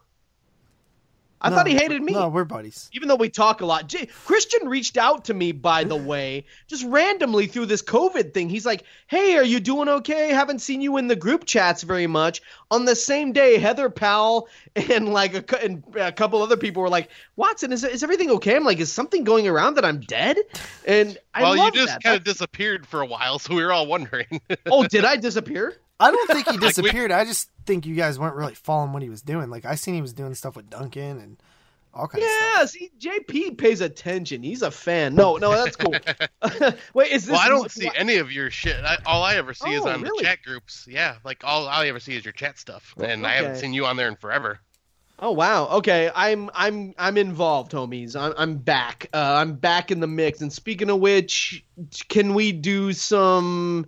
S7: I
S2: No,
S7: thought he hated me.
S2: No, we're buddies.
S7: Even though we talk a lot, J- Christian reached out to me, by the way, just randomly through this COVID thing. He's like, Hey, are you doing okay? Haven't seen you in the group chats very much. On the same day, Heather Powell and like a, cou- and a couple other people were like, Watson, is, is everything okay? I'm like, Is something going around that I'm dead? And I
S6: well, you
S7: love
S6: just
S7: that.
S6: kind of disappeared for a while, so we were all wondering.
S7: oh, did I disappear?
S2: I don't think he
S6: we-
S2: disappeared. I just think you guys weren't really following what he was doing. Like I seen he was doing stuff with Duncan and all kinds of stuff.
S7: Yeah, see, JP pays attention. He's a fan. No, no, that's cool. Wait, is this?
S6: well, I don't see any of your shit. I, all I ever see is
S7: Oh,
S6: on
S7: really?
S6: the chat groups. Yeah, like all I ever see is your chat stuff, and I haven't
S7: Okay.
S6: seen you on there in forever.
S7: Oh wow. Okay, I'm I'm I'm involved, homies. I'm I'm back. Uh, I'm back in the mix. And speaking of which, can we do some?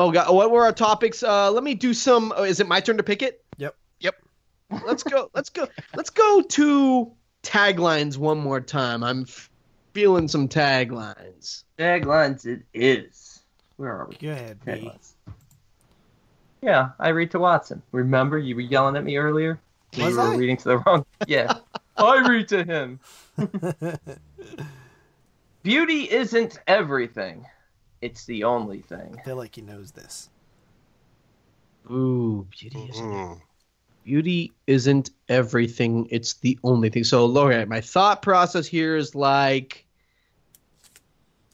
S7: Oh god, what were our topics? Uh, let me do some. Oh, is it my turn to pick it?
S2: Yep.
S6: Yep.
S7: Let's go. Let's go. Let's go to taglines one more time. I'm f- feeling some taglines.
S1: Taglines, it is. Where are we?
S2: Go ahead, B.
S1: Taglines. Yeah, I read to Watson. Remember, you were yelling at me earlier. You
S2: Was
S1: were
S2: I?
S1: reading to the wrong. Yeah, I read to him. Beauty isn't everything; it's the only thing.
S2: I feel like he knows this.
S7: Ooh, beauty is
S6: Mm.
S7: beauty isn't everything it's the only thing so okay my thought process here is like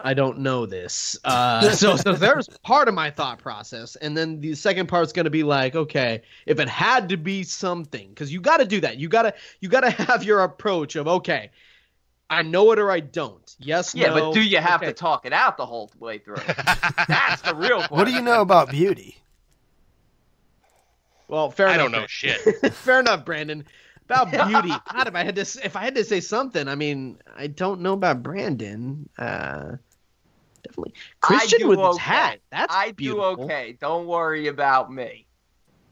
S7: I don't know this. Uh, so, so there's part of my thought process, and then the second part's going to be like, okay, if it had to be something, because you got to do that. You got to you got to have your approach of okay, I know it or I don't. Yes,
S1: Yeah,
S7: no,
S1: but do you have
S7: okay.
S1: to talk it out the whole way through? That's the real question.
S2: What do you know about beauty?
S7: Well, fair
S6: I
S7: enough.
S6: don't know shit.
S7: fair enough, Brandon. About beauty, God, if I had to, s- if I had to say something, I mean, I don't know about Brandon. Uh, definitely, Christian
S1: do
S7: with his
S1: okay.
S7: hat. That's
S1: I do
S7: beautiful.
S1: okay. Don't worry about me.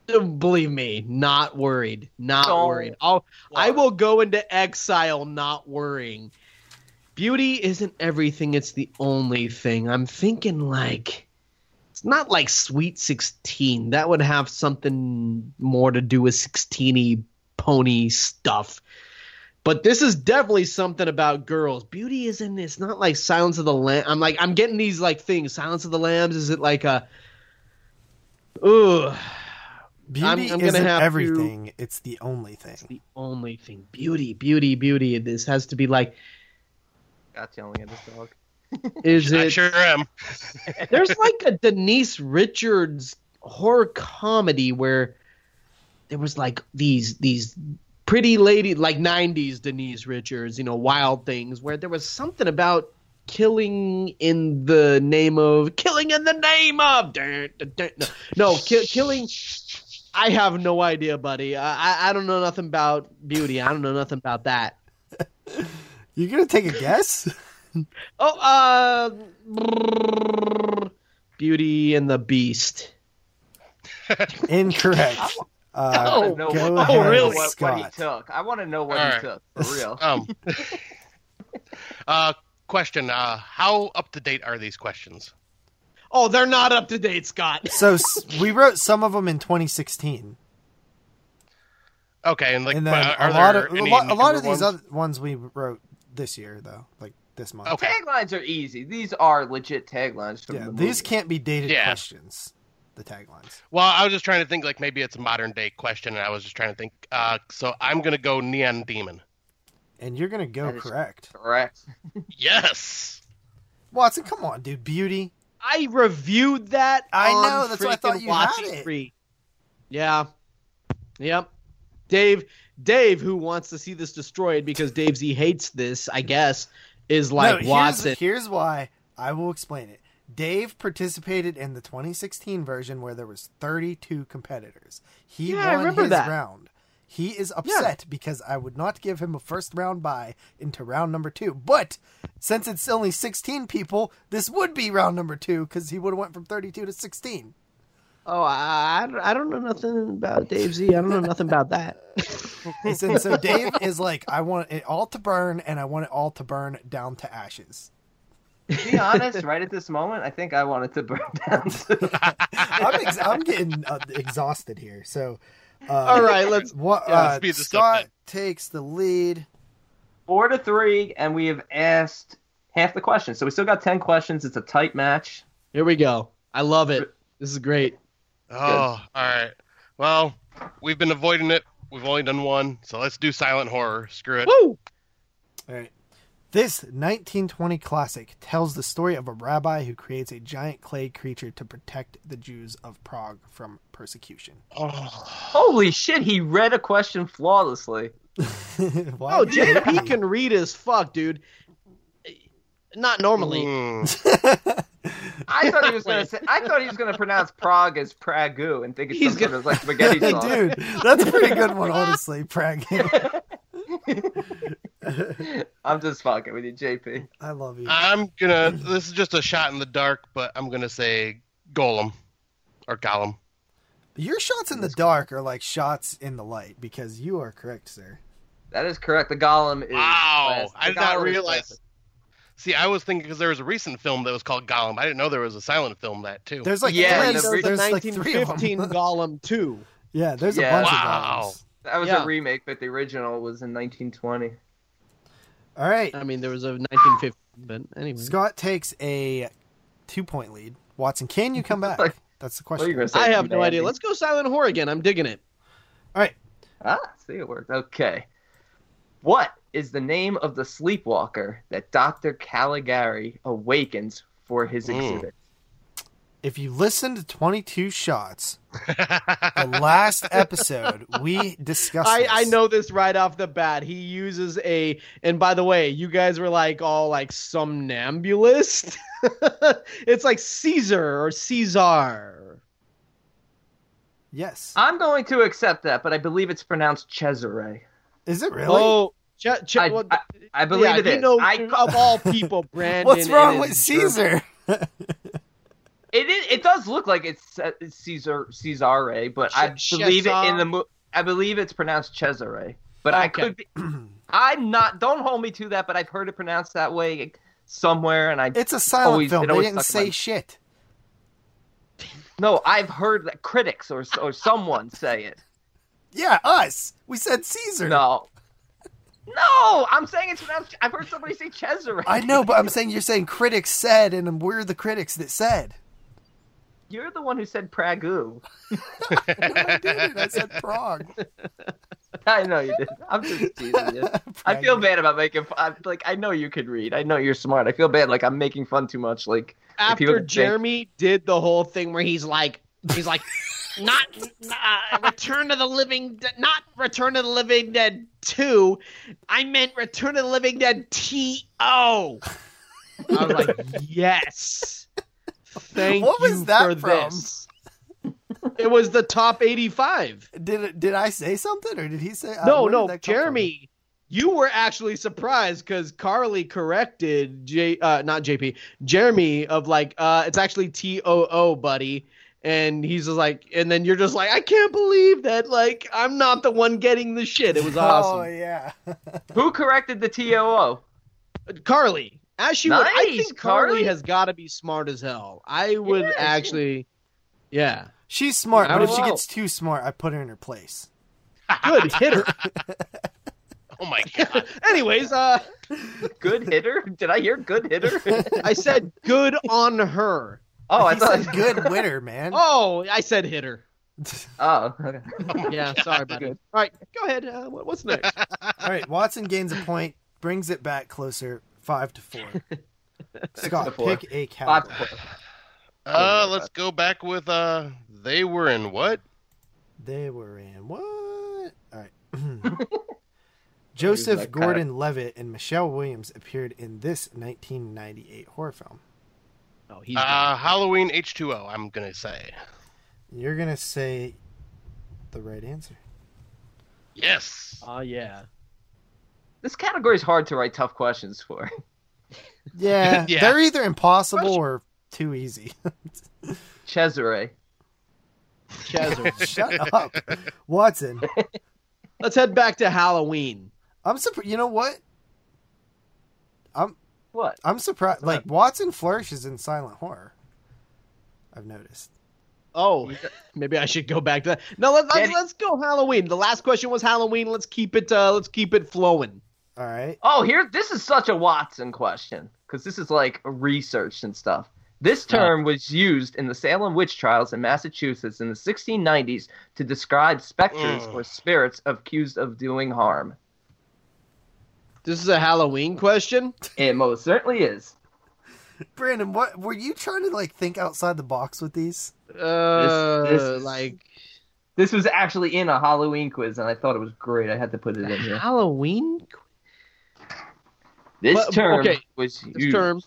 S7: Believe me, not worried, not
S1: Don't
S7: worried. I'll, I will go into exile, not worrying. Beauty isn't everything; it's the only thing. I'm thinking like, it's not like Sweet Sixteen. That would have something more to do with sixteeny pony stuff. But this is definitely something about girls. Beauty isn't. It's not like Silence of the Lamb. I'm like, I'm getting these like things. Silence of the Lambs. Is it like a? Ooh.
S2: Beauty
S7: I'm gonna
S2: isn't
S7: have to-
S2: everything; it's the only
S7: It's
S2: thing.
S7: the only thing. Beauty, beauty, beauty. This has to be like,
S1: God's yelling at this dog.
S7: is
S6: I
S7: it?
S6: sure am.
S7: There's like a Denise Richards horror comedy where there was like these these pretty lady like 90s Denise Richards, you know, wild things where there was something about killing in the name of killing in the name of dun, dun, dun. no, no ki- killing I have no idea, buddy. I, I I don't know nothing about beauty. I don't know nothing about that.
S2: You're gonna take a guess?
S7: Oh, uh, brrrr, Beauty and the Beast.
S2: Incorrect.
S1: I
S2: Uh,
S1: wanna know
S2: go
S1: what-
S2: ahead,
S1: I wanna know What, what he
S2: Scott.
S1: took? I want to know what
S6: All
S1: he
S6: right.
S1: took for real.
S6: Um, uh, question: uh, How up to date are these questions?
S7: Oh, they're not up to date, Scott.
S2: so s- we wrote some of them in 2016,
S6: Okay, and like
S2: and
S6: but
S2: then
S6: are
S2: a lot
S6: there
S2: of a
S6: any
S2: lot, a lot of
S6: newer
S2: these
S6: ones?
S2: other ones we wrote this year, though, like this month.
S6: Okay.
S1: Taglines are easy. These are legit taglines from
S2: Yeah,
S1: the movie.
S2: these can't be dated
S6: Yeah.
S2: questions. The taglines.
S6: Well, I was just trying to think like maybe it's a modern day question, and I was just trying to think. Uh, so I'm gonna go Neon Demon.
S2: And you're gonna go
S1: That is-
S2: correct.
S1: Correct.
S6: yes.
S2: Watson, come on, dude. Beauty.
S7: I reviewed that.
S2: I
S7: on
S2: know, that's why I thought
S7: freaking
S2: you had
S7: Watch
S2: it.
S7: Free. Yeah. Yep. Dave, Dave, who wants to see this destroyed because Dave Z hates this, I guess, is
S2: No,
S7: like
S2: here's-
S7: Watson.
S2: Here's why I will explain it. Dave participated in the 2016 version where there was 32 competitors. He
S7: Yeah, I
S2: won
S7: remember
S2: his
S7: that.
S2: round. He is upset because I would not give him a first round bye into round number two. But since it's only 16 people, this would be round number two because he would have went from 32 to 16.
S7: Oh, I, I don't- I don't know nothing about Dave Z. I don't know nothing about that.
S2: He said, so Dave is like, I want it all to burn and I want it all to burn down to ashes.
S1: To be honest, right at this moment, I think I wanted to burn down. too.
S2: I'm, ex- I'm getting uh, exhausted here. So, uh,
S7: All right, let's.
S2: What
S6: Yeah,
S2: uh,
S6: let's speed this up
S2: Scott
S6: then.
S2: takes the lead.
S1: Four to three, and we have asked half the questions, so we still got ten questions. It's a tight match.
S7: Here we go. I love it. This is great.
S6: Oh, all right. Well, we've been avoiding it. We've only done one, so let's do silent horror. Screw it.
S7: Woo!
S2: All right. This 1920 classic tells the story of a rabbi who creates a giant clay creature to protect the Jews of Prague from persecution.
S6: Oh.
S1: Holy shit! He read a question flawlessly.
S2: Why
S7: Oh,
S2: would you hate me?
S7: JP can read as fuck, dude. Not normally.
S6: Mm.
S1: I thought he was gonna say. I thought he was gonna pronounce Prague as Pragu and think it's
S7: He's
S1: some sort of like spaghetti sauce.
S2: Dude, that's a pretty good one, honestly, Prague.
S1: I'm just fucking with you, JP.
S2: I love you.
S6: I'm gonna. This is just a shot in the dark, but I'm gonna say Golem or Gollum.
S2: Your shots in the dark are like shots in the light because you are correct, sir.
S1: That is correct. The Golem is.
S6: Wow,
S1: classic.
S6: I did
S1: The
S6: not
S1: Golem is
S6: realize.
S1: classic.
S6: See, I was thinking because there was a recent film that was called Gollum. I didn't know there was a silent film that too.
S2: There's like
S1: Yeah,
S2: three,
S1: and
S7: there's,
S1: the-
S2: there's, like three of
S7: 1915
S2: them.
S7: Gollum 2.
S2: yeah, there's
S1: Yeah.
S2: a bunch
S6: Wow.
S2: of those.
S1: That was
S7: Yeah.
S1: a remake, but the original was in 1920.
S2: All right,
S7: I mean, there was a 1915, but anyway.
S2: Scott takes a two point lead. Watson, can you come back?
S1: Like-
S2: That's the
S1: What are you
S2: question.
S1: gonna say?
S7: I have no
S1: Mandy?
S7: idea. Let's go silent horror again. I'm digging it.
S2: All right.
S1: Ah, see, it worked. Okay. What is the name of the sleepwalker that Dr. Caligari awakens for his
S7: Hmm.
S6: Mm.
S1: exhibit.
S2: If you listen to 22 Shots,
S6: Oh
S2: the last episode, we discussed.
S7: I, I
S2: this.
S7: know this right off the bat. He uses a, and by the way, you guys were like all like somnambulist. it's like Caesar or Caesar.
S2: Yes.
S1: I'm going to accept that, but I believe it's pronounced Cesare.
S2: Is it really?
S7: Oh, che- che-
S1: I,
S7: well,
S1: I, I believe
S7: yeah,
S1: it
S7: you
S1: is.
S7: know,
S1: I,
S7: of all people, Brandon.
S2: What's wrong
S7: it
S2: with
S7: is
S2: Caesar?
S1: it, is- it does look like it's Ce- Caesar Cesare, but I
S7: Ch-
S1: believe it in
S7: Cesar.
S1: the mo- I believe it's pronounced Cesare. But I
S7: Okay.
S1: could be, I'm not don't hold me to that, but I've heard it pronounced that way somewhere and I
S2: It's a silent
S1: Always-
S2: film.
S1: it
S2: They
S1: always
S2: didn't
S1: stuck in
S2: say
S1: my-
S2: shit.
S1: No, I've heard that critics or or someone say it.
S2: Yeah, us. We said Caesar.
S1: No. No, I'm saying it's pronounced. I've heard somebody say Cesare.
S2: I know, but I'm saying you're saying critics said, and we're the critics that said.
S1: You're the one who said Pragu.
S2: No, I didn't. I said Prague.
S1: I know you did. I'm just teasing you. I feel bad about making fun. I'm, like I know you could read. I know you're smart. I feel bad. Like I'm making fun too much. Like people
S7: after
S1: think-
S7: Jeremy did the whole thing where he's like, he's like, not uh, Return to the Living, De- not Return to the Living Dead two, I meant Return to the Living Dead T O. I was like, yes, thank
S2: What
S7: you
S2: was that
S7: for
S2: from?
S7: this. It was the top eighty five.
S2: Did it, did I say something, or did he say? uh,
S7: No,
S2: where did
S7: no,
S2: that come
S7: Jeremy, you were actually surprised because Carly corrected J, uh, not JP, Jeremy of like, uh, it's actually T O O, buddy. And he's just like, and then you're just like, I can't believe that. Like, I'm not the one getting the shit. It was
S2: from? Oh
S7: awesome.
S2: yeah.
S1: Who corrected the TOO?
S7: Carly, as she would, I
S1: Nice,
S7: think Carly,
S1: Carly.
S7: has got to be smart as hell. I would
S1: Yeah, she-
S7: actually, yeah,
S2: She's smart,
S1: I
S2: but if she
S1: don't know.
S2: gets too smart, I put her in her place.
S7: good hit her.
S6: oh my god.
S7: Anyways, uh,
S1: Good hitter? Did I hear good hitter?
S7: I said good on her.
S1: Oh, I
S2: he
S1: thought.
S2: said good winner, man.
S7: Oh, I said hit her.
S1: Oh, okay.
S7: Yeah, sorry, buddy. All
S1: Good.
S7: right, go ahead. Uh, what, what's next?
S2: All right, Watson gains a point, brings it back closer, five to four. Scott,
S1: to four.
S2: pick a
S1: Five
S2: category.
S1: points.
S6: Uh, let's go back with uh, they were in what?
S2: They were in what? All right. Joseph
S1: Like that.
S2: Gordon-Levitt and Michelle Williams appeared in this 1998 horror film.
S7: Oh, he's
S6: Uh, Halloween H2O. I'm gonna say
S2: You're gonna say the right answer.
S1: Uh,
S6: yes.
S7: oh yeah.
S1: This category is hard to write tough questions for.
S2: Yeah,
S6: Yeah.
S2: they're either impossible or too easy.
S1: Cesare.
S7: Chazzer.
S2: Shut up, Watson.
S7: Let's head back to Halloween.
S2: I'm surprised. You know what?
S1: What?
S2: I'm surprised. Like Watson flourishes in silent horror. I've noticed.
S7: Oh, maybe I should go back to that. No, let's let's,
S1: Daddy-
S7: let's go Halloween. The last question was Halloween. Let's keep it. Uh, let's keep it flowing.
S2: All right.
S1: Oh, here. This is such a Watson question because this is like research and stuff. This
S7: Uh-huh.
S1: term was used in the Salem witch trials in Massachusetts in the 1690s to describe specters
S7: Mm.
S6: Ugh.
S1: or spirits accused of doing harm.
S7: This is a Halloween question.
S1: It most certainly is.
S2: Brandon, what were you trying to like think outside the box with these?
S7: Uh,
S1: This- this-
S7: like
S1: This was actually in a Halloween quiz, and I thought it was great. I had to put it in here.
S7: Halloween.
S1: This
S7: But-
S1: term
S7: okay.
S1: was
S7: This
S1: used.
S7: term.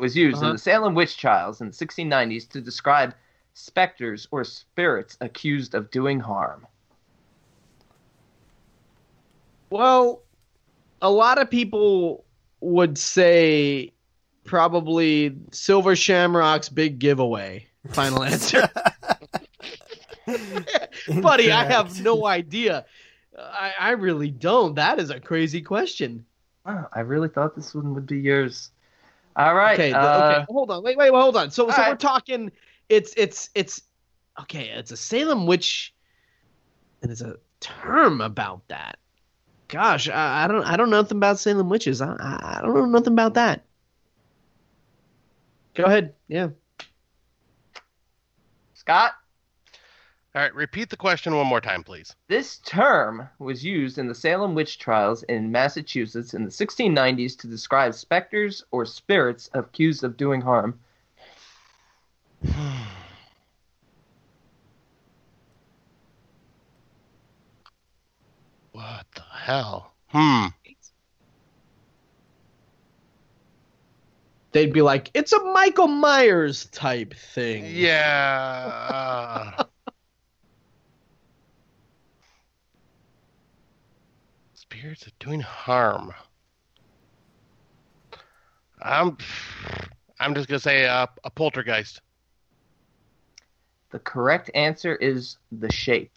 S1: was used
S7: Uh-huh.
S1: in the Salem witch trials in the 1690s to describe specters or spirits accused of doing harm.
S7: Well, a lot of people would say probably Silver Shamrock's big giveaway. Final answer. Buddy, I have
S2: Incorrect.
S7: no idea. I, I really don't. That is a crazy question.
S1: Wow, I really thought this one would be yours. All right.
S7: Okay, the-
S1: uh,
S7: okay. Hold on. Wait, wait, wait, hold on. So, so
S1: All
S7: we're
S1: right.
S7: talking. It's, it's, it's. Okay, it's a Salem witch, and there's a term about that. Gosh, I, I don't, I don't know nothing about Salem witches. I, I I don't know nothing about that. Go ahead. Yeah.
S1: Scott,
S6: Uh, All right, repeat the question one more time, please.
S1: This term was used in the Salem witch trials in Massachusetts in the 1690s to describe specters or spirits accused of doing harm.
S6: What the hell? Hmm.
S7: They'd be like, it's a Michael Myers type thing.
S6: Yeah. uh, spirits are doing harm. I'm. I'm just gonna say uh, a poltergeist.
S1: The correct answer is the shape.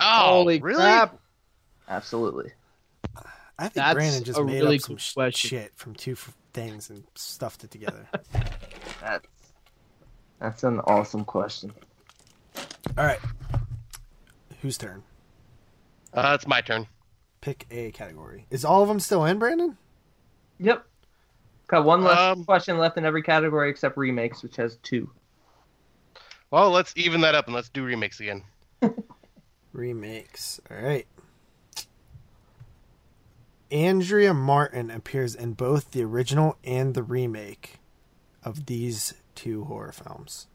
S6: Oh,
S7: Holy
S6: really?
S7: crap.
S1: Absolutely.
S2: I think
S7: That's
S2: Brandon just
S7: a
S2: made
S7: really
S2: up some
S7: good question.
S2: shit from two f- things and stuffed it together.
S1: That's that's an awesome question.
S2: All right. Whose turn?
S6: Uh, it's my turn.
S2: Pick a category. Is all of them still in, Brandon?
S1: Yep. Got one left
S6: Um,
S1: question left in every category except remakes, which has two.
S6: Well, let's even that up and let's do remakes again.
S2: Remakes. All right. Andrea Martin appears in both the original and the remake of these two horror films.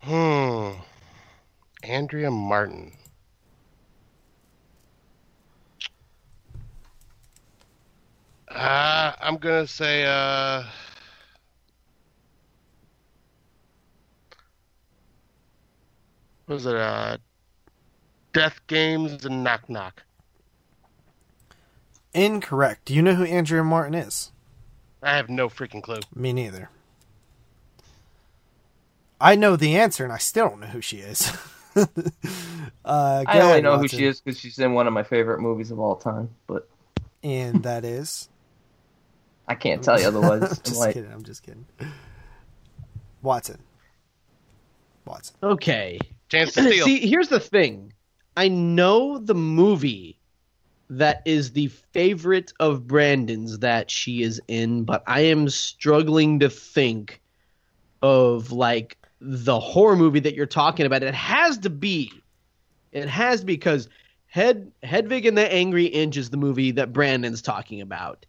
S6: Hmm. Andrea Martin. Uh, I'm gonna say uh was it uh Death Games and Knock Knock.
S2: Incorrect. Do you know who Andrea Martin is?
S6: I have no freaking clue.
S2: Me neither. I know the answer, and I still don't know who she is. uh, go
S1: I only
S2: ahead,
S1: know who
S2: Watson.
S1: she is because she's in one of my favorite movies of all time, but
S2: and that is.
S1: I can't tell you otherwise. I'm
S2: just
S1: like,
S2: kidding. I'm just kidding. Watson. Watson.
S7: Okay.
S6: Chance to steal.
S7: See, here's the thing. I know the movie that is the favorite of Brandon's that she is in, but I am struggling to think of like the horror movie that you're talking about. It has to be. It has because Hed Hedwig and the Angry Inch is the movie that Brandon's talking about.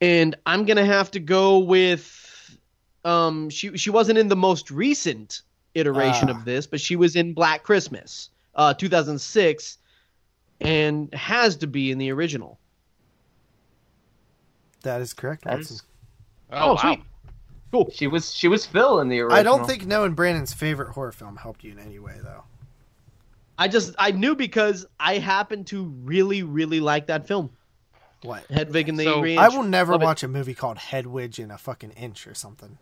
S7: And I'm gonna have to go with um she she wasn't in the most recent iteration
S2: Ah.
S7: of this, but she was in Black Christmas, uh, 2006, and has to be in the original.
S2: That is correct,
S1: That's-
S2: Watson.
S6: oh,
S7: oh,
S6: wow.
S7: sweet.
S1: she was she was Phil in the original.
S2: I don't think knowing Brandon's favorite horror film helped you in any way, though.
S7: I just I knew because I happen to really really like that film,
S2: What?
S7: Hedwig and the
S6: So-
S7: Angry Inch.
S2: I will never
S7: Love it.
S2: watch a movie called Hedwig in a fucking inch or something.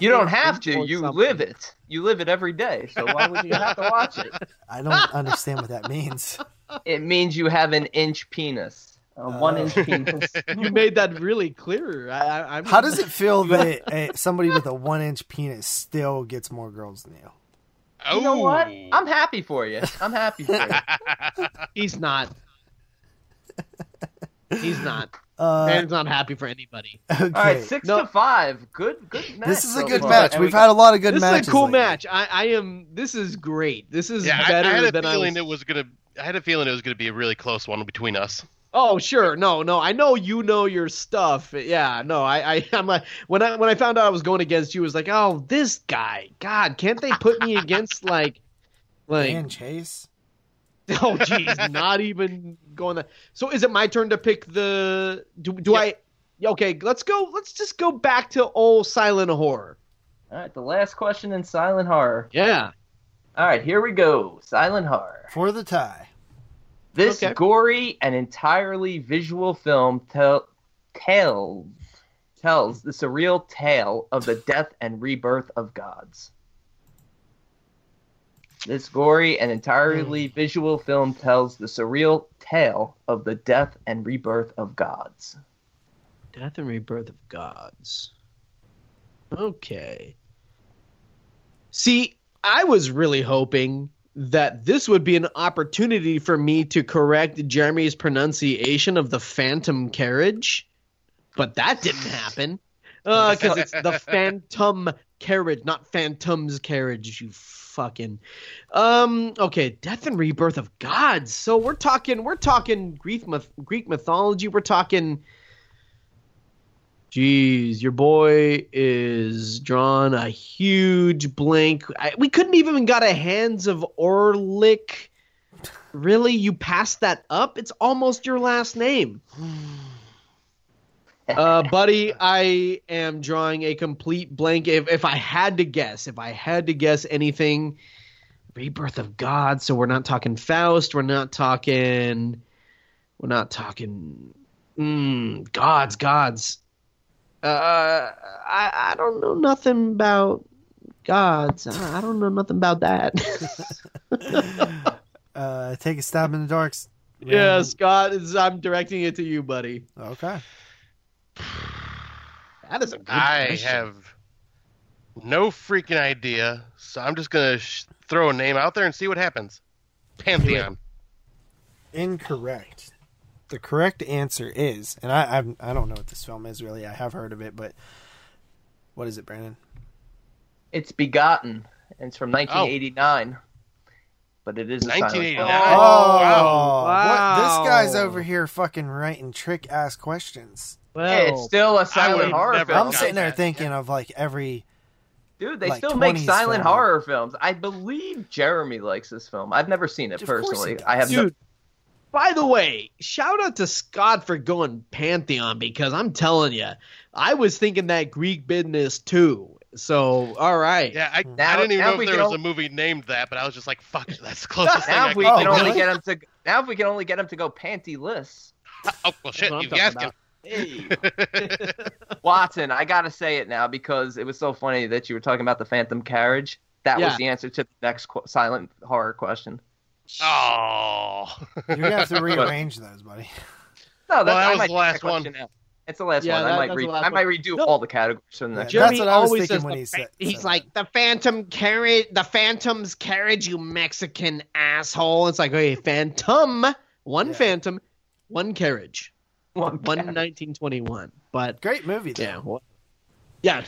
S1: you don't have to.
S7: Or
S1: You
S7: something.
S1: live it. You live it every day. So why would you have to watch it?
S2: I don't understand what that means.
S1: It means you have an inch penis, a
S2: Uh,
S1: one inch penis.
S7: You made that really clear. I, I, I'm,
S2: How does it feel that uh, somebody with a one inch penis still gets more girls than you?
S6: Oh.
S1: You know what? I'm happy for you. I'm happy for you.
S7: He's not. He's not.
S2: Uh,
S7: Brandon's not happy for anybody.
S2: okay.
S1: All right, six
S7: No.
S1: to five. Good, good match.
S2: this is a
S1: so
S2: good
S1: far.
S2: match.
S1: And
S2: We've
S1: we
S2: had a lot of good
S7: This
S2: matches.
S7: is a cool
S2: lately.
S7: match. I, I am. This is great. This is
S6: yeah, I, I
S7: better
S6: had a
S7: than
S6: feeling
S7: I
S6: it
S7: was.
S6: was gonna I had a feeling it was gonna be a really close one between us.
S7: Oh sure, no, no. I know you know your stuff. Yeah, no. I, I, I'm like when I when I found out I was going against you, I was like, oh, this guch. God, can't they put me against like, like?
S2: Dan Chase.
S7: Oh, jeez, not even going that. So is it my turn to pick the? Do do I? Okay, let's go. Let's just go back to old silent horror.
S1: All right, the last question in silent horror.
S7: Yeah.
S1: All right, here we go. Silent horror.
S2: for the tie.
S1: This
S7: Okay.
S1: gory and entirely visual film tell, tells tells the surreal tale of the death and rebirth of gods. This gory and entirely visual film tells the surreal tale of the death and rebirth of gods.
S7: Death and Rebirth of Gods. Okay. See, I was really hoping that this would be an opportunity for me to correct Jeremy's pronunciation of the Phantom Uh, Carriage, but that didn't happen because it's the Phantom carriage, not Phantom's carriage, you fucking. Um, okay, Death and Rebirth of Gods. So we're talking, we're talking Greek myth- Greek mythology. We're talking. Jeez, your boy is drawn a huge blank. I, we couldn't even got a hands of Orlick. Really, you passed that up? It's almost your last name. uh, buddy, I am drawing a complete blank. If, if I had to guess, if I had to guess anything, Rebirth of God. So we're not talking Faust. We're not talking. We're not talking. Mm, gods, gods. Uh, I I don't know nothing about gods. I, I don't know nothing about that.
S2: Uh, take a stab in the darks.
S7: yeah, Scott, it's, I'm directing it to you, buddy.
S2: Okay.
S7: That is a good
S6: I
S7: question.
S6: have no freaking idea, so I'm just gonna sh- throw a name out there and see what happens. Pantheon.
S2: Incorrect. The correct answer is, and I I'm, I don't know what this film is really. I have heard of it, but what is it, Brandon?
S1: It's Begotten, and it's from 1989. But it is a silent film.
S6: 1989.
S2: Oh,
S6: wow.
S2: What, this guy's
S7: Wow.
S2: over here fucking writing trick ass questions.
S7: well,
S1: Yeah, it's still a silent
S6: would've
S1: horror
S6: never
S1: film.
S2: I'm
S6: got
S2: sitting there
S6: that.
S2: thinking of like every.
S1: Dude, they
S2: like,
S1: still make
S2: 20s
S1: silent
S2: film.
S1: horror films. I believe Jeremy likes this film. I've never seen it
S2: Of course he
S1: personally.
S2: does.
S1: I have no-
S7: dude. By the way, shout out to Scott for going Pantheon because I'm telling you, I was thinking that Greek business too. So, all right.
S6: Yeah, I,
S1: Now-
S6: I didn't even
S1: now
S6: know
S1: we
S6: if there
S1: can
S6: was
S1: al-
S6: a movie named that, but I was just like, "Fuck, it, that's the closest thing."
S1: now
S6: I
S1: if we
S6: could
S2: Oh,
S1: can
S6: think of.
S1: only
S2: really?
S1: get him to now if we can only get him to go pantyless.
S6: Oh well,
S7: That's
S6: shit,
S7: what I'm
S6: you
S7: talking
S6: asked
S7: about.
S1: Watson, I gotta say it now because it was so funny that you were talking about the Phantom Carriage. That
S7: Yeah.
S1: was the answer to the next qu- silent horror question.
S6: Oh,
S2: You're gonna have to rearrange those, buddy.
S1: No, that,
S6: Well, that
S1: I
S6: was
S1: might
S6: the
S1: take that
S6: last one.
S1: question out. It's the last
S7: Yeah,
S1: one.
S7: that-
S1: I might
S7: that's the
S1: re-
S7: last
S1: I might redo
S7: No.
S1: all the categories from the next.
S2: Yeah,
S7: Jeremy
S2: that's what I was
S7: always
S2: thinking
S7: says
S2: when
S7: the
S2: he said-
S7: He's
S2: said
S7: like the Phantom carriage, the Phantom's carriage, you Mexican asshole. It's like, hey, Phantom, one
S2: Yeah.
S7: Phantom, one carriage,
S1: One
S7: one
S1: category.
S7: 1921. But
S2: Great movie, though.
S7: yeah, what? Yeah,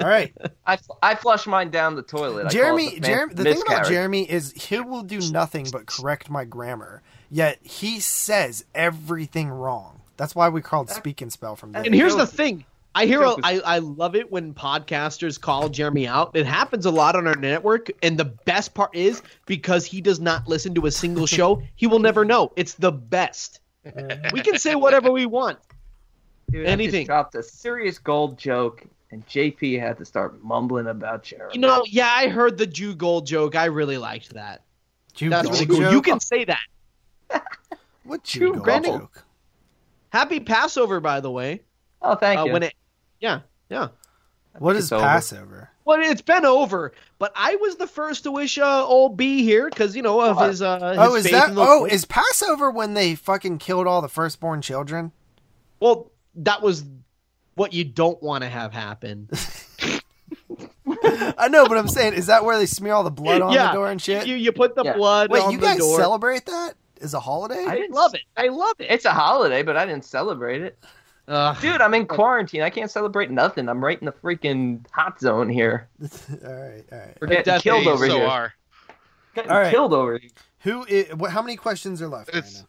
S2: All right,
S1: I, I flush mine down the toilet. I call it
S2: Jeremy.
S1: the fan-
S2: Jeremy. The thing about
S1: miscarriage.
S2: Jeremy is he will do nothing but correct my grammar. Yet he says everything wrong. That's why we called speak and spell from there.
S7: and here's the
S1: Joke.
S7: thing. I hear, a,
S1: Joke is-
S7: I, I love it when podcasters call Jeremy out. It happens a lot on our network, and the best part is because he does not listen to a single show, he will never know. It's the best. We can say whatever we want.
S1: Dude, I just
S7: Anything.
S1: dropped a serious gold joke, and JP had to start mumbling about Jeremy.
S7: You know, yeah, I heard the Jew gold joke. I really liked that.
S2: Jew
S7: That's
S2: gold
S7: really cool. You
S2: joke?
S7: can say that.
S2: what
S1: Jew
S2: Jew gold
S1: Brandon-
S2: joke?
S7: Happy Passover, by the way.
S1: oh, thank
S7: Uh,
S1: you.
S7: when it, yeah, yeah.
S2: What
S1: it's
S2: is
S1: over.
S2: Passover?
S7: Well, it's been over, but I was the first to wish uh, old B here because you know of
S1: Oh,
S7: his. Uh, his
S2: Oh, is
S7: faith
S2: that?
S7: in the-
S2: Oh, is Passover when they fucking killed all the firstborn children?
S7: well, that was what you don't want to have happen.
S2: I know, but I'm saying, is that where they smear all the blood on
S7: Yeah.
S2: the door and shit?
S7: you you put the
S1: Yeah.
S7: blood
S2: Wait,
S7: on
S2: you
S7: the
S2: guys
S7: door.
S2: celebrate that as a holiday?
S1: I
S7: I
S1: didn't
S7: love it. I love it.
S1: It's a holiday, but I didn't celebrate it.
S7: Ugh.
S1: Dude, I'm in quarantine. I can't celebrate nothing. I'm right in the freaking hot zone here.
S2: all right, all right.
S1: We're
S7: The
S1: getting
S7: death
S1: killed
S6: you
S1: over
S6: so
S1: here.
S6: are.
S1: Getting
S2: All right.
S1: killed over here.
S2: Who? Is, what, how many questions are left?
S6: It's-
S2: Brandon?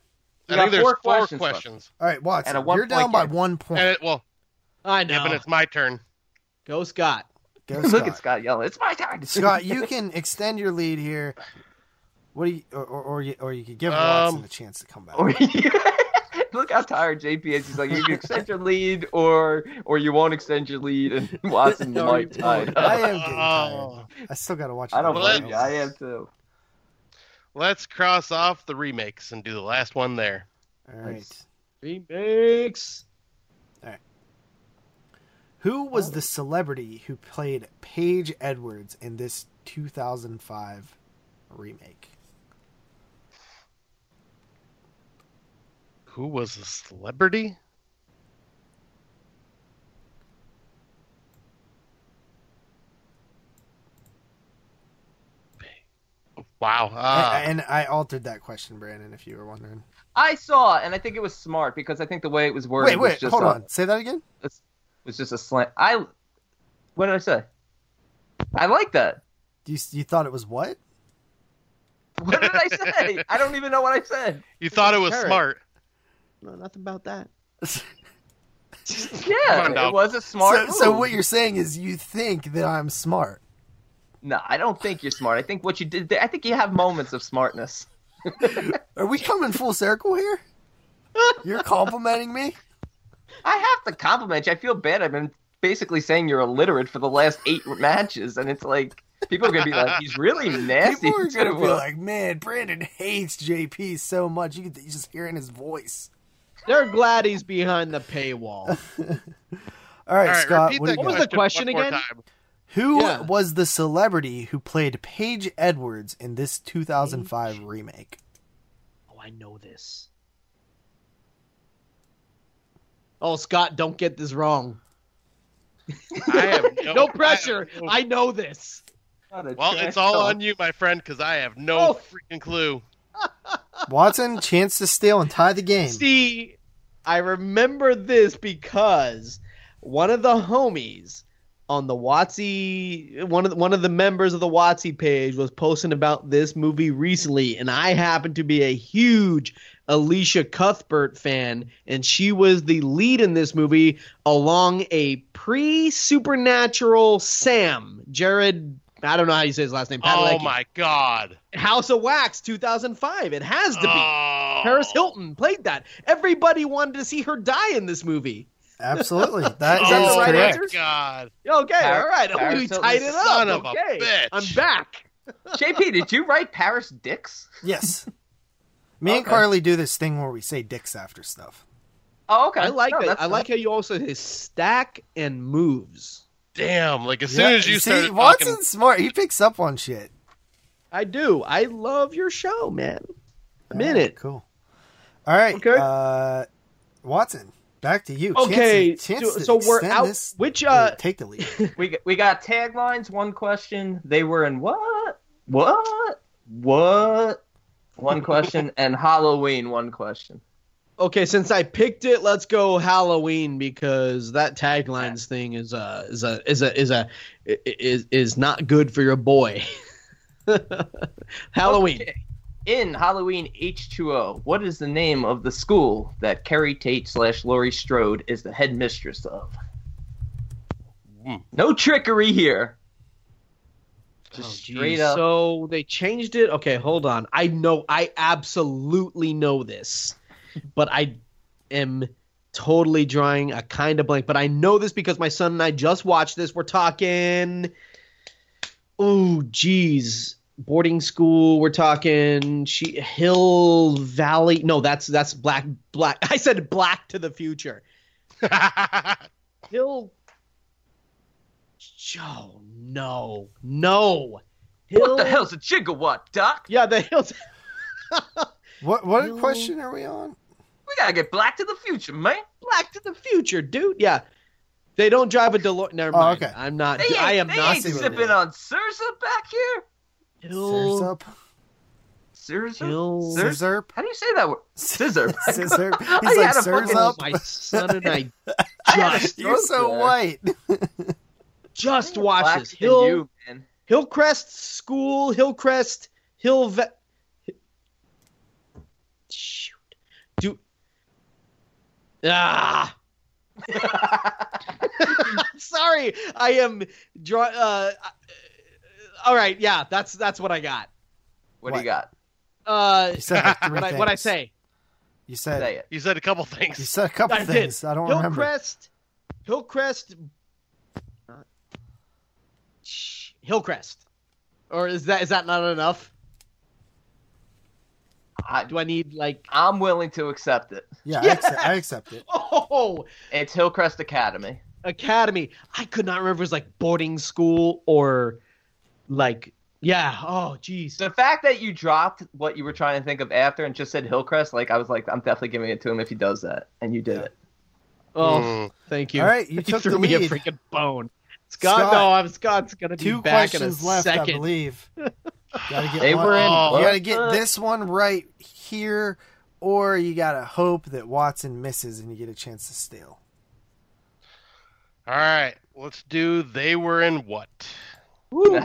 S6: I
S1: got
S6: think there's
S1: four
S6: four
S1: questions
S6: questions.
S1: left.
S2: All right, Watson,
S1: at a one
S2: you're down
S1: point
S2: by
S1: game.
S2: one point.
S1: Uh,
S6: And it, well,
S7: I
S6: yeah,
S7: know.
S6: but it's my turn.
S7: Go Scott.
S2: Go, Scott.
S1: Look at Scott yelling. It's my time.
S2: Scott, you can extend your lead here. What do you, or, or, or you, or you could give
S6: Um,
S2: Watson a chance to come back.
S1: Or you- Look how tired JP is. He's like, you can extend your lead, or or you won't extend your lead, and Watson
S7: No,
S1: might
S7: you
S1: tie it
S2: won't. I
S1: up.
S2: am getting tired.
S6: Oh.
S2: I still got to watch.
S1: I don't
S2: the
S6: Well,
S1: blame you. I
S2: finals.
S1: am too.
S6: Let's cross off the remakes and do the last one there.
S2: All right.
S1: Nice.
S7: Remakes.
S2: Who was the celebrity who played Paige Edwards in this 2005 remake?
S6: Who was a celebrity? Wow.
S1: Ah.
S2: A-
S6: Uh,
S2: and I altered that question, Brandon, if you were wondering.
S1: I saw, and I think it was smart because I think the way it was worded
S2: Wait, wait,
S1: was just
S2: hold
S1: a,
S2: on. Say that again.
S1: was just a slant. I What did I say? I like that.
S2: You, you thought it was what?
S1: What did I say? I don't even know what I said.
S6: You thought it was
S7: Parrot.
S6: smart.
S7: No, nothing about that.
S1: Yeah,
S6: on,
S1: it
S6: dog.
S1: was a smart
S2: so, so
S1: move.
S2: what you're saying is you think that I'm smart.
S1: No, I don't think you're smart. I think what you did there, I think you have moments of smartness.
S2: Are we coming full circle here? You're complimenting me?
S1: I have to compliment you. I feel bad. I've been basically saying you're illiterate for the last eight matches, and it's like people are gonna be like, he's really nasty.
S2: People are
S1: to
S2: gonna be
S1: him."
S2: like, man, Brandon hates JP so much. You can you just hearing his voice.
S7: They're glad he's behind the paywall.
S2: All right,
S6: All right,
S2: Scott,
S6: repeat
S2: what do
S6: that
S2: you got?
S7: What was the
S6: question
S7: question
S6: one more
S7: again?
S6: time.
S2: Who
S7: Yeah.
S2: was the celebrity who played Paige Edwards in this 2005 remake?
S7: oh, I know this. Oh, Scott, don't get this wrong.
S6: I have no,
S7: No
S6: I have
S7: pressure.
S6: no-
S7: I know this.
S1: What a
S6: well,
S1: trash
S6: it's all
S1: talk.
S6: on you, my friend, because I have no
S7: Oh.
S6: freaking clue.
S2: Watson, chance to steal and tie the game.
S7: See, I remember this because one of the homies on the Watsy, one of the, one of the members of the Watsy page was posting about this movie recently, and I happen to be a huge Alicia Cuthbert fan, and she was the lead in this movie along a pre-supernatural Sam Jared. I don't know how you say his last name.
S6: Oh
S7: Padalecki.
S6: my god.
S7: House of Wax, 2005. It has to be.
S6: Oh.
S7: Paris Hilton played that. Everybody wanted to see her die in this movie.
S2: Absolutely. That
S6: Oh
S2: is
S7: Is that the right
S2: correct.
S7: answer?
S6: god.
S7: Okay,
S1: Par-
S7: all right.
S1: Paris
S7: we
S1: Hilton's
S7: tied it up.
S6: son of a
S7: okay.
S6: bitch.
S7: I'm back.
S1: JP, did you write Paris Dix?
S2: Yes. Me and
S1: Okay.
S2: Carly do this thing where we say dicks after stuff.
S1: Oh, okay.
S7: I like
S1: No,
S7: it.
S1: that's
S7: I like how you also say stack and moves.
S6: Damn. Like as soon as you
S2: see,
S6: started
S2: Watson's
S6: talking,
S2: smart. He picks up on shit.
S7: I do. I love your show, man. I'm in
S2: Alright,
S7: it.
S2: Cool. All right.
S7: Okay.
S2: Uh, Watson, back to you.
S7: Okay,
S2: Chance,
S7: so,
S2: chance to
S7: so we're
S2: extend
S7: out.
S2: This,
S7: Which
S2: or
S7: uh,
S2: take the lead.
S1: We g- we got taglines, one question. They were in what? What? What? One question and Halloween, one question.
S7: okay, since I picked it, let's go Halloween because that taglines thing is uh is a is a is a i- i- is is not good for your boy. Halloween.
S1: Okay. In Halloween H2O, what is the name of the school that Carrie Tate slash Laurie Strode is the headmistress of?
S6: Hmm.
S1: No trickery here. Just
S7: Oh,
S1: straight
S7: geez.
S1: up.
S7: So they changed it. Okay, hold on. I know. I absolutely know this, but I am totally drawing a kind of blank. But I know this because my son and I just watched this. We're talking. Oh, geez, boarding school. We're talking she, Hill Valley. No, that's that's black black. I said black to the future. Hill. Oh no, no.
S1: what the
S7: Hill-
S1: hell's a gigawatt, Doc?
S7: Yeah, the hills.
S2: What what
S7: No.
S2: question are we on?
S1: We gotta get black to the future, man.
S7: Black to the future, dude. Yeah, they don't drive a DeLorean. Never
S2: Oh,
S7: mind.
S2: okay.
S7: I'm not.
S1: They ain't,
S7: I am
S1: they
S7: not
S1: ain't
S2: doing
S1: sipping
S7: it.
S1: on Sirza back here.
S2: Scissors
S7: Hill.
S2: up.
S1: Sirza?
S7: Hill.
S1: Sir-
S2: Scissorp.
S1: How do you say that word? Scissor.
S2: Scissorp.
S1: I
S2: He's like,
S1: had a
S2: sirs
S1: fucking-
S7: Oh,
S2: up.
S7: my son and I
S1: I had a
S7: just
S2: You're
S1: stroke
S2: so
S1: there.
S2: white.
S7: just
S1: I'm
S7: watched
S1: blacker
S7: this.
S1: than
S7: Hill
S1: you, man.
S7: Hillcrest School. Hillcrest Hill. Ve- Shoot. Do. Ah. Sorry, I am draw. Uh, uh, all right, yeah, that's that's what I got.
S1: What,
S2: What?
S1: do you got?
S7: Uh,
S2: You said like three
S7: what I
S2: things.
S7: what I say?
S2: You said
S1: Say it.
S6: you said a couple
S2: you
S6: things.
S2: said a couple
S7: I did.
S2: things. I don't remember.
S7: Hillcrest, Hillcrest, Hillcrest, or is that is that not enough?
S1: I,
S7: Do I need like?
S1: I'm willing to accept it.
S2: Yeah, I,
S7: Yes!
S2: accept, I accept it.
S7: Oh,
S1: It's Hillcrest Academy.
S7: Academy. I could not remember. If it was like boarding school or like yeah. Oh, jeez.
S1: The fact that you dropped what you were trying to think of after and just said Hillcrest, like I was like, I'm definitely giving it to him if he does that, and you did it.
S6: Mm.
S7: Oh, thank you.
S2: All right, you
S7: He
S2: took
S7: threw
S2: the
S7: me a
S2: lead.
S7: freaking bone. Scott,
S2: Scott,
S7: no, I'm Scott's gonna be
S2: Two
S7: back in a
S2: questions left, I
S7: second.
S2: believe. Gotta get
S1: They
S2: one.
S1: were in.
S6: Oh,
S2: you
S1: what
S2: gotta get
S1: the-
S2: this one right here, or you gotta hope that Watson misses and you get a chance to steal.
S6: All right. Let's do They Were in What?
S7: Woo.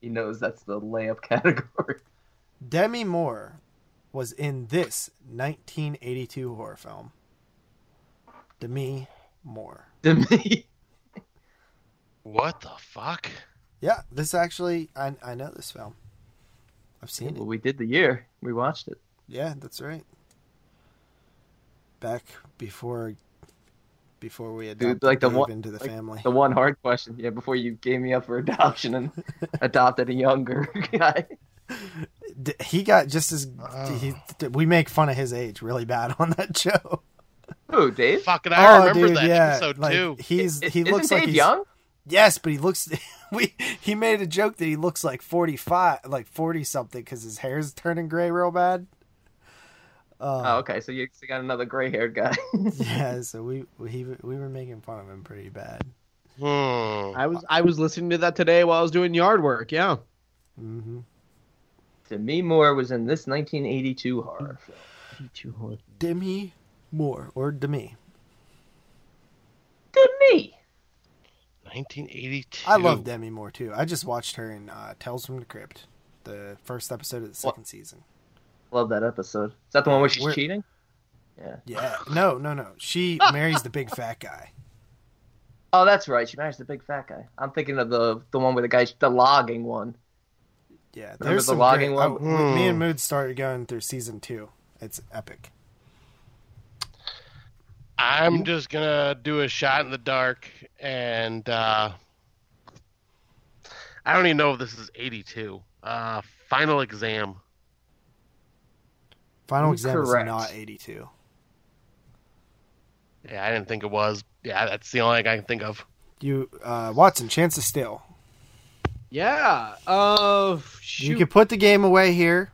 S1: he knows that's the layup category.
S2: Demi Moore was in this 1982 horror film. Demi Moore.
S1: To me,
S6: What the fuck?
S2: Yeah, this actually, I, I know this film. I've seen
S1: well,
S2: it.
S1: we did the year. We watched it.
S2: Yeah, that's right. Back before, before we had
S1: Dude, like the one-
S2: into the
S1: like
S2: family.
S1: The one hard question, yeah, before you gave me up for adoption and adopted a younger guy.
S2: D- he got just as
S6: Oh.
S2: he, d- we make fun of his age really bad on that show.
S1: Who, Dave?
S6: Fuck it, I remember that
S2: Oh, yeah,
S6: episode
S2: like,
S6: too.
S2: He's
S1: I-
S2: he
S1: isn't
S2: looks
S1: Dave
S2: like he's,
S1: young.
S2: Yes, but he looks. We he made a joke that he looks like forty five, like forty something, because his hair's turning gray real bad. Um,
S7: Uh,
S1: Oh, okay. So you you got another gray-haired guy.
S2: Yeah, so we we he- we were making fun of him pretty bad.
S6: Hmm.
S7: I was I was listening to that today while I was doing yard work. Yeah.
S2: hmm
S1: Demi Moore was in this 1982 horror film.
S2: Demi Moore or Demi.
S1: Demi.
S6: 1982.
S2: I love Demi Moore too. I just watched her in uh, Tales from the Crypt, the first episode of the second season.
S1: Love that episode. Is that the one where she's
S2: Where-
S1: cheating?
S2: Yeah, no, no, no. She marries the big fat guy.
S1: Oh, that's right. She marries the big fat guy. I'm thinking of the the one with the guy, the logging one.
S2: Yeah,
S1: Remember
S2: there's
S1: the
S2: some
S1: logging
S2: great- I-
S1: one?
S2: w- Me and
S6: Hmm.
S2: Mood started going through season two. It's epic.
S6: I'm just gonna do a shot in the dark, and uh, I don't even know if this is 82. Uh, final exam.
S2: Final exam
S1: Correct.
S2: is not 82.
S6: Yeah, I didn't think it was. Yeah, that's the only thing I can think of.
S2: You uh, Watson, chances still.
S7: Yeah. Uh, shoot.
S2: You could put the game away here,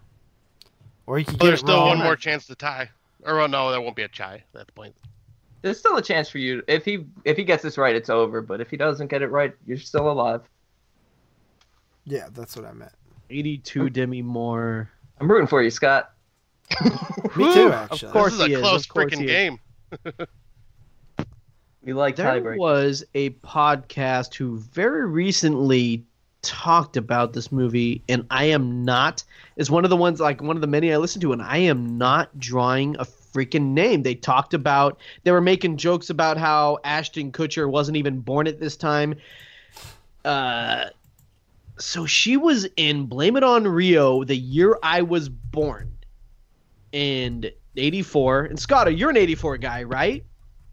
S2: or you could
S6: Well,
S2: get
S6: Oh, there's
S2: it
S6: still
S2: wrong.
S6: one more chance to tie. Or well, no, there won't be a tie at that point.
S1: There's still a chance for you. If he if he gets this right, it's over. But if he doesn't get it right, you're still alive.
S2: Yeah, that's what I meant.
S7: 82 Demi Moore.
S1: I'm rooting for you, Scott.
S2: Me too, actually.
S7: Of course
S6: this is a
S7: he is,
S6: close
S7: of course
S6: freaking
S7: he is.
S6: game.
S1: We like
S7: There
S1: tiebreakers.
S7: was a podcast who very recently talked about this movie, and I am not. It's one of the ones like one of the many I listen to, and I am not drawing a freaking name. They talked about they were making jokes about how Ashton Kutcher wasn't even born at this time. Uh, so she was in Blame It on Rio the year I was born, and '84. And Scott, you're an '84 guy, right?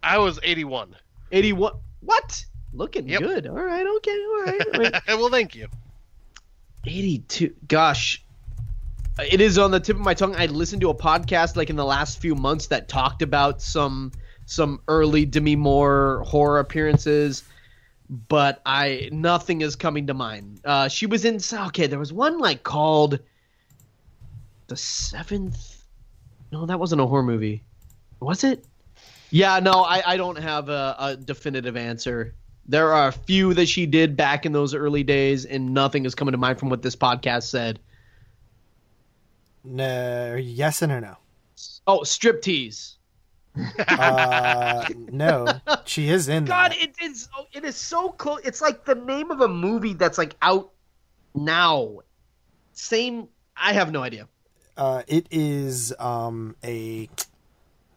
S6: I was 81.
S7: 81 what looking
S6: Yep.
S7: good all right okay all right, all right.
S6: well, thank you.
S7: 82 gosh it is on the tip of my tongue i listened to a podcast like in the last few months that talked about some some early demi moore horror appearances but i nothing is coming to mind uh she was in okay there was one like called the seventh no that wasn't a horror movie was it yeah no i i don't have a, a definitive answer there are a few that she did back in those early days, and nothing is coming to mind from what this podcast said.
S2: No, are you yes and or no?
S7: Oh, striptease.
S2: Uh, no, she is in.
S7: God,
S2: that.
S7: it is. Oh, it is so close. It's like the name of a movie that's like out now. Same. I have no idea.
S2: Uh, it is um a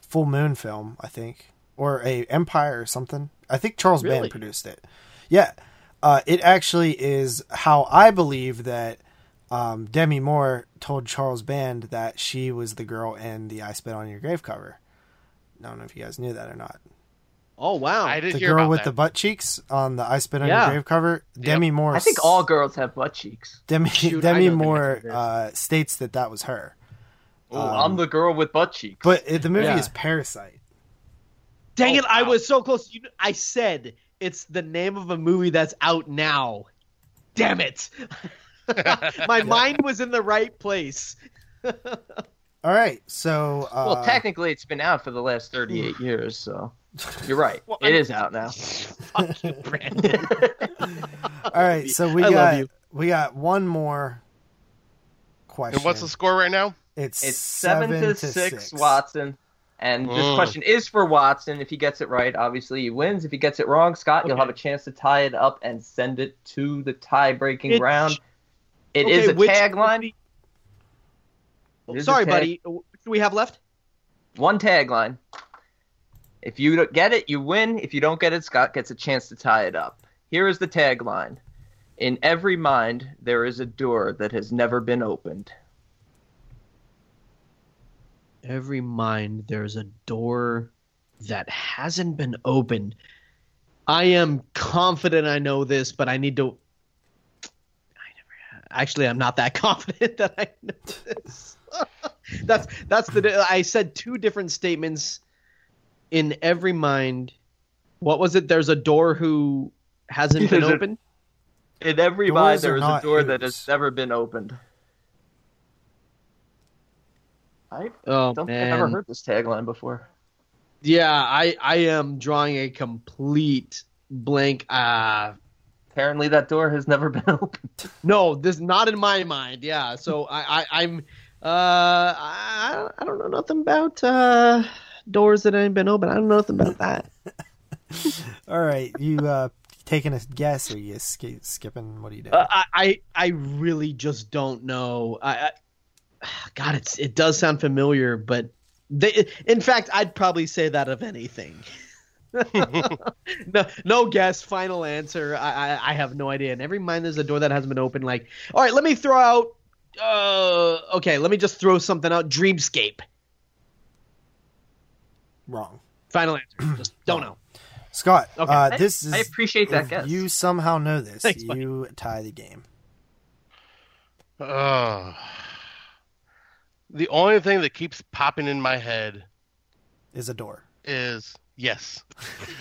S2: full moon film, I think, or a Empire or something. I think Charles
S7: Really?
S2: Band produced it. Yeah, uh, it actually is how I believe that um, Demi Moore told Charles Band that she was the girl in the "I Spit on Your Grave" cover. I don't know if you guys knew that or not.
S7: Oh wow.
S6: I didn't
S2: The
S6: hear
S2: girl
S6: about
S2: with
S6: that.
S2: the butt cheeks on the "I Spit on
S7: Yeah.
S2: Your Grave" cover. Demi Moore.
S1: I think all girls have butt cheeks.
S2: Demi
S7: Shoot, I
S2: Demi
S7: know who
S2: Moore
S7: that is.
S2: uh, states that that was her.
S1: Oh,
S2: Um,
S1: I'm the girl with butt cheeks.
S2: But it, the movie
S7: Yeah.
S2: is Parasite.
S7: Dang
S6: Oh,
S7: it! I
S6: wow.
S7: was so close. You, I said it's the name of a movie that's out now. Damn it! My mind was in the right place.
S2: All right, so uh,
S1: well, technically, it's been out for the last 38 years, so you're right.
S7: Well,
S1: It
S7: I'm-
S1: is out now.
S7: Fuck you, Brandon.
S2: all right, so we
S7: I love
S2: got
S7: you.
S2: we got one more question.
S6: And what's the score right now?
S2: It's,
S1: It's
S2: seven,
S1: seven, to, six, Watson, And this
S6: Mm.
S1: question is for Watson. If he gets it right, obviously he wins. If he gets it wrong, Scott, you'll
S7: Okay.
S1: have a chance to tie it up and send it to the tie-breaking
S7: It's-
S1: round. It
S7: okay,
S1: is a
S7: which-
S1: tagline. It is a
S7: Sorry,
S1: tag-
S7: buddy. What do we have left?
S1: One tagline. If you don't get it, you win. If you don't get it, Scott gets a chance to tie it up. Here is the tagline. In every mind, there is a door that has never been opened.
S7: Every mind, there's a door that hasn't been opened. I am confident I know this, but I need to. I never. Actually, I'm not that confident that I know this. that's that's the. I said two different statements. In every mind, what was it? There's a door who hasn't been
S1: There's a-
S7: opened.
S1: In every
S2: Doors
S1: mind,
S2: are
S1: there is a
S2: not
S1: door that
S2: hoops.
S1: has never been opened. I
S7: Oh
S1: don't think
S7: man!
S1: I've ever heard this tagline before.
S7: Yeah, I I am drawing a complete blank. Uh
S1: Apparently, that door has never been opened.
S7: no, this not in my mind. Yeah, so I, I I'm uh I, I don't know nothing about uh doors that ain't been open. I don't know nothing about that.
S2: All right, you uh, taking a guess or you sk- skipping? What are you doing?
S7: Uh, I I I really just don't know. I, I God, it's it does sound familiar, but they in fact I'd probably say that of anything. no, no guess. Final answer. I, I, I have no idea. And every mind, there's a door that hasn't been opened. Like, all right, let me throw out. Uh, okay, let me just throw something out. Dreamscape.
S2: Wrong.
S7: Final answer. Just don't know.
S2: Scott,
S7: Okay.
S2: uh, this is
S1: I appreciate that
S2: if
S1: guess.
S2: You somehow know this.
S7: Thanks, buddy.
S2: you tie the game.
S6: Oh. The only thing that keeps popping in my head
S2: Is a door.
S6: is yes.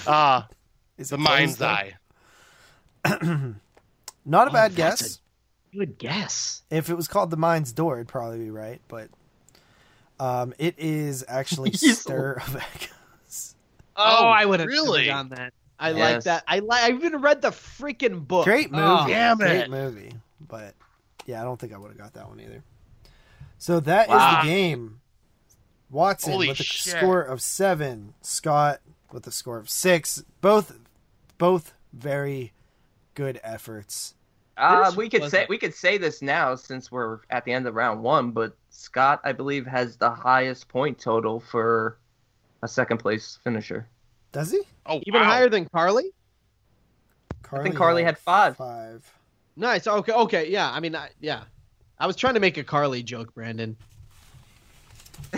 S6: Uh
S2: Is
S6: the
S2: it
S6: mind's
S2: closed, though?
S6: eye.
S2: Not a
S7: Oh,
S2: bad
S7: that's
S2: guess.
S7: Good guess.
S2: If it was called the mind's door, it'd probably be right. But um, it is actually
S7: Yes.
S2: stir of echoes.
S7: Oh,
S6: Oh,
S7: I would have
S6: really?
S7: on that. I like
S1: Yes.
S7: that. I like. I even read the freaking book.
S2: Great movie.
S7: Oh.
S6: damn
S2: Great
S6: it.
S2: movie. But yeah, I don't think I would have got that one either. So that is
S6: Wow.
S2: the game. Watson
S6: Holy
S2: with a
S6: shit.
S2: score of seven. Scott with a score of six. Both, both very good efforts.
S1: Uh,
S7: This
S1: we could
S7: was
S1: say
S7: a-
S1: we could say this now since we're at the end of round one, but Scott, I believe, has the highest point total for a second place finisher.
S2: Does he?
S6: Oh,
S7: Even
S6: wow.
S7: higher than Carly.
S2: Carly
S1: Carly had five.
S2: Five.
S7: Nice. Okay. Okay. Yeah. I mean, I, yeah. I was trying to make a Carly joke, Brandon.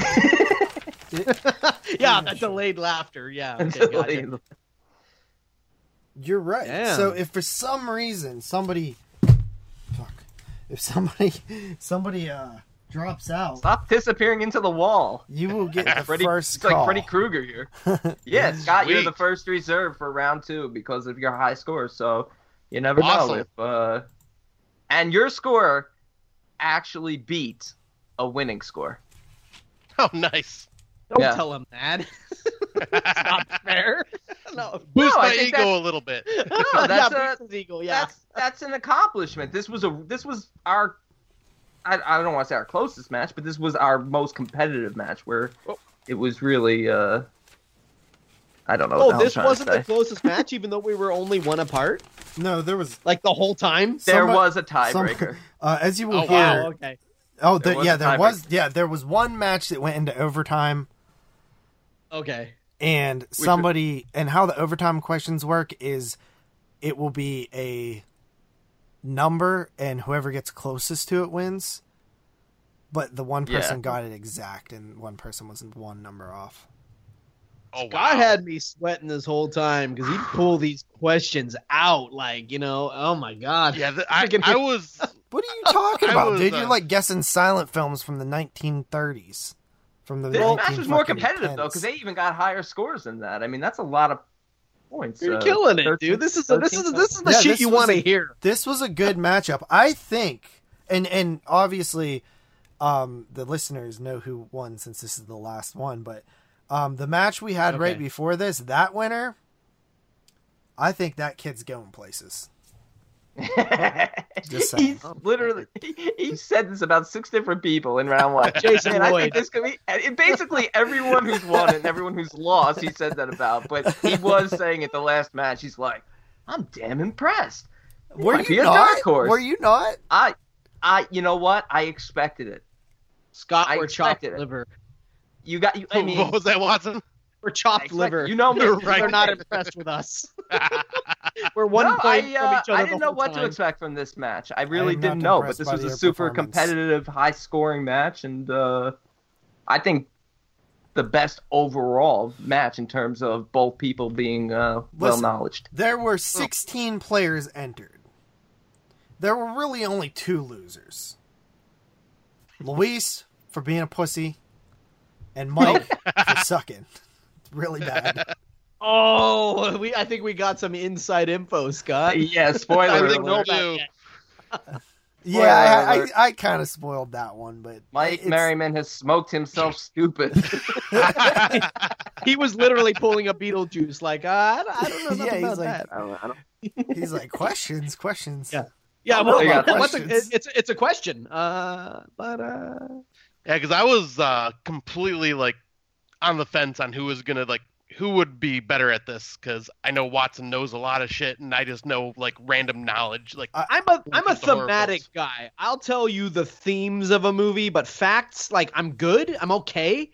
S7: yeah, that delayed laughter. Yeah. Okay, gotcha.
S2: You're right.
S7: Damn.
S2: So if for some reason somebody, fuck, if somebody, somebody uh drops out,
S1: Stop disappearing into the wall.
S2: you will get the
S1: Freddy,
S2: first
S1: it's
S2: call.
S1: like Freddy Krueger here. yeah, Scott, you're
S6: Sweet.
S1: the first reserve for round two because of your high score. So you never
S6: Awesome.
S1: know if. Uh... And your score actually beat a winning score.
S6: Oh, nice.
S7: Don't
S1: Yeah.
S7: tell him that. It's not fair. no.
S6: Boost
S1: No, I
S6: my
S1: think
S6: ego
S1: that's-
S6: a little bit.
S1: No, that's
S7: yeah,
S1: a-
S7: Beast is Eagle. Yeah.
S1: That's that's an accomplishment. This was a this was our I, I don't want to say our closest match, but this was our most competitive match where it was really uh I don't know. what the
S7: Oh,
S1: hell I'm
S7: this
S1: trying to
S7: wasn't the
S1: say.
S7: closest match, even though we were only one apart,
S2: No, there was
S7: like the whole time.
S1: there
S2: somebody-
S1: was a
S2: some-
S1: tiebreaker.
S2: uh, as you will
S6: Oh,
S2: hear.
S6: wow.
S7: Oh, okay.
S2: Oh,
S1: There
S2: the,
S1: was
S2: yeah,
S1: a
S2: there
S1: tiebreaker.
S2: was. Yeah, there was one match that went into overtime,
S7: Okay.
S2: and somebody and how the overtime questions work is, it will be a number, and whoever gets closest to it wins. But the one
S1: Yeah.
S2: person got it exact, and one person was one number off.
S6: Oh, wow.
S7: God had me sweating this whole time because he'd pull these questions out, like you know, oh my god.
S6: Yeah, th- I,
S7: Freaking-
S6: I was.
S2: What are you talking
S6: I
S2: about,
S6: was,
S2: dude?
S6: uh,
S2: You're like guessing silent films from the 1930s. From the
S1: This
S2: 19
S1: match was more
S2: fucking
S1: competitive though,
S2: tens.
S1: because they even got higher scores than that. I mean, that's a lot of points.
S7: You're
S1: uh,
S7: killing it,
S1: 13
S7: dude. This is this is
S1: 13
S7: this is the
S2: Yeah,
S7: shit
S2: this
S7: you
S2: was
S7: want
S2: a-
S7: to hear.
S2: this was a good matchup, I think. And and obviously, um, the listeners know who won since this is the last one. But um, the match we had right
S7: Okay.
S2: before this, that winner, I think that kid's going places. Just saying.
S1: He's literally he- he said this about six different people in round one.
S7: Jason
S1: Man, I
S7: Lloyd.
S1: think this could be and it- basically everyone who's won and everyone who's lost. He said that about, but he was saying at the last match, he's like, "I'm damn impressed."
S2: Were
S1: Might be
S2: you
S1: a
S2: not?
S1: dark horse.
S2: Were you not?
S1: I, I, you know what? I expected it.
S7: Scott
S1: I
S7: or chopped
S1: expected it.
S7: liver.
S1: You got. You, I mean,
S6: what was that, Watson?
S7: Or
S1: I
S7: chopped
S1: expect-
S7: liver.
S1: You know me.
S6: You're right.
S7: They're not impressed with us. We're
S1: No,
S7: one point
S1: I, uh,
S7: from each other.
S1: I didn't
S7: the
S1: know
S7: whole
S1: what
S7: time.
S1: to expect from this match. I really
S2: am
S1: didn't
S2: not
S1: know, but
S2: impressed
S1: this
S2: by
S1: was a
S2: their
S1: super
S2: performance.
S1: competitive, high-scoring match, and uh, I think the best overall match in terms of both people being uh, well
S2: Listen.
S1: knowledged.
S2: There were 16 players entered. There were really only two losers. Luis for being a pussy, and Mike for sucking. It's really bad.
S7: Oh, we, I think we got some inside info, Scott.
S1: Uh, Yeah, spoiler
S7: I think
S1: alert.
S7: no-
S6: You.
S2: Yeah, I,
S1: Spoiler
S2: I, I kind of spoiled that one, but
S1: Mike
S2: it's-
S1: Merriman has smoked himself stupid.
S7: He was literally pulling a Beetlejuice. Like, uh, I, don't- I don't
S2: Yeah,
S7: know
S2: he's
S7: nothing about
S2: like-
S7: that.
S1: I don't- I don't-
S2: He's like questions, questions.
S7: Yeah. Yeah,
S2: well,
S7: well,
S1: I got
S7: what's a,
S2: questions.
S7: it's it's a question. Uh, but uh,
S6: Yeah, because I was uh, completely like on the fence on who was gonna like who would be better at this because I know Watson knows a lot of shit and I just know like random knowledge. Like
S7: I'm a I'm
S6: Look
S7: a
S6: at the horror
S7: thematic
S6: films.
S7: guy. I'll tell you the themes of a movie, but facts like I'm good, I'm okay,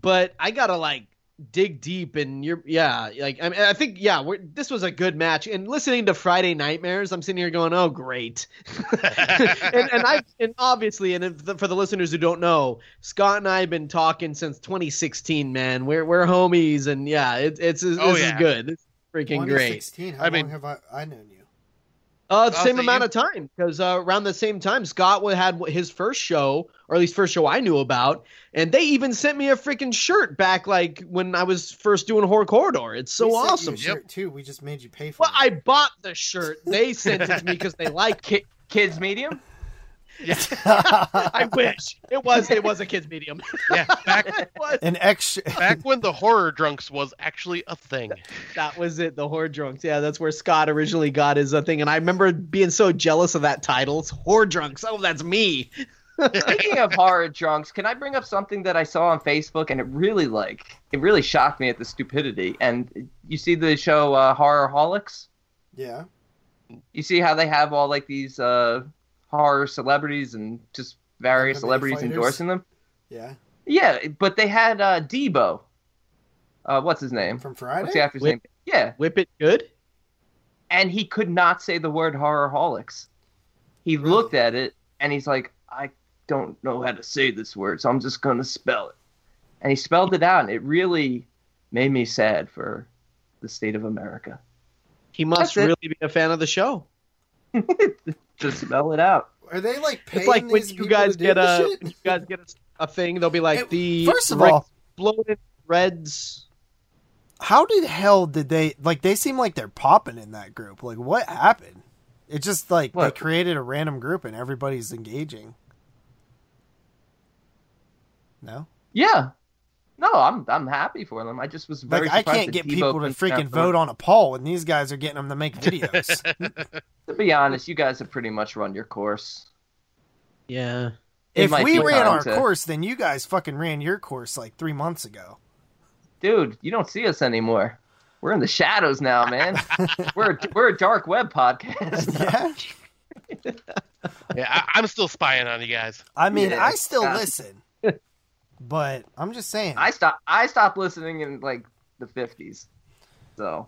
S7: but I gotta like dig deep and you're yeah like I, mean, I think yeah we're, this was a good match and listening to Friday Nightmares I'm sitting here going oh great and, and I and obviously and if the, for the listeners who don't know Scott and I have been talking since 2016 man we're we're homies and yeah it, it's this
S6: Oh,
S7: is
S6: yeah.
S7: good it's freaking great
S2: 2016, How
S6: I mean-
S2: long have I, I known you?
S7: uh, the
S6: I'll
S7: same
S6: see
S7: amount
S6: you.
S7: of time because uh, around the same time Scott wa- had his first show, or at least first show I knew about, and they even sent me a freaking shirt back like when I was first doing Horror Corridor. It's so
S2: We sent you a
S7: awesome.
S2: shirt, too. We just made you pay for
S7: Well,
S2: it.
S7: I bought the shirt. They sent it to me because they like it.
S1: Ki- kids medium.
S7: I wish it was it was a kids medium.
S6: yeah, back
S7: It was-
S2: an extra.
S6: back when the horror drunks was actually a thing.
S7: that was it. The whore drunks. Yeah, that's where Scott originally got his uh, thing, and I remember being so jealous of that title. It's whore drunks. Oh, that's me.
S1: Speaking of horror drunks, can I bring up something that I saw on Facebook and it really like it really shocked me at the stupidity. And you see the show uh, Horror Holics?
S2: yeah.
S1: You see how they have all like these uh, horror celebrities and just various
S2: MMA
S1: celebrities
S2: fighters.
S1: endorsing them.
S2: Yeah.
S1: Yeah, but they had uh, Debo. Uh, what's his name?
S2: From Friday?
S1: What's the actor's
S7: Whip-
S1: name? Yeah,
S7: Whip it good.
S1: and he could not say the word horrorholics. He
S2: Really?
S1: looked at it and he's like, I don't know how to say this word, so I'm just gonna spell it. And he spelled it out, and it really made me sad for the state of America
S7: He must
S1: That's it.
S7: really be a fan of the show.
S1: to spell it out.
S2: Are they like paying
S7: It's like when
S2: these
S7: you
S2: people
S7: guys
S2: to do
S7: get
S2: this
S7: uh, a
S2: shit?
S7: when you guys get a, a thing, they'll be like
S2: It-
S7: the
S2: first of
S7: Rick
S2: all-
S7: bloated Reds.
S2: How did hell did they like? They seem like they're popping in that group. Like, what happened? It just like
S1: What?
S2: they created a random group and everybody's engaging. No,
S1: Yeah. No, I'm I'm happy for them. I just was very
S2: like I
S1: surprised
S2: can't
S1: that
S2: get
S1: Debo
S2: people to
S1: couldn't pronounce
S2: freaking
S1: the word.
S2: vote on a poll, and these guys are getting them to make videos.
S1: To be honest, you guys have pretty much run your course.
S7: Yeah.
S1: It
S2: if
S1: might
S2: we
S1: be
S2: ran
S1: time
S2: our
S1: to-
S2: course, then you guys fucking ran your course like three months ago.
S1: Dude, you don't see us anymore. We're in the shadows now, man. we're we're a dark web podcast.
S2: yeah,
S6: Yeah, I, I'm still spying on you guys.
S2: I mean,
S1: Yeah,
S2: I still
S1: God.
S2: listen, but I'm just saying.
S1: I stop I stopped listening in like the fifties. So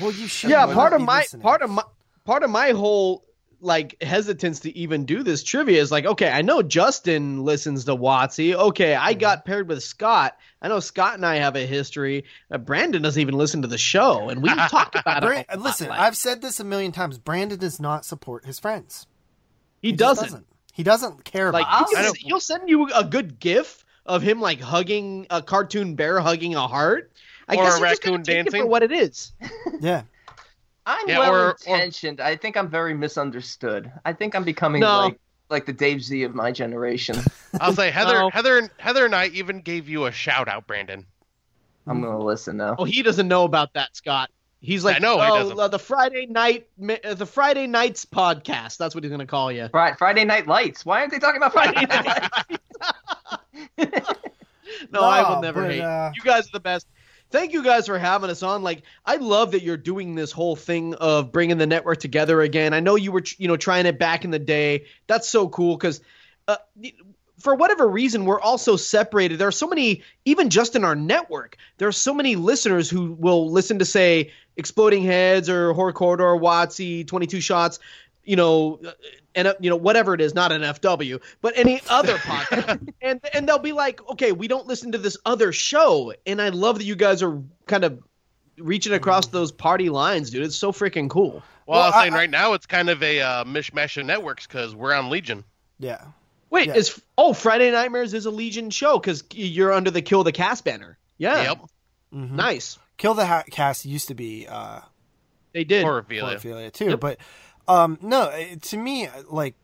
S2: well, you should.
S7: Yeah,
S2: not
S7: part of
S2: be
S7: my
S2: listening.
S7: part of my part of my whole like hesitance to even do this trivia is like, okay, I know Justin listens to Watsy. Okay, I got paired with Scott. I know Scott and I have a history. Uh, Brandon doesn't even listen to the show, and we talk about
S2: Bran-
S7: it. a lot.
S2: listen,
S7: Like,
S2: I've said this a million times. Brandon does not support his friends.
S7: he
S2: just
S7: doesn't.
S2: He doesn't care
S7: Like
S2: about.
S1: I'll-
S2: it.
S7: he'll, he'll send you a good GIF of him like hugging a cartoon bear hugging a heart. I
S6: Or
S7: guess
S6: a
S7: you're just gonna
S6: raccoon
S7: take it for
S6: dancing.
S7: what it is.
S2: Yeah,
S1: I'm
S6: Yeah, or-
S1: well
S6: or-
S1: intentioned. I think I'm very misunderstood. I think I'm becoming
S7: No.
S1: like like the Dave Z of my generation.
S6: I'll say Heather,
S7: No.
S6: Heather, and Heather and I even gave you a shout out, Brandon.
S1: I'm gonna listen now.
S7: Oh, he doesn't know about that, Scott. He's like,
S6: I know, he
S7: oh,
S6: doesn't.
S7: uh, the Friday night, mi- uh, the Friday nights podcast. That's what he's gonna call you.
S1: Fri- Friday Night Lights. Why aren't they talking about Friday Night Lights?
S7: No, I will never
S2: but,
S7: hate.
S2: uh,
S7: You guys are the best. Thank you guys for having us on. Like, I love that you're doing this whole thing of bringing the network together again. I know you were, you know, trying it back in the day. That's so cool because, uh, for whatever reason, we're all so separated. There are so many, even just in our network, there are so many listeners who will listen to say Exploding Heads or Horror Corridor, Watsy, Twenty Two Shots, you know, uh, and uh, you know whatever it is, not an FW, but any other podcast and and they'll be like, okay, we don't listen to this other show, and I love that you guys are kind of reaching across those party lines, dude. It's so freaking cool.
S6: Well, I was
S2: Well, I-
S6: saying right now it's kind of a uh, mishmash of networks because we're on Legion.
S2: yeah.
S7: Wait,
S2: Yeah.
S7: is oh Friday Nightmares is a Legion show because you're under the Kill the Cast banner? Yeah,
S6: Yep.
S2: Mhm.
S7: nice.
S2: Kill the Hat Cast used to be uh,
S7: They did.
S6: Horrorphilia.
S2: Porphilia too,
S7: Yep.
S2: but um, no, it- to me, like,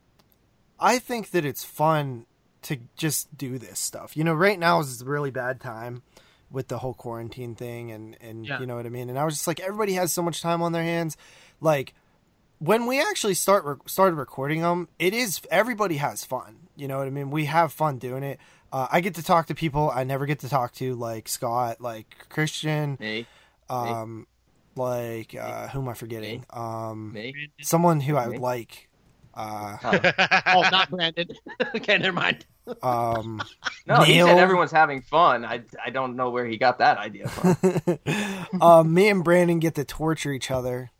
S2: I think that it's fun to just do this stuff. You know, right now is a really bad time with the whole quarantine thing, and and
S7: Yeah.
S2: you know what I mean. And I was just like, everybody has so much time on their hands, like. When we actually start re- started recording them, it is everybody has fun. You know what I mean? We have fun doing it. Uh, I get to talk to people I never get to talk to, like Scott, like Christian,
S1: Me,
S2: um, like uh, who am I forgetting? Um,
S1: me.
S2: someone who I
S1: Me?
S2: like. Uh,
S7: Oh, not Brandon. okay, never mind.
S2: um,
S1: No, he said
S2: Neil.
S1: everyone's having fun. I, I don't know where he got that idea from.
S2: uh, me and Brandon get to torture each other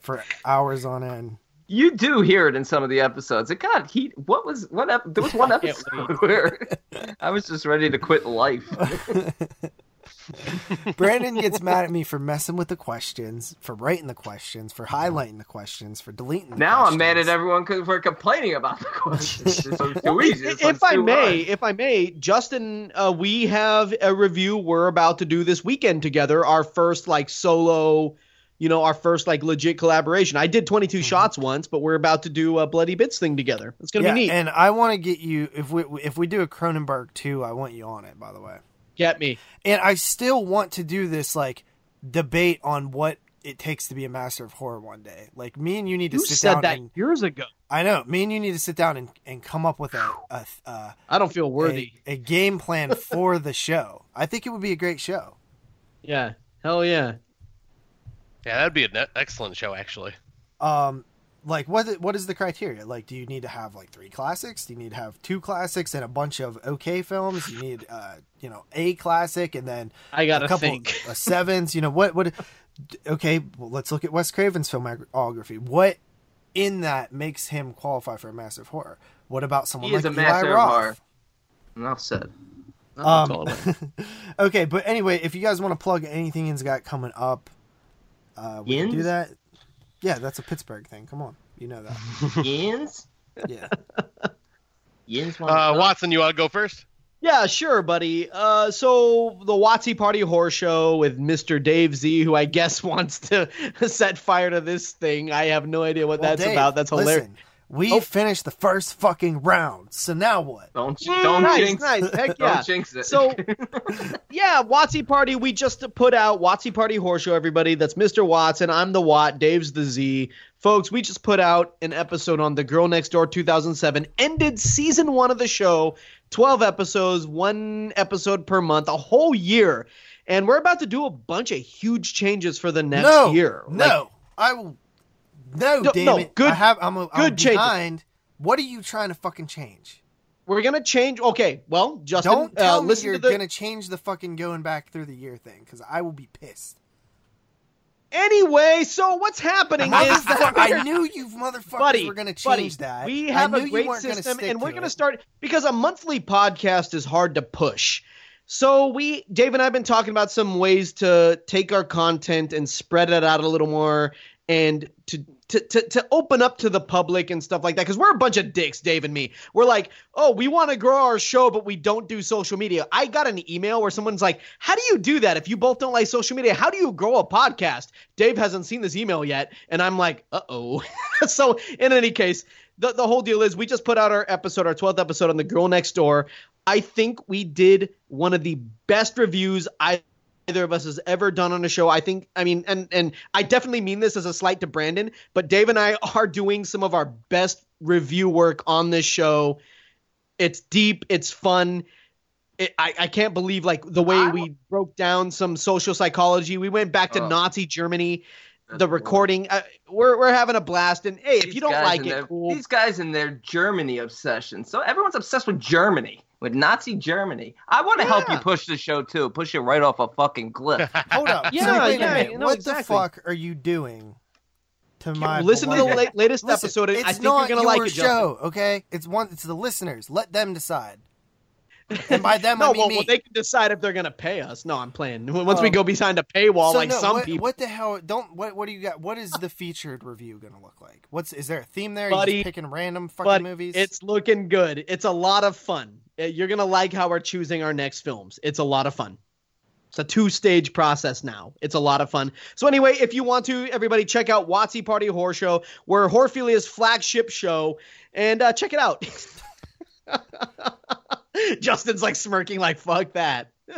S2: for hours on end.
S1: you do hear it in some of the episodes. It got heat. What was what? Ep- there was one
S7: I can't
S1: episode where I was just ready to quit life.
S2: Brandon gets mad at me for messing with the questions, for writing the questions, for highlighting the questions, for deleting. The
S1: Now I'm mad at
S2: questions.
S1: everyone because we're complaining about the questions. This one's too easy. This one's
S7: if I
S1: too
S7: may,
S1: hard.
S7: if I may, Justin, uh, we have a review we're about to do this weekend together. Our first like solo, you know, our first like legit collaboration. I did 22 shots once, but we're about to do a bloody bits thing together. It's gonna
S2: yeah,
S7: be neat.
S2: and I want to get you if we if we do a Cronenberg too. I want you on it, by the way.
S7: Get me.
S2: and I still want to do this like debate on what it takes to be a master of horror one day. Like me and you need to
S7: You
S2: sit
S7: said
S2: down
S7: that
S2: and
S7: years ago.
S2: I know me and you need to sit down and, and come up with a a, uh,
S7: I don't feel worthy.
S2: a a game plan for the show. I think it would be a great show.
S7: Yeah. Hell yeah.
S6: Yeah, that'd be an e- excellent show actually.
S2: Um, like what what is the criteria? Like, do you need to have like three classics? Do you need to have two classics and a bunch of okay films? You need uh you know a classic and then
S7: I gotta
S2: a couple
S7: think.
S2: of sevens. You know what? What? d- Okay, well, let's look at Wes Craven's filmography. What in that makes him qualify for a massive horror? What about someone
S1: He
S2: like
S1: is a
S2: Eli
S1: master of
S2: Roth?
S1: horror. Enough said.
S2: Um,
S6: That's all I want.
S2: okay, but anyway, if you guys want to plug anything Ian's got coming up, uh, we can do
S1: Ian's?
S2: that. Yeah, that's a Pittsburgh thing. Come on, you know that.
S1: Yins,
S2: Yeah.
S1: Yins. wanna
S6: uh,
S1: come?
S6: Watson, you ought to go first.
S7: Yeah, sure, buddy. Uh, so the Watsy Party Horror Show with Mr. Dave Z, who I guess wants to set fire to this thing. I have no idea what
S2: Well,
S7: that's
S2: Dave,
S7: about. That's hilarious.
S2: Listen, we
S7: Oh.
S2: finished the first fucking round, so now what?
S1: Don't don't
S7: Mm, nice,
S1: jinx.
S7: nice. Heck
S1: Don't
S7: yeah.
S1: jinx it.
S7: So, yeah, Watsy Party. We just put out Watsy Party Horse Show, everybody. That's Mr. Watson. I'm the Watt. Dave's the Z. Folks, we just put out an episode on The Girl Next Door 2007. Ended season one of the show. 12 episodes, one episode per month, a whole year. And we're about to do a bunch of huge changes for the next
S2: no,
S7: year. Like,
S2: no, I will. No,
S7: No,
S2: damn
S7: no,
S2: it.
S7: good-
S2: I have, I'm, a, I'm
S7: good changes.
S2: behind. What are you trying to fucking change?
S7: we're going to change. Okay, well, Justin,
S2: Don't tell
S7: uh,
S2: me
S7: listen
S2: you're
S7: to the.
S2: gonna change the fucking going back through the year thing, because I will be pissed.
S7: Anyway, so what's happening
S2: How
S7: is
S2: is that? I knew you motherfuckers
S7: buddy,
S2: were gonna change
S7: buddy,
S2: that.
S7: We
S2: I
S7: have
S2: knew
S7: a
S2: you
S7: great
S2: weren't gonna
S7: system,
S2: stick
S7: and we're
S2: to
S7: going to
S2: it.
S7: start because a monthly podcast is hard to push. So we, Dave and I, have been talking about some ways to take our content and spread it out a little more, and to. To, to, to open up to the public and stuff like that because we're a bunch of dicks dave and me we're like oh we want to grow our show but we don't do social media i got an email where someone's like how do you do that if you both don't like social media how do you grow a podcast dave hasn't seen this email yet and i'm like uh-oh so in any case the, the whole deal is we just put out our episode our 12th episode on the girl next door i think we did one of the best reviews i either of us has ever done on a show. I think, I mean, and and I definitely mean this as a slight to Brandon, but Dave and I are doing some of our best review work on this show. It's deep, it's fun. It, I, I can't believe like the way
S1: I-
S7: we broke down some social psychology. We went back to
S1: Oh.
S7: Nazi Germany,
S1: That's
S7: the
S1: cool.
S7: recording. Uh, we're we're having a blast, and hey, if
S1: These
S7: you don't
S1: guys
S7: like
S1: and
S7: it,
S1: their-
S7: cool.
S1: These guys and their Germany obsession. So everyone's obsessed with Germany, with Nazi Germany. I want to help you
S7: Yeah.
S1: push the show too. Push it right off a fucking cliff.
S2: Hold up.
S7: Yeah,
S2: so wait
S7: yeah,
S2: a minute.
S7: no,
S2: what the
S7: exactly.
S2: fuck are you doing to my
S7: Listen to the
S2: beloved-
S7: la- latest
S2: Listen,
S7: episode. and
S2: It's
S7: I think
S2: not
S7: you're gonna
S2: your
S7: like it, Justin.
S2: show, okay? It's one. It's the listeners. Let them decide. And by them,
S7: no,
S2: I mean
S7: well,
S2: me.
S7: well, they can decide if they're gonna pay us. No, I'm playing. Once we
S2: Um,
S7: go behind a paywall,
S2: So
S7: like
S2: no,
S7: some
S2: what,
S7: people,
S2: What the hell? Don't what? What do you got? What is the featured review gonna look like? What's is there a theme there? you
S7: Buddy,
S2: just picking random fucking
S7: buddy,
S2: movies.
S7: it's looking good. It's a lot of fun. Uh, You're gonna like how we're choosing our next films. It's a lot of fun. It's a two-stage process now. It's a lot of fun. So anyway, if you want to, everybody, check out Watsy Party Horror Show. We're Horphilia's flagship show, and uh, check it out. Justin's like smirking, like "fuck that."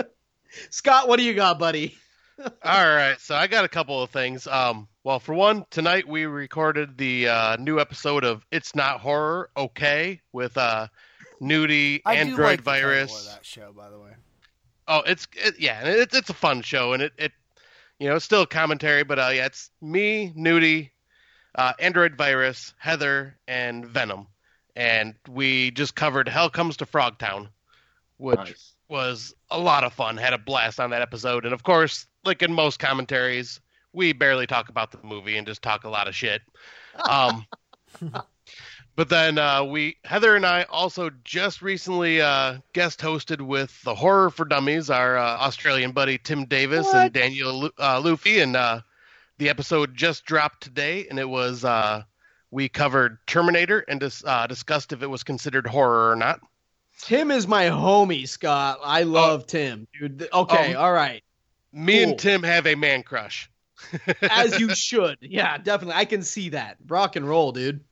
S7: Scott, what do you got, buddy?
S6: All right, so I got a couple of things. Um, well, for one, tonight we recorded the uh, new episode of It's Not Horror, okay, with uh, Nudie,
S2: I do
S6: Android
S2: like the title
S6: Virus.
S2: of that show, by the way.
S6: Oh, it's it, yeah, and it's it's a fun show, and it it you know it's still commentary, but uh, yeah, it's me, Nudie, uh, Android Virus, Heather, and Venom, and we just covered Hell Comes to Frogtown, which
S1: Nice.
S6: was a lot of fun. Had a blast on that episode, and of course, like in most commentaries, we barely talk about the movie and just talk a lot of shit. Um, but then uh, we Heather and I also just recently uh, guest hosted with the Horror for Dummies, our uh, Australian buddy Tim Davis and
S7: What?
S6: Daniel Lu- uh, Luffy, and uh, the episode just dropped today, and it was uh, we covered Terminator and dis- uh, discussed if it was considered horror or not.
S7: Tim is my homie, Scott. I love Tim, dude. Th- Okay, all right.
S6: Me
S7: Cool.
S6: and Tim have a man crush.
S7: As you should. Yeah, definitely. I can see that. Rock and roll, dude.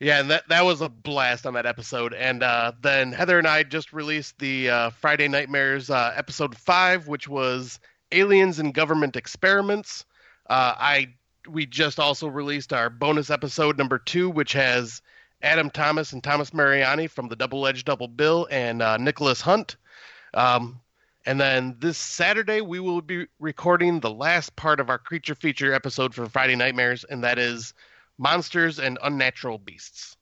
S6: Yeah, and that that was a blast on that episode. And uh, then Heather and I just released the uh, Friday Nightmares uh, episode five, which was aliens and government experiments. Uh, I we just also released our bonus episode number two, which has Adam Thomas and Thomas Mariani from the Double Edge Double Bill and uh, Nicholas Hunt. Um, and then this Saturday we will be recording the last part of our creature feature episode for Friday Nightmares, and that is monsters and unnatural beasts.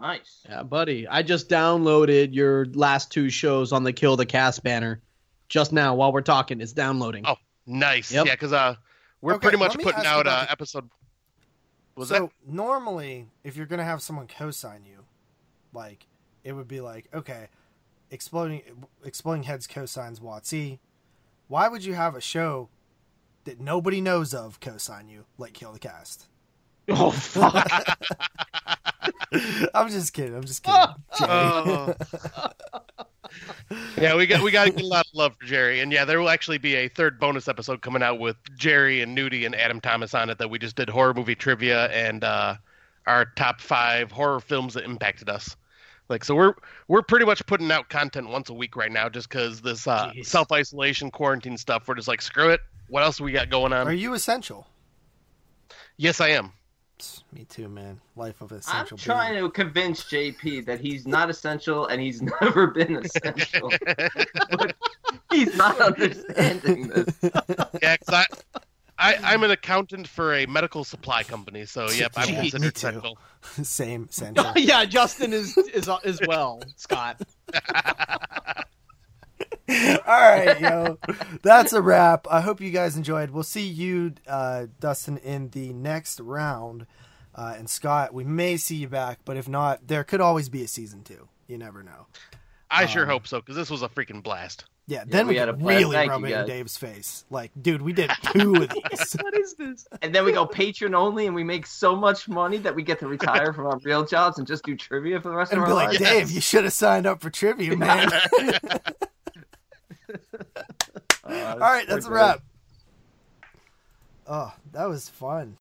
S1: Nice.
S7: Yeah, buddy. I just downloaded your last two shows on the Kill the Cast banner just now while we're talking. It's downloading.
S6: Oh, Nice.
S7: Yep.
S6: Yeah, because uh, we're
S2: Okay,
S6: pretty much
S2: let me
S6: putting
S2: ask
S6: out
S2: about
S6: uh,
S2: the-
S6: episode. Was
S2: so
S6: that
S2: normally, if you're gonna have someone co-sign you, like it would be like, okay, exploding exploding heads co-signs Watsy. Why would you have a show that nobody knows of co-sign you like Kill the Cast?
S7: Oh, fuck.
S2: I'm just kidding. I'm just kidding. Jay.
S6: Oh. yeah, we got we got to get a lot of love for Jerry, and yeah, there will actually be a third bonus episode coming out with Jerry and Nudie and Adam Thomas on it that we just did horror movie trivia and uh, our top five horror films that impacted us. Like so, we're we're pretty much putting out content once a week right now, just because this uh,
S7: Jeez.
S6: self isolation quarantine stuff. We're just like, screw it. What else we got going on?
S2: Are you essential?
S6: Yes, I am.
S2: Psst, Me too, man. Life of
S1: I'm
S2: essential.
S1: trying to convince JP that he's not essential and he's never been
S2: Oh.
S1: essential. But he's not understanding this.
S6: Yeah, 'cause I, I, I'm an accountant for a medical supply company, so yep, I'm
S2: Jeez, me
S6: considered
S2: too.
S6: central.
S2: being. Same
S1: Oh,
S2: essential.
S7: yeah, Justin is is as well, Scott.
S2: All right, yo. That's a wrap. I hope you guys enjoyed. We'll see you, uh, Dustin, in the next round. Uh, and Scott, we may see you back, but if not, there could always be a season two. You never know.
S6: I sure
S2: Um,
S6: hope so, because this was a freaking blast.
S2: Yeah, then
S1: we
S2: we,
S1: had a
S2: could
S1: blast.
S2: really
S1: Thank
S2: rub
S1: you,
S2: it in
S1: guys.
S2: Dave's face. Like, dude, we did two of these.
S7: What is this?
S1: And then we go patron only and we make so much money that we get to retire from our real jobs and just do trivia for the rest
S2: and
S1: of
S2: be
S1: our
S2: like,
S1: lives.
S2: Dave, you should have signed up for trivia, man.
S1: Uh,
S2: All right, that's a
S1: we're good.
S2: wrap. Oh, that was fun.